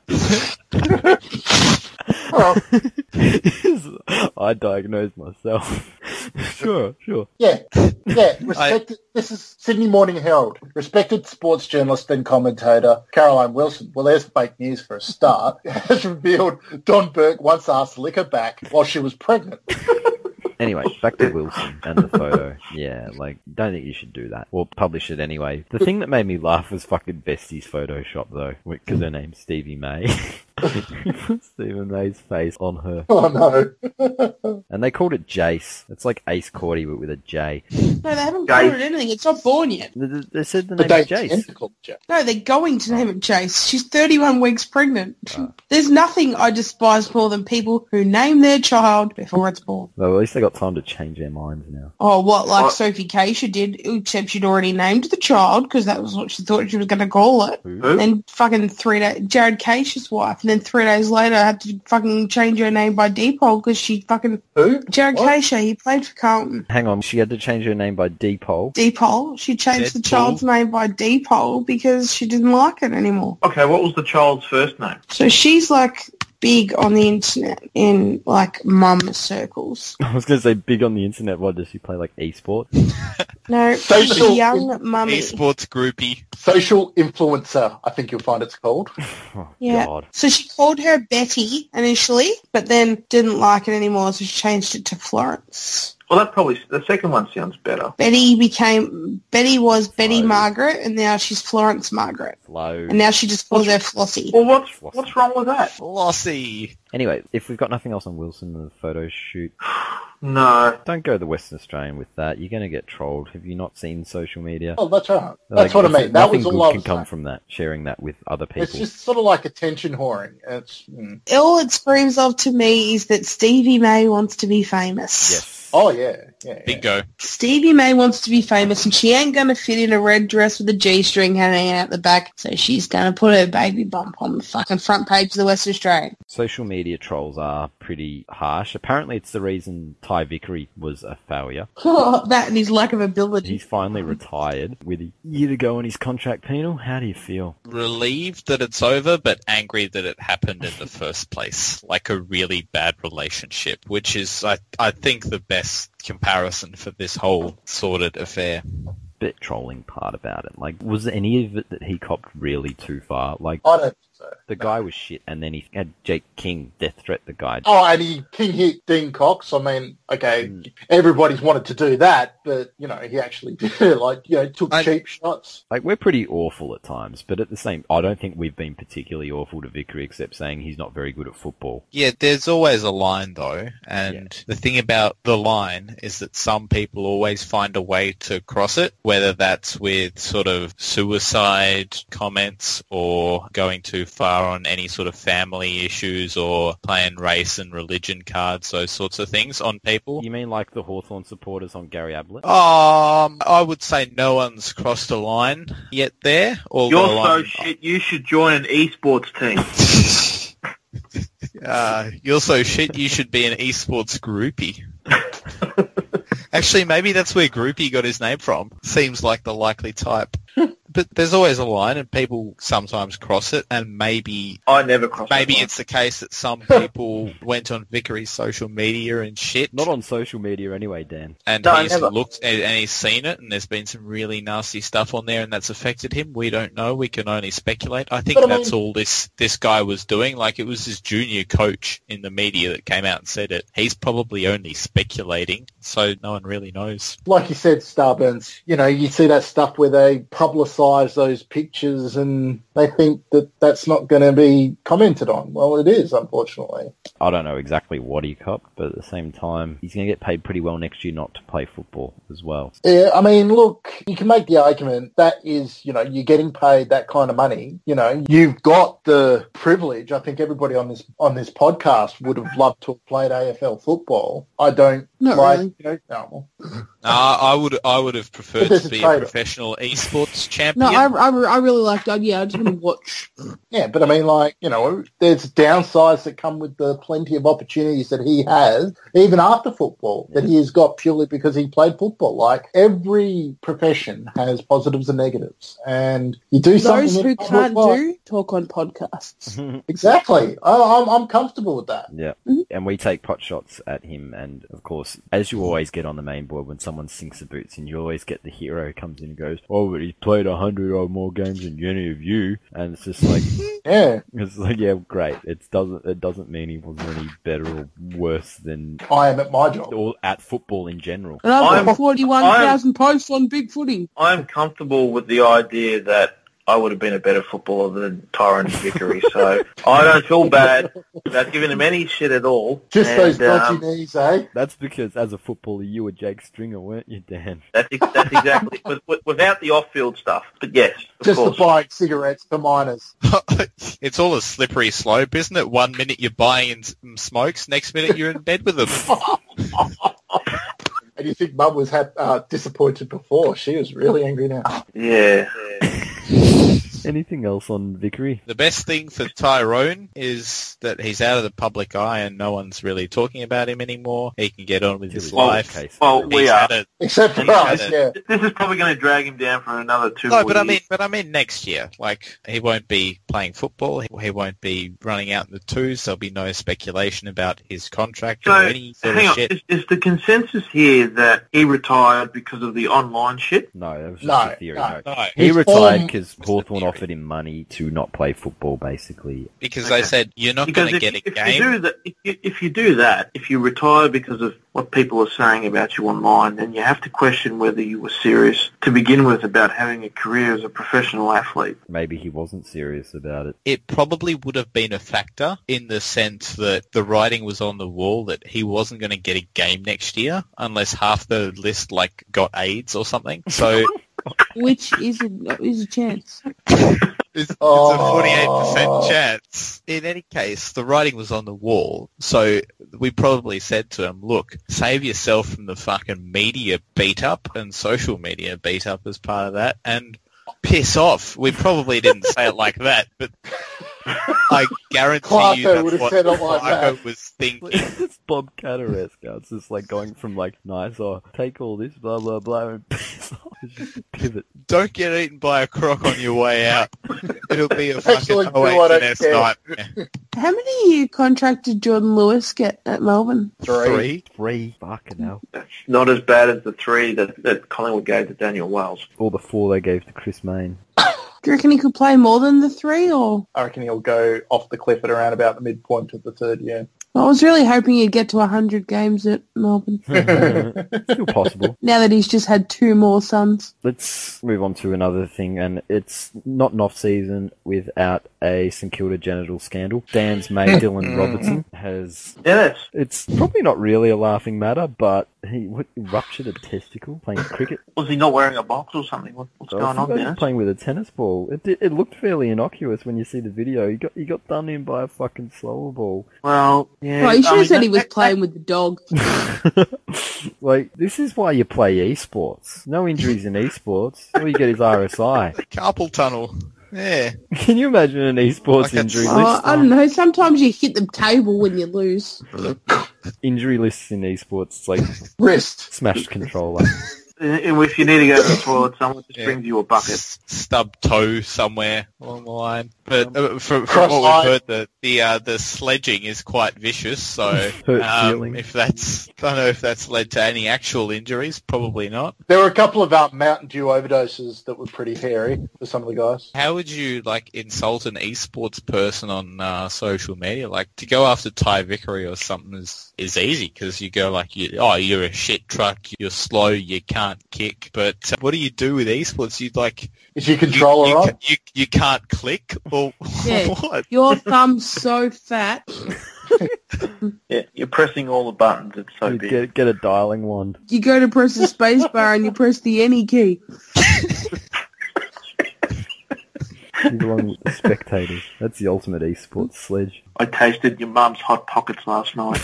Oh,
I diagnosed myself. sure, sure.
yeah, yeah. Respected, this is Sydney Morning Herald. Respected sports journalist and commentator Caroline Wilson. Well, there's fake news for a start. Has revealed Don Burke once asked to lick her back while she was pregnant.
Anyway, back to Wilson and the photo. Yeah, like, don't think you should do that. Or publish it anyway. The thing that made me laugh was fucking Bestie's Photoshop, though, because her name's Stevie May. Stephen May's face on her.
Oh no.
And they called it Jace. It's like Ace Cordy, but with a J.
No, they haven't
Guys.
called it anything. It's not born yet.
They- They they said the
But
name
they
is Jace.
identical, Jack.
No, they're going to name it Jace. She's 31 weeks pregnant. There's nothing I despise more than people who name their child before it's born.
Well, at least they got time to change their minds now.
Oh, what like
What?
Sophie Keisha did, except she'd already named the child because that was what she thought she was going to call it.
Who?
Who?
Then fucking three days, Jared Keisha's wife, and then three days later had to fucking change her name by default because she fucking
Who?
Jared
What?
Keisha. He played for Carlton.
Hang on, she had to change her name by Depol.
Deepole. She changed the
Deadpool.
child's name by Deepole because she didn't like it anymore.
Okay, what was the child's first name?
So she's like big on the internet in like mum circles.
I was going to say big on the internet. What does she play like esports?
No, she's a
Social-
young mummy.
Esports groupie.
Social influencer, I think you'll find it's called.
Oh
Yeah.
God!
So she called her Betty initially, but then didn't like it anymore, so she changed it to Florence.
Well, that probably the second one sounds better.
Betty became Betty was Betty
Right.
Margaret, and now she's Florence Margaret,
Slow.
and now she just calls her Flossie.
Well, what's what's wrong with that?
Flossy.
Anyway, if we've got nothing else on Wilson and the photo shoot,
No,
don't go the Western Australian with that. You're going to get trolled. Have you not seen social media?
Oh, that's right.
Like,
That's what I
nothing-
mean. That was
nothing
all I
good can
was
come
saying.
from that. Sharing that with other
It's
people.
just sort of like attention whoring. It's, mm.
All it screams of to me is that Stevie May wants to be famous.
Yes.
Oh, yeah. yeah, yeah.
Bingo.
Stevie May wants to be famous, and she ain't gonna fit in a red dress with a g-string hanging out the back, so she's gonna put her baby bump on the fucking front page of the West Australian.
Social media trolls are pretty harsh. Apparently, it's the reason Ty Vickery was a failure.
Oh, that and his lack of ability.
He's finally retired with a year to go on his contract penal. How do you feel?
Relieved that it's over, but angry that it happened in the first place. Like a really bad relationship, which is, I, I think, the best comparison for this whole sordid affair.
bit trolling part about it. Like, was any of it that he copped really too far? Like,
I don't think so.
the guy was shit, and then he had Jake King death threat the guy.
Oh, and he king hit Dean Cox. I mean, okay,
Mm.
everybody's wanted to do that, but you know, he actually did it. Like, you know, took
I-
cheap shots.
Like, we're pretty awful at times, but at the same, I don't think we've been particularly awful to Vickery, except saying he's not very good at football.
Yeah, there's always a line though, and the thing about the line is that some people always find a way to cross it, whether that's with sort of suicide comments or going too far on any sort of family issues or playing race and religion cards, those sorts of things on people.
You mean like the Hawthorn supporters on Gary Ablett?
Um, I would say no one's crossed a line yet there.
You're
although
so
I'm-
shit. You should join an esports team.
Uh, you're so shit, you should be an esports groupie. Actually, maybe that's where groupie got his name from. Seems like the likely type. but there's always a line, and people sometimes cross it, and maybe
I never cross. that
maybe
line.
it's the case that some people went on Vickery's social media and shit,
Not on social media anyway, Dan.
and
No,
he's
never.
looked and, and he's seen it, and there's been some really nasty stuff on there, and that's affected him. We don't know. We can only speculate. I think
But I
that's
mean-
all this this guy was doing. Like it was his junior coach in the media that came out and said it. He's probably only speculating, so no one really knows.
Like you said, Starburns, you know, you see that stuff where they publicise those pictures and they think that that's not going to be commented on. Well, it is, unfortunately.
I don't know exactly what he copped, but at the same time, he's going to get paid pretty well next year not to play football as well.
Yeah, I mean, look, you can make the argument that is, you know, you're getting paid that kind of money. You know, you've got the privilege. I think everybody on this on this podcast would have loved to have played AFL football. I don't
Not
like,
really.
you know, no, well,
Uh, I would I would have preferred
there's
to
a
be a
trade-off.
professional esports champion.
No, I, I, I really liked it. Yeah, I just want to watch.
yeah, but I mean, like, you know, there's downsides that come with the plenty of opportunities that he has, even after football, that he has got purely because he played football. Like every profession has positives and negatives, and you do something
Those
in
who
public
can't
life-
do, talk on podcasts.
Exactly. I, I'm, I'm comfortable with that.
Yeah. And we take pot shots at him. And of course, as you always get on the main board when someone sinks the boots, and you always get the hero who comes in and goes, Oh, but he's played 100 or more games than any of you. And it's just like,
Yeah,
it's like, yeah, great. It doesn't, it doesn't mean he wasn't any better or worse than
I am at my job.
all at football in general.
And I've
I'm-
got 41,000 posts on Big Footy.
I'm comfortable with the idea that I would have been a better footballer than Tyron Vickery, so I don't feel bad about giving him any shit at all.
Just
And,
those dodgy
um,
knees, eh?
That's because as a footballer, you were Jake Stringer, weren't you, Dan?
that's, ex- that's exactly with, with, without the off-field stuff. But yes, of
Just the
course.
buying cigarettes for minors.
it's all a slippery slope, isn't it? One minute you're buying in s- smokes, next minute you're in bed with them.
And you think Mum was ha- uh, disappointed before? She was really angry now.
yeah.
Anything else on Vickery?
The best thing for Tyrone is that he's out of the public eye and no one's really talking about him anymore. He can get on with his
Well,
life.
okay.
Well,
He's
we are.
had a-
Except for
Yeah,
us,
that-
yeah.
This is probably going to drag him down for another two.
no,
more
but I
years.
mean, but I mean next year. Like he won't be playing football. He, he won't be running out in the twos. There'll be no speculation about his contract
So,
or any sort of
hang on.
shit.
Is, is the consensus here that he retired because of the online shit?
No, that was just
No,
a theory.
no.
No,
He
His
retired
form-
because
the
Hawthorn
theory.
offered him money to not play football, basically.
because
Okay.
they said you're not
Because
going to
if,
get a
if
game.
you do that, if you, if you do that, if you retire because of what people are saying about you online, then you have to question whether you were serious to begin with about having a career as a professional athlete.
Maybe he wasn't serious about it.
it probably would have been a factor in the sense that the writing was on the wall that he wasn't going to get a game next year unless half the list like got AIDS or something. So
Which is a, is a chance.
it's, it's
Oh.
a 48% chance. In any case, the writing was on the wall. So we probably said to him, look, save yourself from the fucking media beat up and social media beat up as part of that and piss off. We probably didn't say it like that, but I guarantee
Clarko
you that's
would have
what
said it like
Clarko
that.
was thinking.
it's Bob Catter-esque. It's just like going from like nice or take all this blah blah blah and piss off. It's just a pivot.
Don't get eaten by a croc on your way out. It'll be a fucking
Actually, do I don't
Oasis
care.
nightmare.
How many year contract did Jordan Lewis get at Melbourne?
Three.
Three. Fucking hell.
Not as bad as the three that, that Collingwood gave to Daniel Wells.
All the four they gave to Chris Main.
Do you reckon he could play more than the three or?
I reckon he'll go off the cliff at around about the midpoint of the third year.
I was really hoping he'd get to 100 games at Melbourne.
Hmm. Still possible.
now that he's just had two more sons.
Let's move on to another thing, and it's not an off season without a St Kilda genital scandal. Dan's mate Dylan Robertson has.
Yes.
It's probably not really a laughing matter, but he w- ruptured a testicle playing cricket.
Was he not wearing a box or something? What, what's
So
going
I
on
think he was
there?
playing with a tennis ball. It, did- it looked fairly innocuous when you see the video. He got he got done in by a fucking slower ball.
Well, yeah.
Well, you
I
should
mean,
have said he
that-
was
that-
playing with the dog.
like this is why you play esports. No injuries in esports. All you get is RSI.
Carpal tunnel. Yeah.
Can you imagine an esports
Like it's-
injury list?
Oh, I
um,
don't know. Sometimes you hit the table when you lose.
injury lists in esports it's like
Wrist.
smashed controller.
And if you need to go to the toilet, someone just
Yeah.
brings you a bucket.
S- stub toe somewhere along the line. But uh, from, from
Cross
what
line.
we've heard, the the, uh, the sledging is quite vicious. So
Hurt
um,
feelings.
if that's, I don't know if that's led to any actual injuries. Probably not.
There were a couple of uh, Mountain Dew overdoses that were pretty hairy for some of the guys.
How would you like insult an esports person on uh, social media? Like to go after Ty Vickery or something is is easy because you go like, you, oh, you're a shit truck, you're slow, you can't kick. But uh, what do you do with esports? You like
Is your
you-
controller
you,
on?
ca- you, you can't click or
Yeah.
what?
Your thumb's so fat.
Yeah, you're pressing all the buttons. It's so
You'd
big.
get get a dialing wand.
You go to press the space bar and you press the any key.
You belong with the spectators. That's the ultimate esports sledge.
I tasted your mum's hot pockets last night.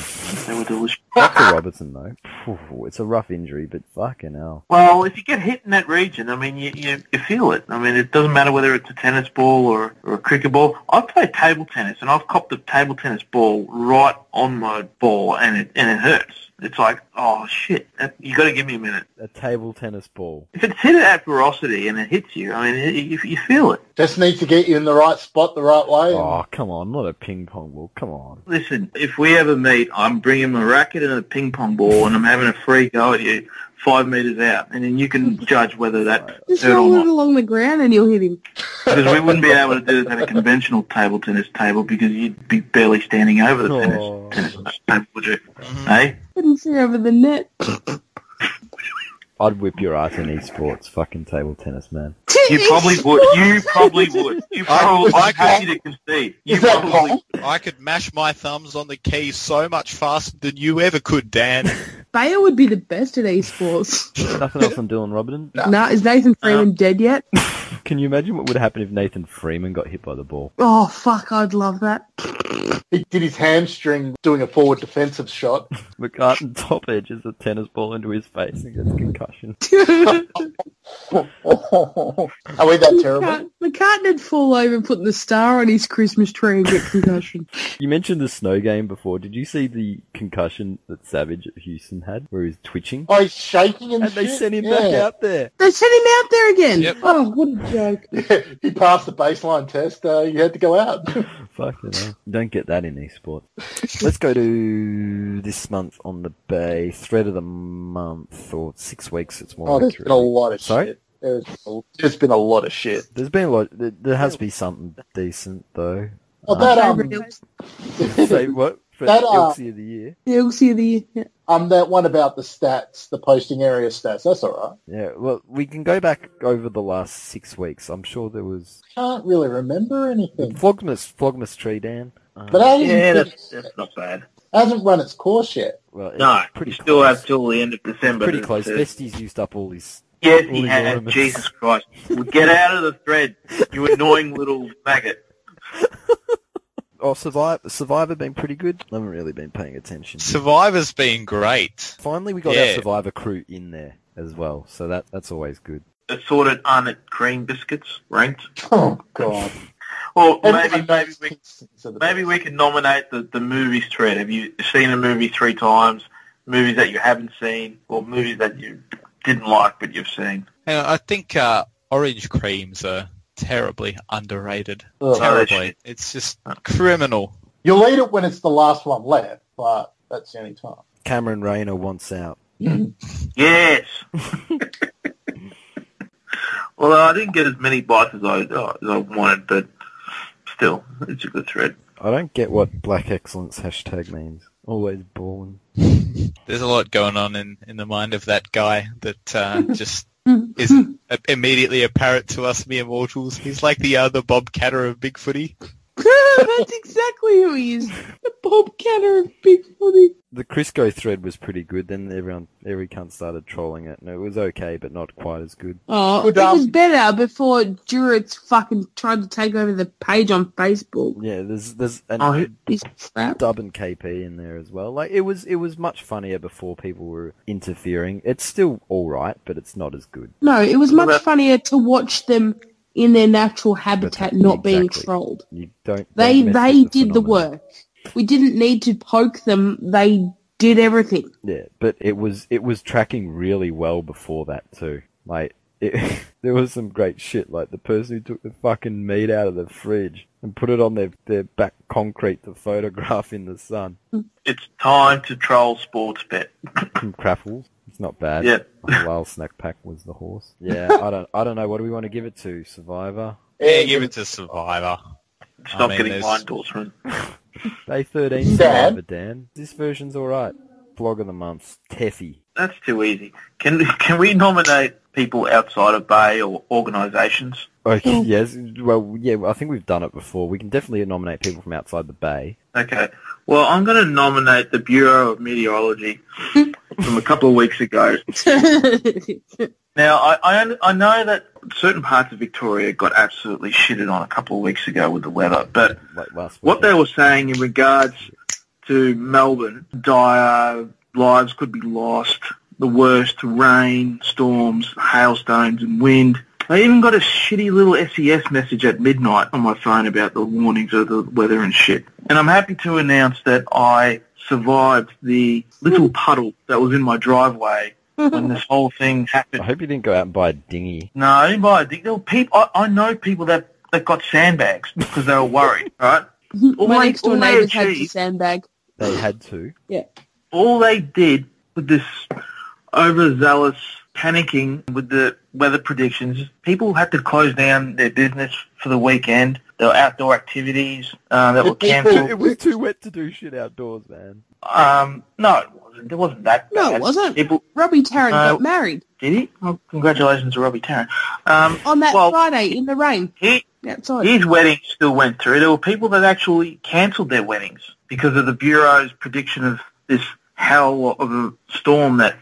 They were delicious.
Back to Robertson though. Phew, it's a rough injury, but fucking hell.
Well, if you get hit in that region, I mean, you, you, you feel it. I mean, it doesn't matter whether it's a tennis ball or, or a cricket ball. I've played table tennis, and I've copped a table tennis ball right on my ball, and it and it hurts. It's like, oh shit, that, you got to give me a minute.
A table tennis ball.
If it's hit at velocity and it hits you, I mean, it, you, you feel it.
Just need to get you in the right spot the right way.
Oh, come on, not a ping pong ball. Come on.
Listen, if we ever meet, I'm bringing a racket and a ping pong ball, and I'm having a free go at you five meters out, and then you can judge whether that
Just
hurt or
roll it
not.
along the ground and you'll hit him.
Because we wouldn't be able to do this at a conventional table tennis table because you'd be barely standing over the
Oh.
tennis, tennis table, would you? Eh? Hey?
Couldn't see over the net.
I'd whip your ass in esports, fucking table tennis, man.
You probably would. You probably would. You probably
I
I
can't-
happy to concede. You
Is that
probably
I could mash my thumbs on the keys so much faster than you ever could, Dan.
Bayer would be the best at esports.
Nothing else on Dylan Robertson.
nah, is Nathan Freeman dead yet?
Can you imagine what would happen if Nathan Freeman got hit by the ball?
Oh, fuck, I'd love that.
He did his hamstring doing a forward defensive shot.
McCartan top edges a tennis ball into his face and gets concussion.
Are we that terrible?
McCart- McCartney'd fall over and put the star on his Christmas tree and get concussion.
You mentioned the snow game before. Did you see the concussion that Savage at Houston had, where he was twitching?
Oh, he's shaking and,
And they
shit?
sent him
Yeah.
back out there.
they sent him out there again.
Yep.
Oh, what a joke.
he passed the baseline test. Uh, you had to go out.
Fucking hell. Don't get that in esports. Let's go to this month on the Bay. Thread of the month, or six weeks, it's more
oh, there's
accurate.
been a lot of
Sorry?
shit. There's, there's been a lot of shit.
There's been a lot. There, there has to be something decent, though.
Oh, that
Favourite
um,
Elks-
Say what? For
That, uh,
Elsie of the year.
Elksie of the year. Yeah.
um, that one about the stats, the posting area stats. That's all right.
Yeah, well, we can go back over the last six weeks. I'm sure there was...
Can't really remember anything.
Flogmas, Flogmas Tree, Dan. Um,
But hasn't,
Yeah, that's, that's not bad.
hasn't run its course yet.
well, it's
No,
pretty
you still
close.
have till the end of December.
Pretty
to-
close.
to-
Vesty's used up all his...
Yes,
all
he
his
has.
ornaments.
Jesus Christ. Well, get out of the thread, you annoying little maggot.
Oh, Survivor, Survivor been pretty good. I haven't really been paying attention.
Survivor's been great.
Finally, we got our
Yeah.
Survivor crew in there as well, so that that's always good.
Assorted Arnott cream biscuits, ranked.
Oh, God.
Or maybe,
Everyone
maybe
knows
we
Kingston's are the
Maybe
best.
we can nominate the, the movies thread. Have you seen a movie three times? Movies that you haven't seen, or movies that you didn't like but you've seen.
And I think uh, orange creams are terribly underrated.
Ugh.
Sorry.
Oh. Terribly. It's just criminal.
You'll eat it when it's the last one left, but that's the only time.
Cameron Rayner wants out.
Yes. Although I didn't get as many bites as I, as I wanted, but still, it's a good thread.
I don't get what black excellence hashtag means. Always balling.
There's a lot going on in, in the mind of that guy that uh, just isn't a- immediately apparent to us mere mortals. He's like the other Bob Catter of Bigfooty.
That's exactly who he is. The Bob Catter of Bigfooty.
The Crisco thread was pretty good. Then everyone, every cunt started trolling it, and it was okay, but not quite as good.
Oh,
Good
it was
um,
better before Duritz fucking tried to take over the page on Facebook.
Yeah, there's there's an
Oh, who-
Piece of crap.
dub and KP in there as well. Like it was it was much funnier before people were interfering. It's still all right, but it's not as good.
No, it was much
that-
funnier to watch them in their natural habitat, not being
Exactly.
trolled.
You don't
They
don't mess
they
with
did the
phenomenon.
work. We didn't need to poke them. They did everything.
Yeah, but it was it was tracking really well before that too. Like it, there was some great shit. Like the person who took the fucking meat out of the fridge and put it on their their back concrete to photograph in the sun.
It's time to troll sports bet.
From Craffles, it's not bad.
Yeah.
Halal snack pack was the horse. Yeah, I don't I don't know. What do we want to give it to? Survivor.
Yeah, give it to Survivor.
It's
I
not
mean,
getting
there's-
my endorsement.
Day 13 Survivor, Dan. This version's alright. Blog of the month, Teffy.
That's too easy. Can can we nominate people outside of Bay or organisations?
Okay, yes. Well, yeah, I think we've done it before. We can definitely nominate people from outside the bay.
Okay. Well, I'm going to nominate the Bureau of Meteorology from a couple of weeks ago. Now, I, I, I know that certain parts of Victoria got absolutely shitted on a couple of weeks ago with the weather, but
Like last
what
week.
they were saying in regards to Melbourne, dire lives could be lost, the worst rain, storms, hailstones and wind. I even got a shitty little SES message at midnight on my phone about the warnings of the weather and shit. And I'm happy to announce that I survived the little puddle that was in my driveway when this whole thing
I
happened.
hope you didn't go out and buy a dinghy.
No, I didn't buy a dick. There were people, I, I know people that, that got sandbags because they were worried, right? All
My
they-
next door
all they
neighbours had to
achieved-
sandbag.
They had to.
all they did with this overzealous panicking with the weather predictions, people had to close down their business for the weekend. There were outdoor activities uh, that were cancelled.
It was too wet to do shit outdoors, man.
Um, no, it wasn't. It wasn't that
No, it
bad.
wasn't.
People,
Robbie Tarrant
Uh,
got married
did he? Well, congratulations to Robbie Tarrant. Um,
on that
well,
Friday in the rain
he,
outside.
his wedding still went through. There were people that actually cancelled their weddings because of the Bureau's prediction of this hell of a storm that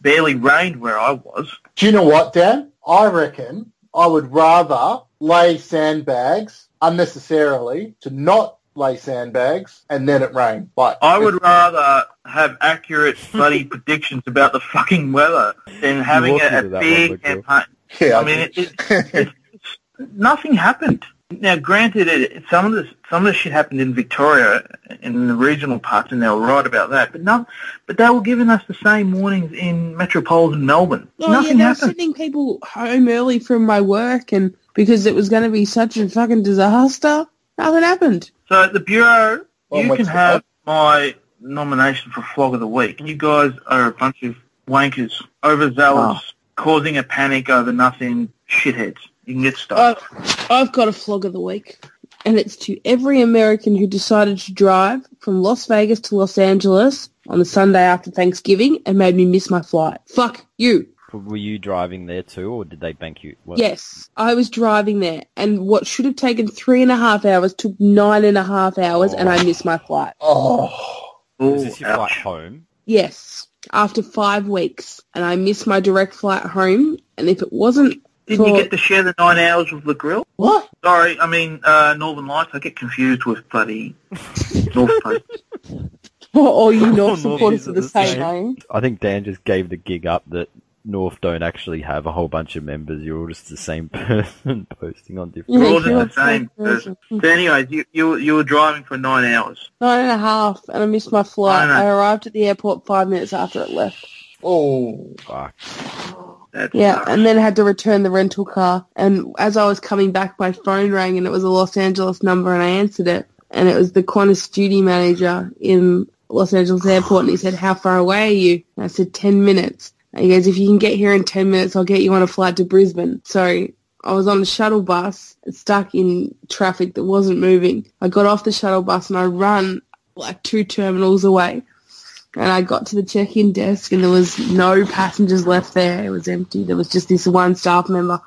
barely rained where I was.
Do you know what, Dan? I reckon I would rather lay sandbags unnecessarily to not lay sandbags and then it rain. Like
I would rather have accurate bloody predictions about the fucking weather than having
walked
a,
into
a
that one,
big
but you-
campaign.
Yeah,
I mean, it, it, it, nothing happened. Now, granted, it, it- some of this some of the shit happened in Victoria in the regional parts, and they were right about that. But no, but they were giving us the same warnings in metropolitan Melbourne.
Oh,
nothing
yeah, they were
happened.
sending people home early from my work and because it was going to be such a fucking disaster, nothing happened.
So the bureau,
Well,
you
what's
can
the-
have my nomination for flog of the week. You guys are a bunch of wankers, overzealous,
Ah.
causing a panic over nothing, shitheads. You can get
I've,
stuck.
I've got a flog of the week, and it's to every American who decided to drive from Las Vegas to Los Angeles on the Sunday after Thanksgiving and made me miss my flight. Fuck you.
Were you driving there too, or did they bank you? Well,
Yes, I was driving there, and what should have taken three and a half hours took nine and a half hours, and I missed my flight.
oh,
Is this
Ooh,
your
ouch.
flight home?
Yes, after five weeks, and I missed my direct flight home. And if it wasn't,
Didn't you
for-
get to share the nine hours with the grill?
what?
Sorry, I mean uh, Northern Lights. I get confused with bloody North Coast.
for all you
All
North
Northies
supporters
are
are the
the
same,
same.
eh?
I think Dan just gave the gig up that North don't actually have a whole bunch of members. You're all just the same person posting on different.
We're
Yeah,
all just
you're
the same person. So, anyways, you, you were- you were driving for nine hours.
Nine and a half, and I missed my flight.
Nine and a-
I arrived at the airport five minutes after it left.
Oh,
Fuck.
That's
Yeah, and then had to return the rental car. And as I was coming back, my phone rang, and it was a Los Angeles number, and I answered it. and it was the Qantas duty manager in Los Angeles airport, and he said, "How far away are you?" And I said, 10 minutes." And he goes, "If you can get here in ten minutes, I'll get you on a flight to Brisbane." So I was on a shuttle bus stuck in traffic that wasn't moving. I got off the shuttle bus and I run like two terminals away. And I got to the check-in desk and there was no passengers left there. It was empty. There was just this one staff member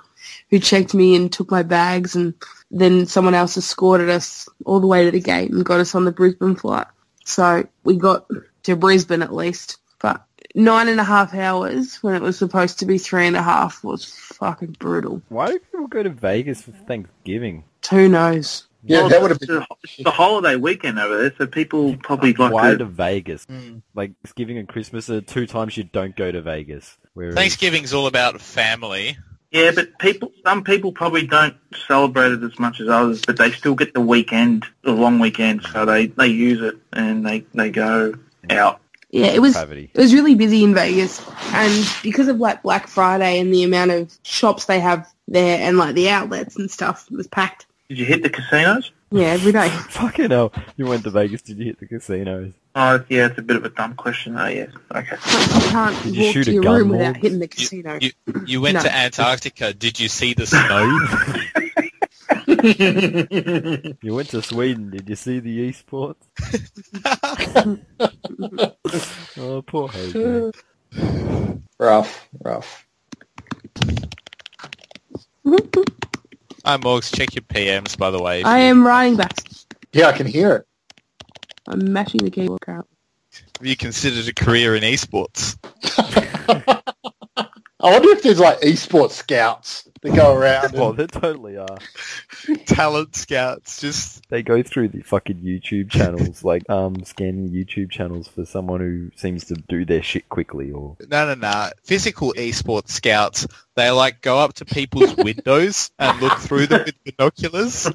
who checked me and took my bags and then someone else escorted us all the way to the gate and got us on the Brisbane flight. So we got to Brisbane at least. But nine and a half hours when it was supposed to be three and a half was fucking brutal.
Why do people go to Vegas for Thanksgiving?
Who knows?
Yeah, that would have
it's
been.
the- It's the holiday weekend over there, so people probably like
Why to
to...
Vegas?
Mm.
Like Thanksgiving and Christmas are two times you don't go to Vegas. Whereas
Thanksgiving's all about family.
Yeah, but people, some people probably don't celebrate it as much as others, but they still get the weekend, the long weekend, so they, they use it and they, they go out.
Yeah, it was
Gravity.
it was really busy in Vegas, and because of like Black Friday and the amount of shops they have there and like the outlets and stuff, it was packed.
Did you hit the casinos?
Yeah, every day.
Fucking hell. You went to Vegas, did you hit the casinos?
Oh, yeah, it's a bit of a dumb question. Oh, yes. Okay.
Like, you can't
Did you
walk
shoot
to
a
your
gun,
room without
Morgs?
hitting the casino.
You, you went
No.
to Antarctica. Did you see the snow?
You went to Sweden, did you see the esports? oh, poor Jose.
Rough, rough.
Hi, Morgs. Check your PMs, by the way. if
I
you-
am riding back.
Yeah, I can hear it.
I'm mashing the keyboard out.
Have you considered a career in esports?
I wonder if there's like esports scouts that go around.
Well,
and-
they totally are.
Talent scouts, just
They go through the fucking YouTube channels, like um, scanning YouTube channels for someone who seems to do their shit quickly or
No, no, no. Physical esports scouts, they like go up to people's windows and look through them with binoculars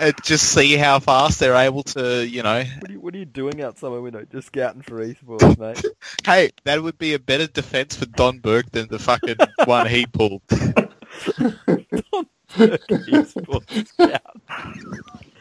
and just see how fast they're able to, you know.
What are you, what are you doing out somewhere window? Just scouting for esports, mate.
Hey, that would be a better defense for Don Burke than the fucking one he pulled.
esports scout.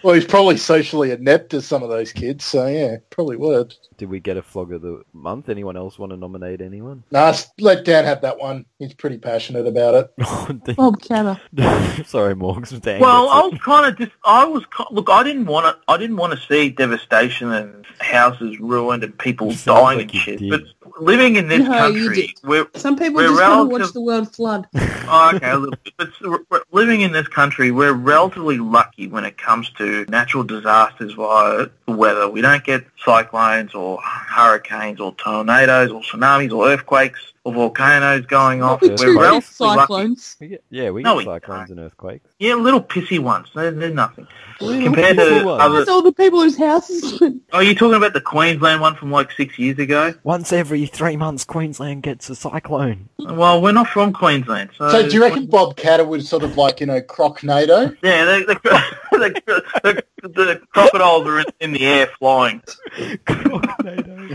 Well, he's probably socially inept as some of those kids, so yeah, probably would.
Did we get a flog of the month? Anyone else want to nominate anyone?
Nah, s- let Dan have that one. He's pretty passionate about it.
Oh, damn.
Bob Canner.
Sorry, Morgs. Dang,
Well, I
that's
was kind of just. I was ki- look. I didn't want to. I didn't want to see devastation and houses ruined and people
You sound
dying
like
and
you
shit.
did.
But living in this
No, you
country, we're
Some people
We're
just want to watch
relative-
the world flood.
oh, okay. a little bit. But s- we're- we're- living in this country, we're relatively lucky when it comes to natural disasters via the weather. We don't get cyclones or hurricanes or tornadoes or tsunamis or earthquakes or volcanoes going off.
We
We're
do
relatively
get
lucky.
cyclones.
We get, yeah, we get
No, we
cyclones and earthquakes.
Yeah, little pissy ones. They're, they're nothing
Well, you
compared
know,
to
little
other.
That's all the people whose houses.
Are you Oh, talking about the Queensland one from like six years ago?
Once every three months, Queensland gets a cyclone.
Well, we're not from Queensland, so,
So do you reckon Bob Catter was sort of like, you know, Crocnado?
Yeah, the, the, the, the, the crocodiles are in, in the air flying.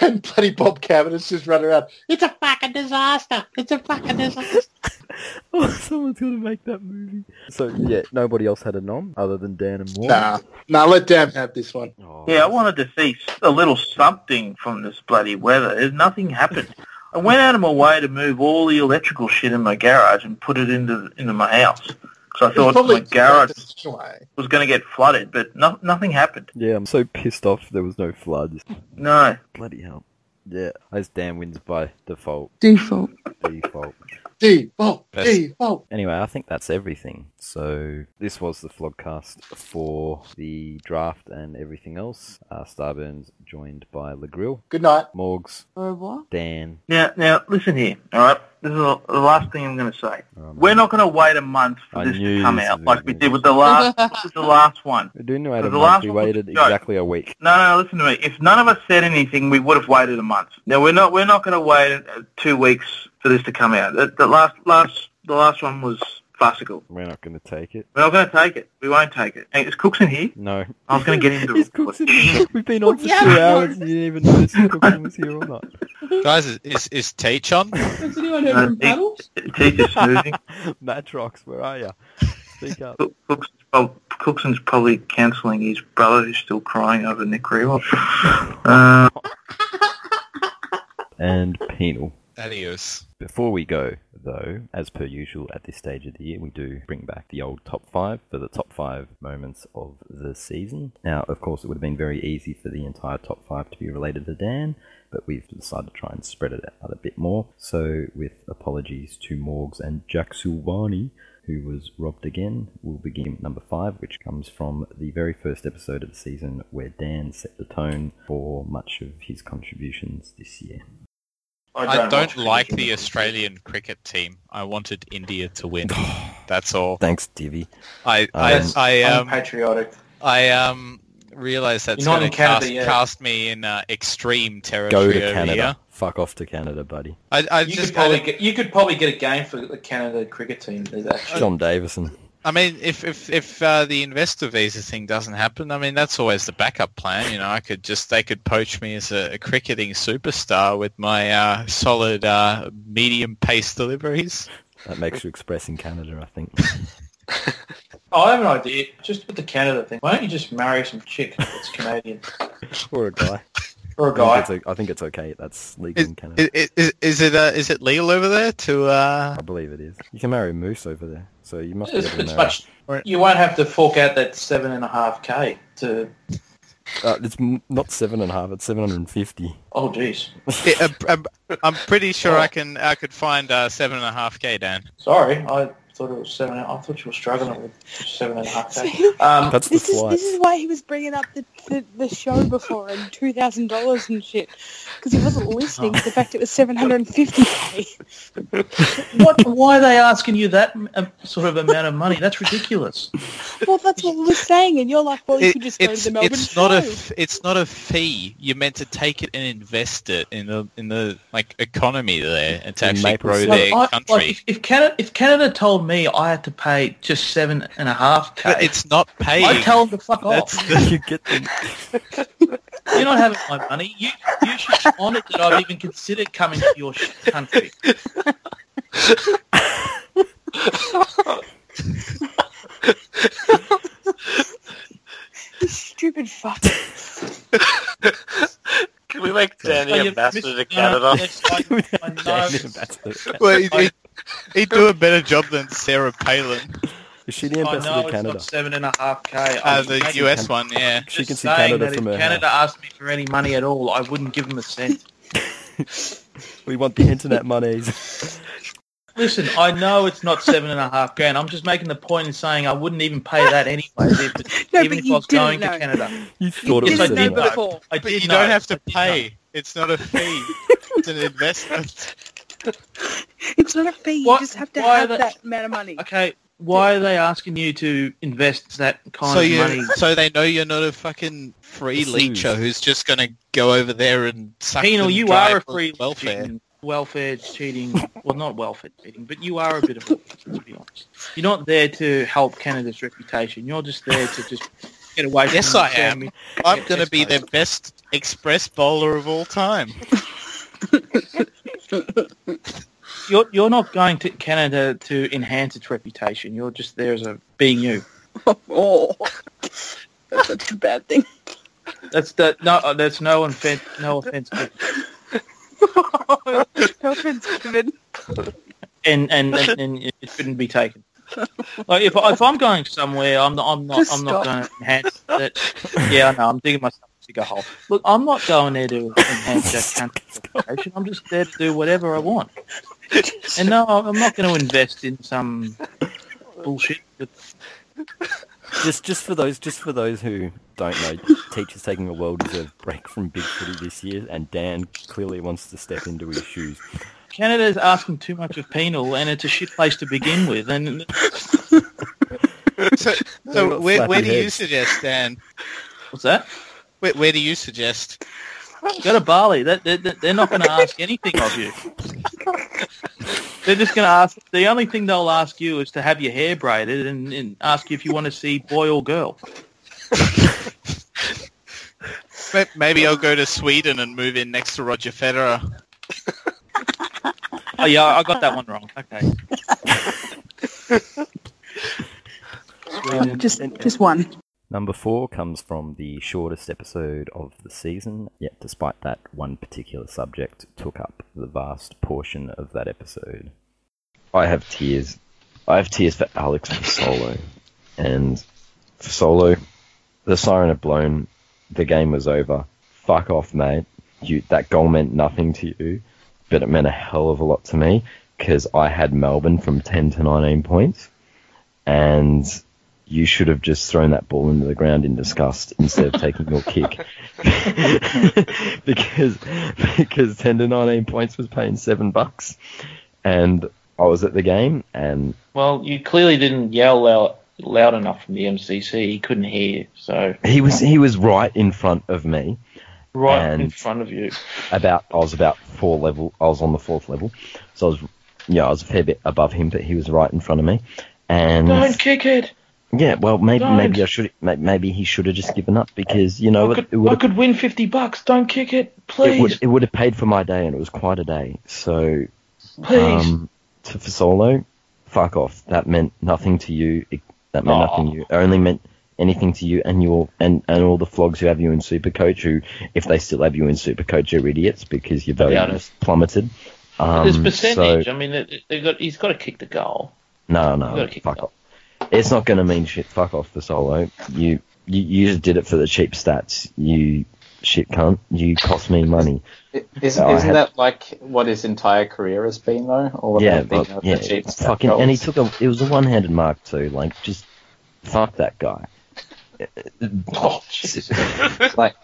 and bloody Bob Cabinet's just running around. It's a fucking disaster.
It's a fucking disaster.
Oh, someone's gonna make that movie. So yeah, nobody else had a nom other than Dan and Morgs.
Nah, nah, let Dan have this one.
Oh,
Yeah, I wanted to see a little something from this bloody weather. There's nothing happened. I went out of my way to move all the electrical shit in my garage and put it into into my house because I
It's
thought my
probably
garage
Anyway.
was going to get flooded, but no, nothing happened.
yeah, I'm so pissed off. There was no floods.
No,
Bloody hell. Yeah, as Dan wins by default.
Default.
Default.
Default,
Best.
default.
Anyway, I think that's everything. So this was the vlogcast for the draft and everything else. Uh, Starburns joined by LeGrill,
Good night.
Morgs,
Au revoir.
Dan.
now now listen here, all right. This is the the last thing I'm going to say.
um,
We're not going to wait a month for
I
this
knew
to come
this
out
was
like we
gonna be-
did with the last with the last one.
We didn't wait a
The
month.
last
We
one was
waited
a joke.
exactly a week.
No, no, no, listen to me. If none of us said anything, we would have waited a month. Now we're not we're not going to wait uh, two weeks for this to come out. The, the last last the last one was farcical.
We're not going to take it.
We're not going to take it. We won't take it. Hey, is Cookson here?
No.
I was going to get into
Is
it.
Cookson here? We've been on for
Yeah,
two
I know.
hours and you didn't even notice if Cookson was here or not.
Guys, is- is, is Teach on?
Has anyone heard from
Uh,
Paddle?
Teacher snoozing.
Matrox, where are you? Speak up.
Cook- Cookson's Well, Cookson's probably cancelling his brother who's still crying over Nick Rewalt. Uh,
and penal.
Adios.
Before we go, though, as per usual at this stage of the year, we do bring back the old top five for the top five moments of the season. Now, of course, it would have been very easy for the entire top five to be related to Dan, but we've decided to try and spread it out a bit more. So, with apologies to Morgs and Jacksulwani, who was robbed again, we'll begin with number five, which comes from the very first episode of the season where Dan set the tone for much of his contributions this year.
I don't,
watch
like
television.
the Australian cricket team. I wanted India to win. That's all.
Thanks, Divi.
I I
Um,
I
I'm
um
patriotic.
I um realize that's
You're not in
going to
Canada
cast,
yet.
cast me in uh, extreme territory.
Go to
over
Canada.
here.
Fuck off to Canada, buddy.
I, I
You
just
could probably
I,
get you could probably get a game for the Canada cricket team. There's actually
John Davison.
I mean, if if if uh, the investor visa thing doesn't happen, I mean that's always the backup plan. You know, I could just they could poach me as a, a cricketing superstar with my uh, solid uh, medium pace deliveries.
That makes you express in Canada, I think.
Oh, I have an idea. Just with the Canada thing, why don't you just marry some chick that's Canadian
or a guy.
or a
I
guy?
think, it's, o- I think it's okay. That's legal in Canada.
Is, is, is it uh, is it legal over there to? Uh,
I believe it is. You can marry a moose over there, so you must be
It's,
able to
it's
marry.
much.
Right.
You won't have to fork out that seven and a half k to.
Uh, it's m- not seven and a half. It's seven hundred and fifty.
Oh, jeez.
it- I'm- I'm, I'm pretty sure
Oh.
I can I could find uh, seven and a half k Dan.
Sorry, I thought it was seven. I thought you were struggling with seven and a half
So,
k. Um,
That's the
this is
flight.
this is why he was bringing up the, the, the show before and two thousand dollars and shit because he wasn't listening to the fact it was seven hundred and fifty k.
what? Why are they asking you that um, sort of amount of money? That's ridiculous.
Well, that's what we were saying, and you're like, well, Oh, you
It-
could just go to
it's
the Melbourne
it's
show.
not a f- it's not a fee. You're meant to take it and invest it in the in the like economy there and to
In
actually
Maple
grow
syrup.
their
Like, I-
country.
like, if, if Canada, if Canada told me I had to pay just seven and a half k,
But it's not paying.
I'd tell them to fuck off.
That's the,
you get them.
You're not having my money. You you should be honoured that I've even considered coming to your shit country.
You stupid fuck.
Can we make Danny
Are you
ambassador to
missing
Canada?
out? Yes, I, I know.
well, he'd, he'd- he'd do a better job than Sarah Palin,
Is she
I
the ambassador
know
of
it's
Canada?
not seven and a half k.
uh, the US one. Yeah,
She can see
saying
Canada
that
from
if
her
Canada asked me for any money at all, I wouldn't give them a cent.
We want the internet monies.
Listen, I know it's not seven and a half grand. I'm just making the point in saying I wouldn't even pay that anyway, if,
No,
even
but
if I
you
was
didn't
going
know.
to Canada.
You thought it
you
was
Yes,
seven.
didn't
I
know
and a
did.
half.
before.
I
but
did
you
know.
don't have to
I did know.
pay. It's not a fee. it's an investment.
It's not a fee.
What-
You just have to
why
have
the-
that amount of money.
Okay, why are they asking you to invest that kind
So
of
you,
money?
so they know you're not a fucking free
This
leecher
is-
who's just going to go over there and suck
Penal,
them
you
dry
are a
for
free
welfare.
cheating- welfare cheating. Well, not welfare cheating, but you are a bit of a. To be honest, you're not there to help Canada's reputation. You're just there to just get away. From
Yes,
the
I am.
family.
I'm
Yeah,
going
yes,
to be
mate.
the best express bowler of all time.
You're you're not going to Canada to enhance its reputation. You're just there as a being you.
Oh, that's such a bad thing.
That's the no. uh, That's no offense. No offense. given.
no offense given.
And and, and and it shouldn't be taken. Like if if I'm going somewhere, I'm not I'm not
Just
I'm not
stop.
going to enhance that. Yeah, I know. I'm digging myself a bigger hole. Look, I'm not going there to enhance that country's reputation. I'm just there to do whatever I want. And no, I'm not going to invest in some bullshit. But
Just, just for those, just for those who don't know, teacher's taking a well-deserved break from Big Footy this year, and Dan clearly wants to step into his shoes.
Canada's asking too much of penal, and it's a shit place to begin with. And
So,
They've
so where,
got
where
flappy
do you
heads.
suggest, Dan?
what's that?
Where, where do you suggest?
Go to Bali. That, that, that- they're not going to ask anything of you. They're just going to ask. The only thing they'll ask you is to have your hair braided and, and ask you if you want to see boy or girl.
Ma- Maybe I'll go to Sweden and move in next to Roger Federer.
Oh yeah, I got that one wrong. Okay.
Um,
Just,
and-
just one.
Number four comes from the shortest episode of the season, yet despite that, one particular subject took up the vast portion of that episode. I have tears. I have tears for Alex for Solo. And for Solo, the siren had blown. The game was over. Fuck off, mate. You, that goal meant nothing to you, but it meant a hell of a lot to me because I had Melbourne from 10 to 19 points. And you should have just thrown that ball into the ground in disgust instead of taking your kick. because because 10 to 19 points was paying 7 bucks and I was at the game and
Well, you clearly didn't yell loud, loud enough from the MCC. He couldn't hear, so
he was he was right in front of me
right in
And-
front of you.
about I was about four level. I was on the fourth level, so I was yeah I was a fair bit above him, but he was right in front of me. And
Don't kick it.
yeah, well maybe
Don't.
maybe I should may- maybe he should have just given up because you know
I
what,
could,
it
I
would have
could win fifty bucks. Don't kick it,
it would
please,
it would have paid for my day and it was quite a day. So
please.
um to, for solo, fuck off. That meant nothing to you. It, that meant
Aw.
nothing to you. It only meant anything to you and your and, and all the flogs who have you in Supercoach who if they still have you in Supercoach are idiots because your value
honest.
has plummeted. Um,
There's
so-
percentage. I mean, it, it- they've got, he's got to kick the goal.
No,
You
no,
gotta kick
fuck
it
off. It's not going to mean shit. Fuck off for solo. You, you you just did it for the cheap stats. You shit cunt. You cost me money.
I- Isn't,
No, I
isn't
had-
that like what his entire career has been though? All about
yeah,
being
but,
able to
yeah.
achieve stat
Fucking, and he
goals?
took a. It was a one-handed mark too. Like just fuck that guy.
Oh, Jesus.
like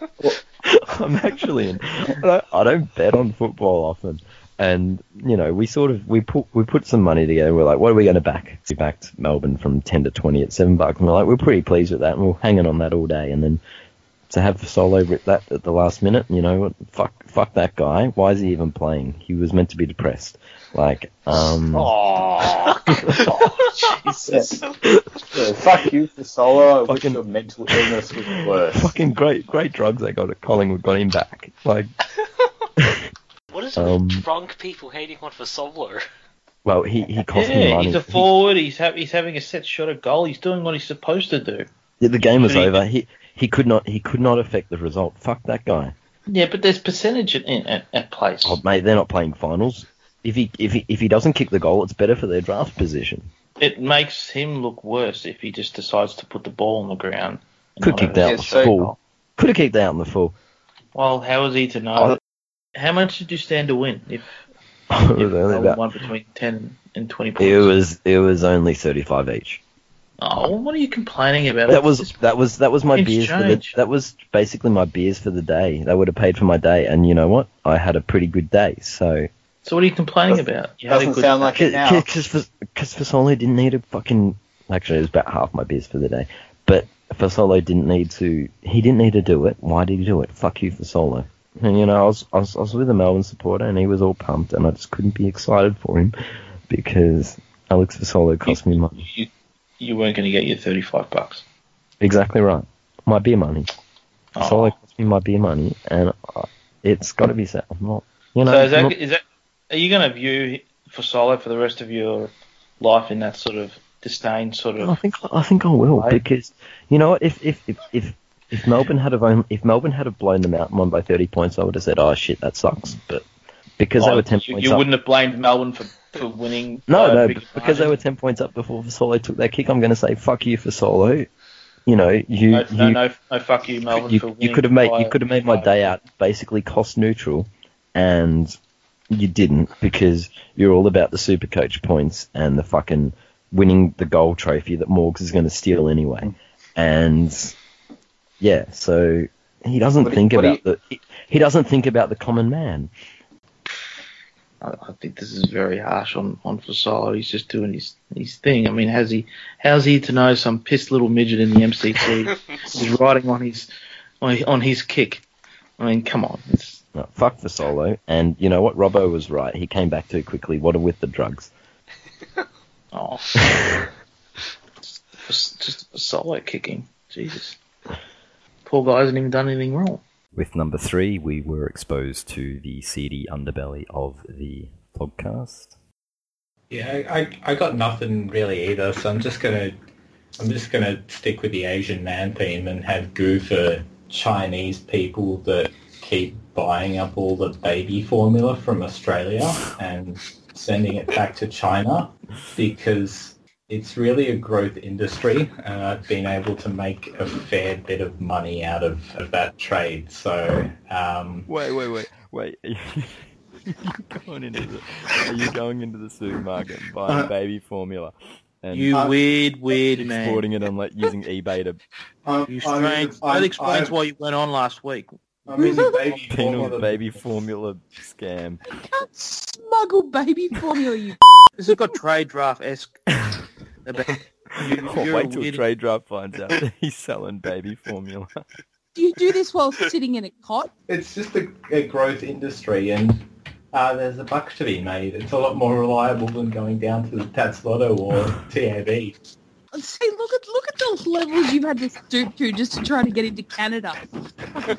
I'm actually in. I don't, I don't bet on football often, and you know we sort of we put we put some money together. We're like, what are we going to back? We backed Melbourne from ten to twenty at seven bucks, and we're like, we're pretty pleased with that, and we're hanging on that all day. And then to have Solo rip that at the last minute, you know, what? fuck fuck that guy. Why is he even playing? He was meant to be depressed. Like, um,
Oh, Jesus.
yeah, fuck you for solo. I wish
Fucking-
your mental illness was worse.
fucking great great drugs they got at Collingwood got him back. Like,
What is
Um,
with drunk people hating on Fasolo?
well, he he cost me
Yeah,
money.
he's a forward. He's ha- he's having a set shot at goal. He's doing what he's supposed to do.
Yeah, the game was
Should he-
over. He he could not he could not affect the result. Fuck that guy.
Yeah, but there's percentage in, in at, at place.
Oh mate, they're not playing finals. If he if he if he doesn't kick the goal, it's better for their draft position.
It makes him look worse if he just decides to put the ball on the ground. and
Could
not
kick
have-
Oh,
that
Yeah,
in the
so-
full. Could have kicked that out in the full.
Well, how is he to know?
Oh.
How much did you stand to win? If,
it
if
was only
no
about,
one between ten and twenty points.
it was it was only thirty five each.
Oh, what are you complaining about?
That was that was that was my
It's
beers for the,
change.
that was basically my beers for the day. They would have paid for my day, and you know what? I had a pretty good day. So
so. What are you complaining about? You had a
Doesn't
good-
sound like it now.
because for Solo didn't need a fucking actually it was about half my beers for the day, but for Solo didn't need to he didn't need to do it. Why did he do it? Fuck you for Solo. And you know I was I was, I was with a Melbourne supporter and he was all pumped and I just couldn't be excited for him because Alex Fasolo cost me money.
you, you weren't going to get your thirty-five bucks.
Exactly right, my beer money.
Oh.
Solo cost me my beer money and I, it's got to be said. I'm not you know.
So is
I'm
that,
not-
is that are you going to view for solo for the rest of your life in that sort of disdain sort
I
of?
think I think I will
Right.
because you know what if if if if, if Melbourne had have own, if Melbourne had have blown them out and won by thirty points, I would have said, "Oh shit, that sucks." But because they
Oh,
were ten
you,
points
you
up,
wouldn't have blamed Melbourne for, for winning. by
no,
a
no,
big
b- because they
margin.
were ten points up before Solo took their kick. I'm going to say, "Fuck you for Solo." You know, you
No, no,
you,
no, no, fuck you, Melbourne. for
you,
winning
you could have made
by-
you could have made my
by-
day out basically cost neutral, and you didn't because you're all about the super coach points and the fucking winning the gold trophy that Morgs is going to steal anyway, and yeah, so he doesn't
What do you-
think
what do
about the he, he doesn't think about the common man.
I, I think this is very harsh on on Fasolo. He's just doing his his thing. I mean, has he? How's he to know some pissed little midget in the MCC is riding on his on, on his kick? I mean, come on. It's,
No, fuck for solo, and you know what? Robbo was right. He came back too quickly. What with the drugs?
Oh. just, just a solo kicking. Jesus. Poor guy hasn't even done anything wrong.
With number three, we were exposed to the seedy underbelly of the podcast.
Yeah, I, I, I got nothing really either, so I'm just going to
I'm just going to stick with the Asian man theme and have goo for Chinese people that keep buying up all the baby formula from Australia and sending it back to China because it's really a growth industry and I've been able to make a fair bit of money out of, of that trade. So um,
Wait, wait, wait, wait. Are you, are you going into the, are you going into the supermarket and buying
Uh,
baby formula? And
You weird, weird man.
exporting it on like using eBay to
I'm,
You
I'm
strange.
using- I'm-
That explains
I'm-
why you went on last week.
I'm using baby
penal
formula.
baby formula scam.
Can't smuggle baby formula, you.
This has got trade draft esque.
Oh,
you're
wait
a
till
weirdo.
Trade Draft finds out that he's selling baby formula.
Do you do this while sitting in a cot?
it's just a, a growth industry and uh, there's a buck to be made. It's a lot more reliable than going down to the Tats Lotto or TAB.
And say, look at look at the levels you've had to stoop to just to try to get into Canada.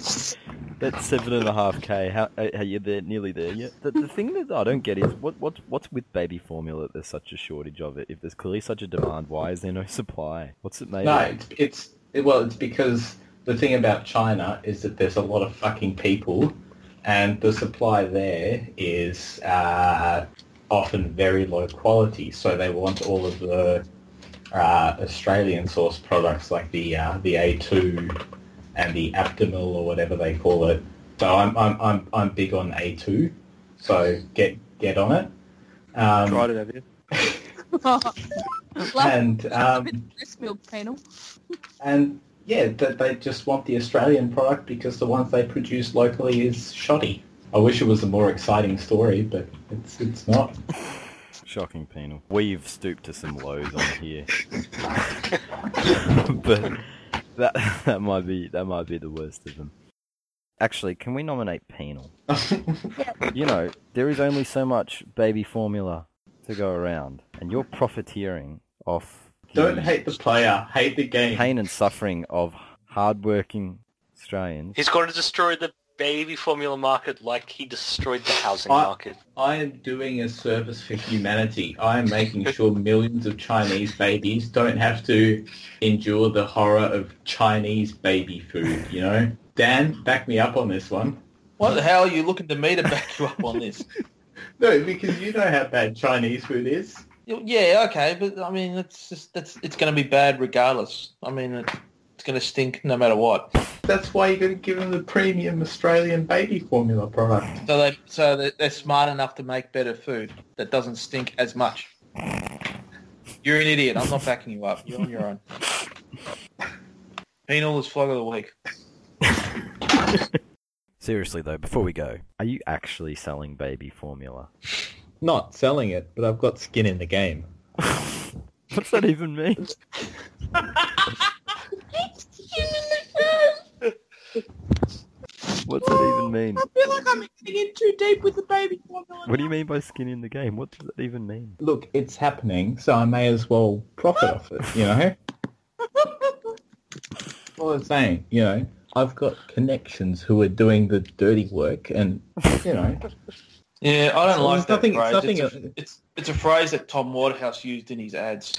That's seven and a half k. How are are you there? Nearly there yet? The, the thing that I don't get is what what what's with baby formula? that There's such a shortage of it. If there's clearly such a demand, why is there no supply? What's it made?
No,
of?
it's, it's it- well, it's because the thing about China is that there's a lot of fucking people, and the supply there is uh, often very low quality. So they want all of the uh, Australian source products like the uh, the A2 and the Aptamil or whatever they call it. So I'm I'm I'm, I'm big on A2. So get get on it. Um,
Tried it, have you?
Last
And um,
breast milk panel.
and yeah, that they just want the Australian product because the ones they produce locally is shoddy. I wish it was a more exciting story, but it's it's not.
Shocking penal. We've stooped to some lows on here, but that that might be that might be the worst of them. Actually, can we nominate penal? you know, there is only so much baby formula to go around, and you're profiteering off the
Don't hate the player, hate the game.
pain and suffering of hardworking Australians.
He's going to destroy the baby formula market like he destroyed the housing
I-
market.
I am doing a service for humanity. I am making sure millions of Chinese babies don't have to endure the horror of Chinese baby food. You know, Dan, back me up on this one.
What the hell are you looking to me to back you up on this?
No, because you know how bad Chinese food is.
Yeah, okay, but I mean, it's just that's it's going to be bad regardless. I mean, it, it's going to stink no matter what.
That's why you got to give them the premium Australian baby formula product.
So they so they- they're smart enough to make better food that doesn't stink as much. You're an idiot. I'm not backing you up. You're on your own. Penal is flog of the week.
Seriously though, before we go, are you actually selling baby formula?
Not selling it, but I've got skin in the game.
What's that even mean?
I
What's that even mean?
feel like I'm getting in too deep with the baby formula.
What do you mean by skin in the game? What does that even mean?
Look, it's happening, so I may as well profit off it, you know? That's all I'm saying, you know? I've got connections who are doing the dirty work, and, you know,
Yeah, I don't
So
like
there's
that
nothing-
phrase.
nothing-
it's, a, it's it's a phrase that Tom Waterhouse used in his ads.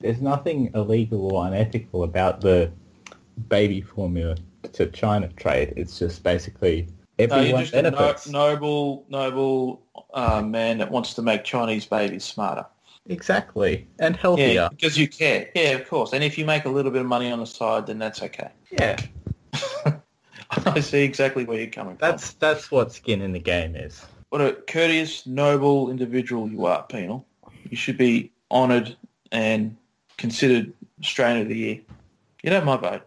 there's nothing illegal or unethical about the baby formula to China trade. It's just basically
No,
everyone
you're just a no,
benefits.
noble, noble uh, man that wants to make Chinese babies smarter.
Exactly. And healthier.
Yeah, because you care. Yeah, of course. And if you make a little bit of money on the side, then that's okay.
yeah.
I see exactly where you're coming from.
That's that's what skin in the game is.
What a courteous, noble individual you are, Penal. You should be honoured and considered Australian of the Year. You don't my vote.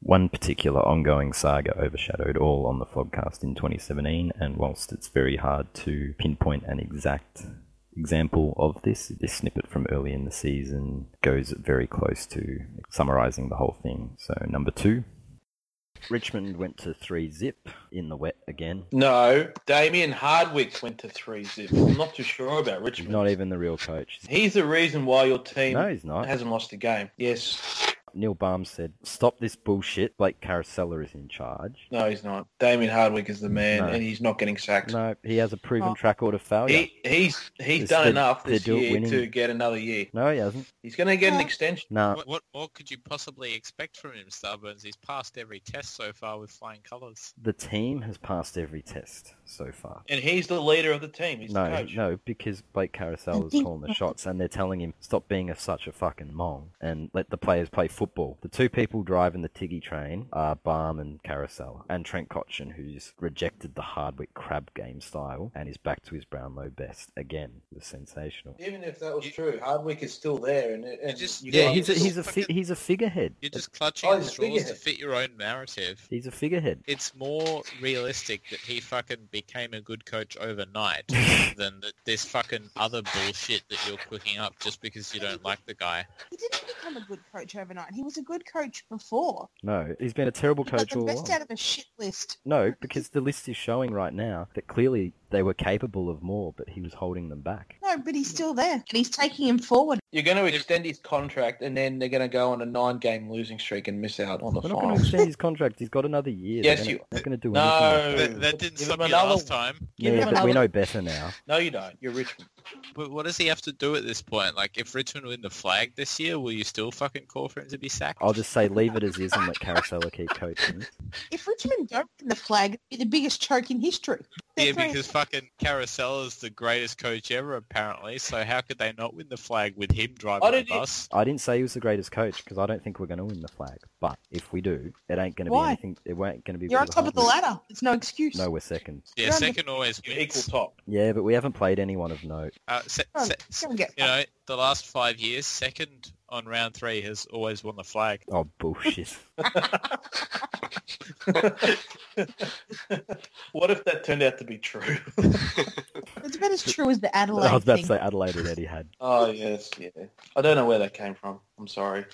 One particular ongoing saga overshadowed all on the Flogcast in 2017, and whilst it's very hard to pinpoint an exact example of this, this snippet from early in the season goes very close to summarising the whole thing. So, number two. Richmond went to three zip in the wet again.
No, Damien Hardwick went to three zip. I'm not too sure about
He's
Richmond.
Not even the real coach.
He's the reason why your team
No, he's not.
hasn't lost a game. Yes.
Neil Baum said, "Stop this bullshit." Blake Caracella is in charge.
No, he's not. Damien Hardwick is the man,
No.
and he's not getting sacked.
No, he has a proven
Oh.
track record of failure.
He he's he's
It's
done
the-
enough
the
this
do it
year
winning.
to get another year.
no, he hasn't.
He's going to get an extension.
No,
What, what more could you possibly expect from him, Starburns? He's passed every test so far with flying colours.
the team has passed every test so far.
And he's the leader of the team. He's the
No,
coach.
no, because Blake Carousel is calling the shots, and they're telling him stop being a, such a fucking mong and let the players play football. The two people driving the Tiggy train are Barm and Carousel, and Trent Cotchin, who's rejected the Hardwick crab game style and is back to his Brownlow best again. It was sensational.
Even if that was true, Hardwick is still there, and, and just,
Yeah, he's a he's a fi- he's a figurehead.
You're just clutching
Oh,
at
he's a
straws to
figurehead.
fit your own narrative.
He's a figurehead.
It's more realistic that he fucking became a good coach overnight than that this fucking other bullshit that you're cooking up just because you don't like the guy.
He didn't become a good coach overnight. He was a good coach before.
No, he's been a terrible
He got
coach
the
all
best
along.
out of a shit list.
No, because the list is showing right now that clearly they were capable of more, but he was holding them back.
No, but he's still there. And he's taking him forward.
You're going to extend his contract, and then they're going to go on a nine-game losing streak and miss out on the
We're not going to
Oh.
finals.
extend his contract. He's got another year.
Yes,
They're gonna-
you-
Not going to do
No,
anything.
That, that didn't
Give
stop
him
you
another
last
one.
time.
Yeah,
give him
but
another-
we know better now.
No, you don't. You're Richmond.
But what does he have to do at this point? Like, if Richmond win the flag this year, will you still fucking call for him to be sacked?
I'll just say leave it as is and let Carousella keep coaching.
If Richmond don't win the flag, it'd be the biggest choke in history. They're
Yeah,
throwing-
because fucking Carousel is the greatest coach ever, apparently. So how could they not win the flag with him driving
Why
the
did you-
bus?
I didn't say he was the greatest coach because I don't think we're going to win the flag. But if we do, it ain't going to be
Why?
anything. It won't going to be.
You're on top of the
Hardwick.
ladder. It's no excuse.
No, we're second.
Yeah,
You're on the-
second always
You're equal
wins.
top.
Yeah, but we haven't played anyone of note.
Uh, se-
Go on,
se-
go and Oh, get
you know, the last five years, second on round three has always won the flag.
Oh bullshit!
What if that turned out to be true?
It's about as true as the Adelaide
I was about
thing.
to say Adelaide and Eddie had.
oh yes, yeah. I don't know where that came from. I'm sorry.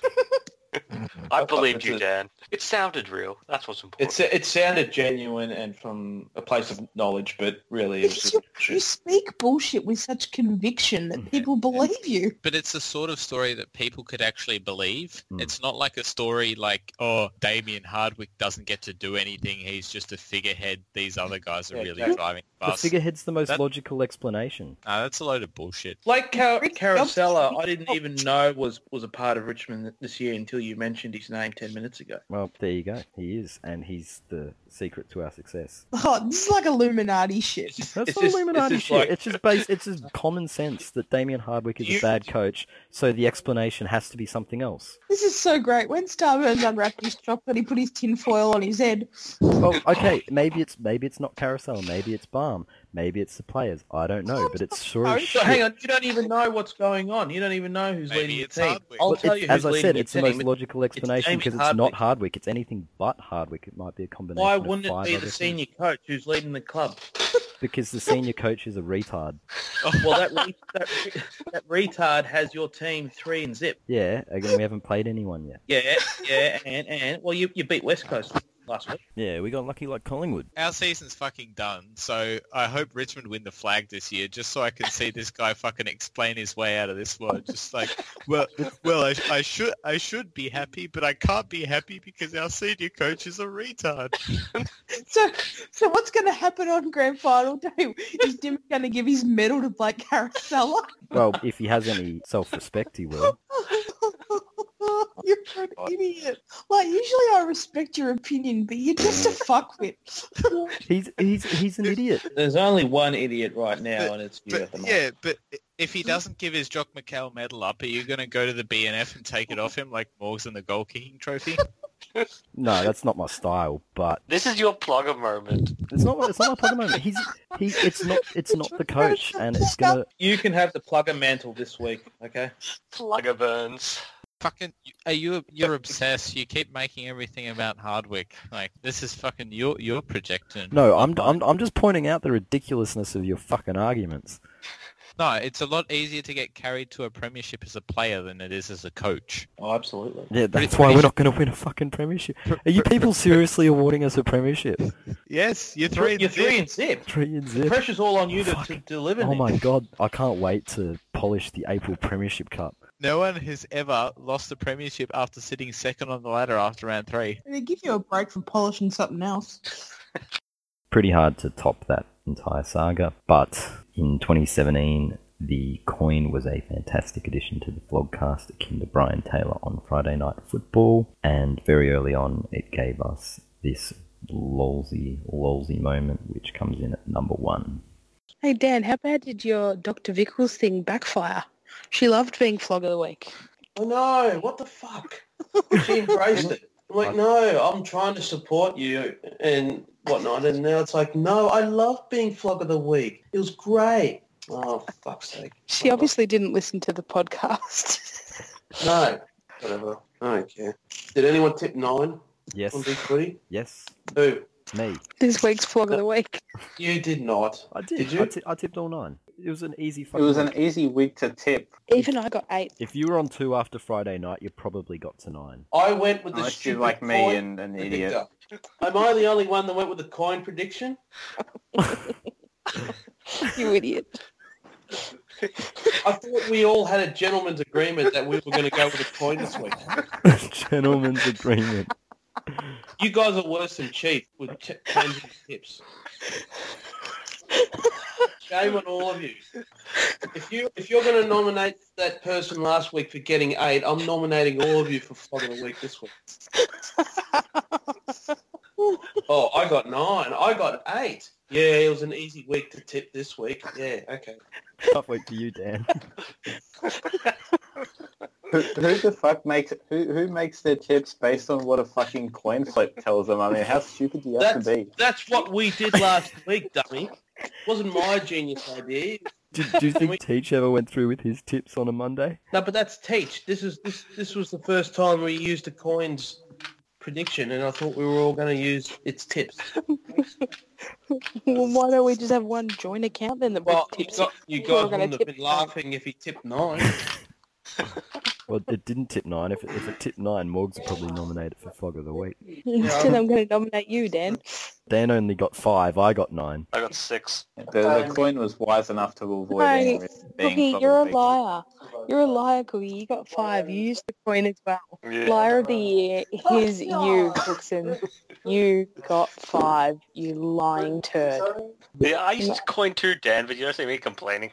I believed you,
It's
Dan. It sounded real. That's what's important.
It it sounded genuine and from a place of knowledge, but really it was just
you
shit.
speak bullshit with such conviction
Mm.
that people believe you.
But it's the sort of story that people could actually believe.
Hmm.
Mm.
It's not like a story like, oh, Damien Hardwick doesn't get to do anything. He's just a figurehead. These other guys are
Yeah,
really
exactly.
driving the
The
bus.
figurehead's the most
That-
logical explanation.
Nah, that's a load of bullshit.
Like Car-
Rick
Carosella,
Dobson.
I didn't even know was, was a part of Richmond this year until you mentioned his name ten minutes ago.
Well, there you go. He is, and he's the secret to our success.
Oh, this is like Illuminati shit.
That's
It's
not
just-
Illuminati
it's just
shit.
like-
it's just base. It's just common sense that Damien Hardwick is
You-
a bad coach, so the explanation has to be something else.
This is so great. When Starburns unwrapped his chocolate, he put his tinfoil on his head.
Well, okay, maybe it's maybe it's not Carousel, maybe it's Balm, maybe it's the players. I don't know, but it's sure as
So
shit.
hang on, you don't even know what's going on. You don't even know who's
Maybe
leading the
it's
team.
Hardwick.
I'll
Well,
tell
it's-
you who's
as I
leading
said, it's
the
the
team.
most logical explanation
Damien
because it's
Hardwick.
not Hardwick. It's anything but Hardwick. It might be a combination.
Why
of
wouldn't it
five
be
other
the
things.
senior coach who's leading the club?
Because the senior coach is a retard.
Oh, Well, that re- that, re- that retard has your team three and zip.
Yeah, again, we haven't played anyone yet.
Yeah, yeah, and and well, you you beat West Coast last week.
Yeah, we got lucky like Collingwood.
Our season's fucking done, so I hope Richmond win the flag this year, just so I can see this guy fucking explain his way out of this one. Just like, well, well, I, I should, I should be happy, but I can't be happy because our senior coach is a retard.
So, so what's going to happen on grand final day? Is Dim going to give his medal to Blake Carosella?
Well, if he has any self-respect, he will.
Oh, You're an
Oh.
idiot. Like, usually I respect your opinion, but you're just a fuckwit.
He's he's he's an idiot.
There's only one idiot right now,
But-
and it's you at
But,
the moment.
yeah, but i- if he doesn't give his Jock McHale medal up, are you going to go to the BNF and take it off him like Morgs and the goal kicking trophy?
No, that's not my style. But
This is your plugger moment.
It's not. It's not my problem. He's he. It's not. It's not the coach, and it's gonna.
You can have the plugger mantle this week, okay?
Plugger burns.
fucking, are you? You're obsessed. You keep making everything about Hardwick. Like this is fucking your your projecting.
No, I'm. I'm. I'm just pointing out the ridiculousness of your fucking arguments.
No, it's a lot easier to get carried to a premiership as a player than it is as a coach.
Oh, absolutely.
Yeah, that's why we're not going to win a fucking premiership. Are you people seriously awarding us a premiership?
Yes, you're three.
You're three and zip.
Three and
The
zip.
pressure's all on you to, to deliver.
Oh
Nick.
my god, I can't wait to polish the April Premiership Cup.
No one has ever lost the premiership after sitting second on the ladder after round three.
They give you a break from polishing something else.
Pretty hard to top that entire saga, but in 2017, the coin was a fantastic addition to the vlogcast akin to Brian Taylor on Friday Night Football, and very early on, it gave us this lolsy, lolsy moment, which comes in at number one.
Hey Dan, how bad did your Dr. Vickles thing backfire? She loved being flog of the week.
Oh no! What the fuck? She embraced it. I'm like, no, I'm trying to support you and whatnot. And now it's like, no, I love being flog of the week. It was great. Oh, for fuck's sake.
She obviously didn't listen to the podcast.
No. Whatever. I don't care. Did anyone tip nine
Yes.
on Big Footy?
Yes.
Who?
Me.
this week's flog of the week.
You did not.
I did.
Did you?
I, ti- I tipped all nine. It was an easy
It
fucking
was
week.
an
Easy week to tip.
Even I got eight.
If you were on two after Friday night, you probably got to nine.
I went with the
Unless you're
stupid
like me
coin
and an
picked
idiot.
up. Am I the only one that went with the coin prediction?
You idiot.
I thought we all had a gentleman's agreement that we were going to go with a coin this week.
Gentleman's agreement.
You guys are worse than cheap with ch- changing tips. Shame on all of you. If you if you're going to nominate that person last week for getting eight, I'm nominating all of you for flog of the week this week. Oh, I got nine. I got eight. Yeah, it was an easy week to tip this week. Yeah, okay.
Tough week for you, Dan.
Who, who the fuck makes who who makes their tips based on what a fucking coin flip tells them? I mean, how stupid do you have
That's
to be?
that's what we did last week, dummy. Wasn't my genius idea.
Do, do you think Teach ever went through with his tips on a Monday?
No, but that's teach. This is this this was the first time we used a coin's prediction, and I thought we were all going to use its tips.
well, why don't we just have one joint account then that
Well,
we
you,
tips?
got, you
We're
guys
gonna
wouldn't have
tip
been laughing if he tipped nine.
Well, it didn't tip nine. If it, if it tipped nine, Morgs would probably nominate it for Fog of the Week.
Instead, I'm going to nominate you, Dan.
Dan only got five. I got nine.
I got six.
The, the coin was wise enough to avoid any
No,
risk of being
Cookie,
flog of
you're a
the week.
liar. You're a liar, Cookie. You got five. You used the coin as well.
Yeah.
Liar of the year is you, Cookson. You got five. You lying turd.
Yeah, I used to coin too, Dan, but you don't see me complaining.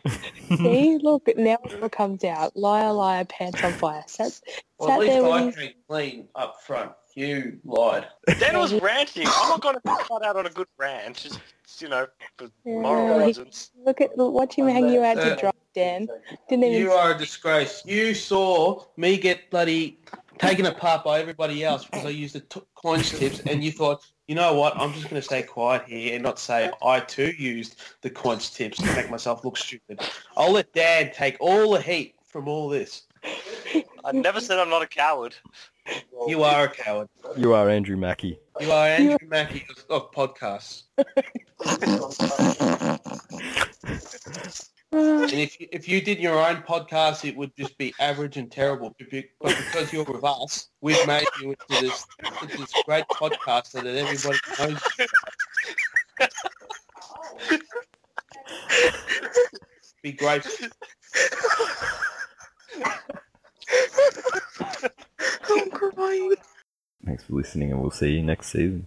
See, look, now it all comes out. Liar, liar, pants on fire. Sat,
Well, at
sat there
least
with
I
his
came clean up front. You lied.
Dan was ranting. I'm not going to cut out on a good rant, just, you know, for moral
Yeah.
reasons.
Look at watch him hang you out
Uh,
to dry, Dan. Didn't even.
You are a disgrace. You saw me get bloody taken apart by everybody else because I used the t- coin tips, and you thought, you know what? I'm just going to stay quiet here and not say I too used the coin tips to make myself look stupid. I'll let Dad take all the heat from all this.
I never said I'm not a coward.
You are a coward.
You are Andrew Mackey.
You are Andrew Mackey of, of podcasts. And if you, if you did your own podcast, it would just be average and terrible. But be- but because you're with us, we've made you into this, into this great podcaster that everybody knows. you as. Be grateful.
I'm crying.
Thanks for listening, and we'll see you next season.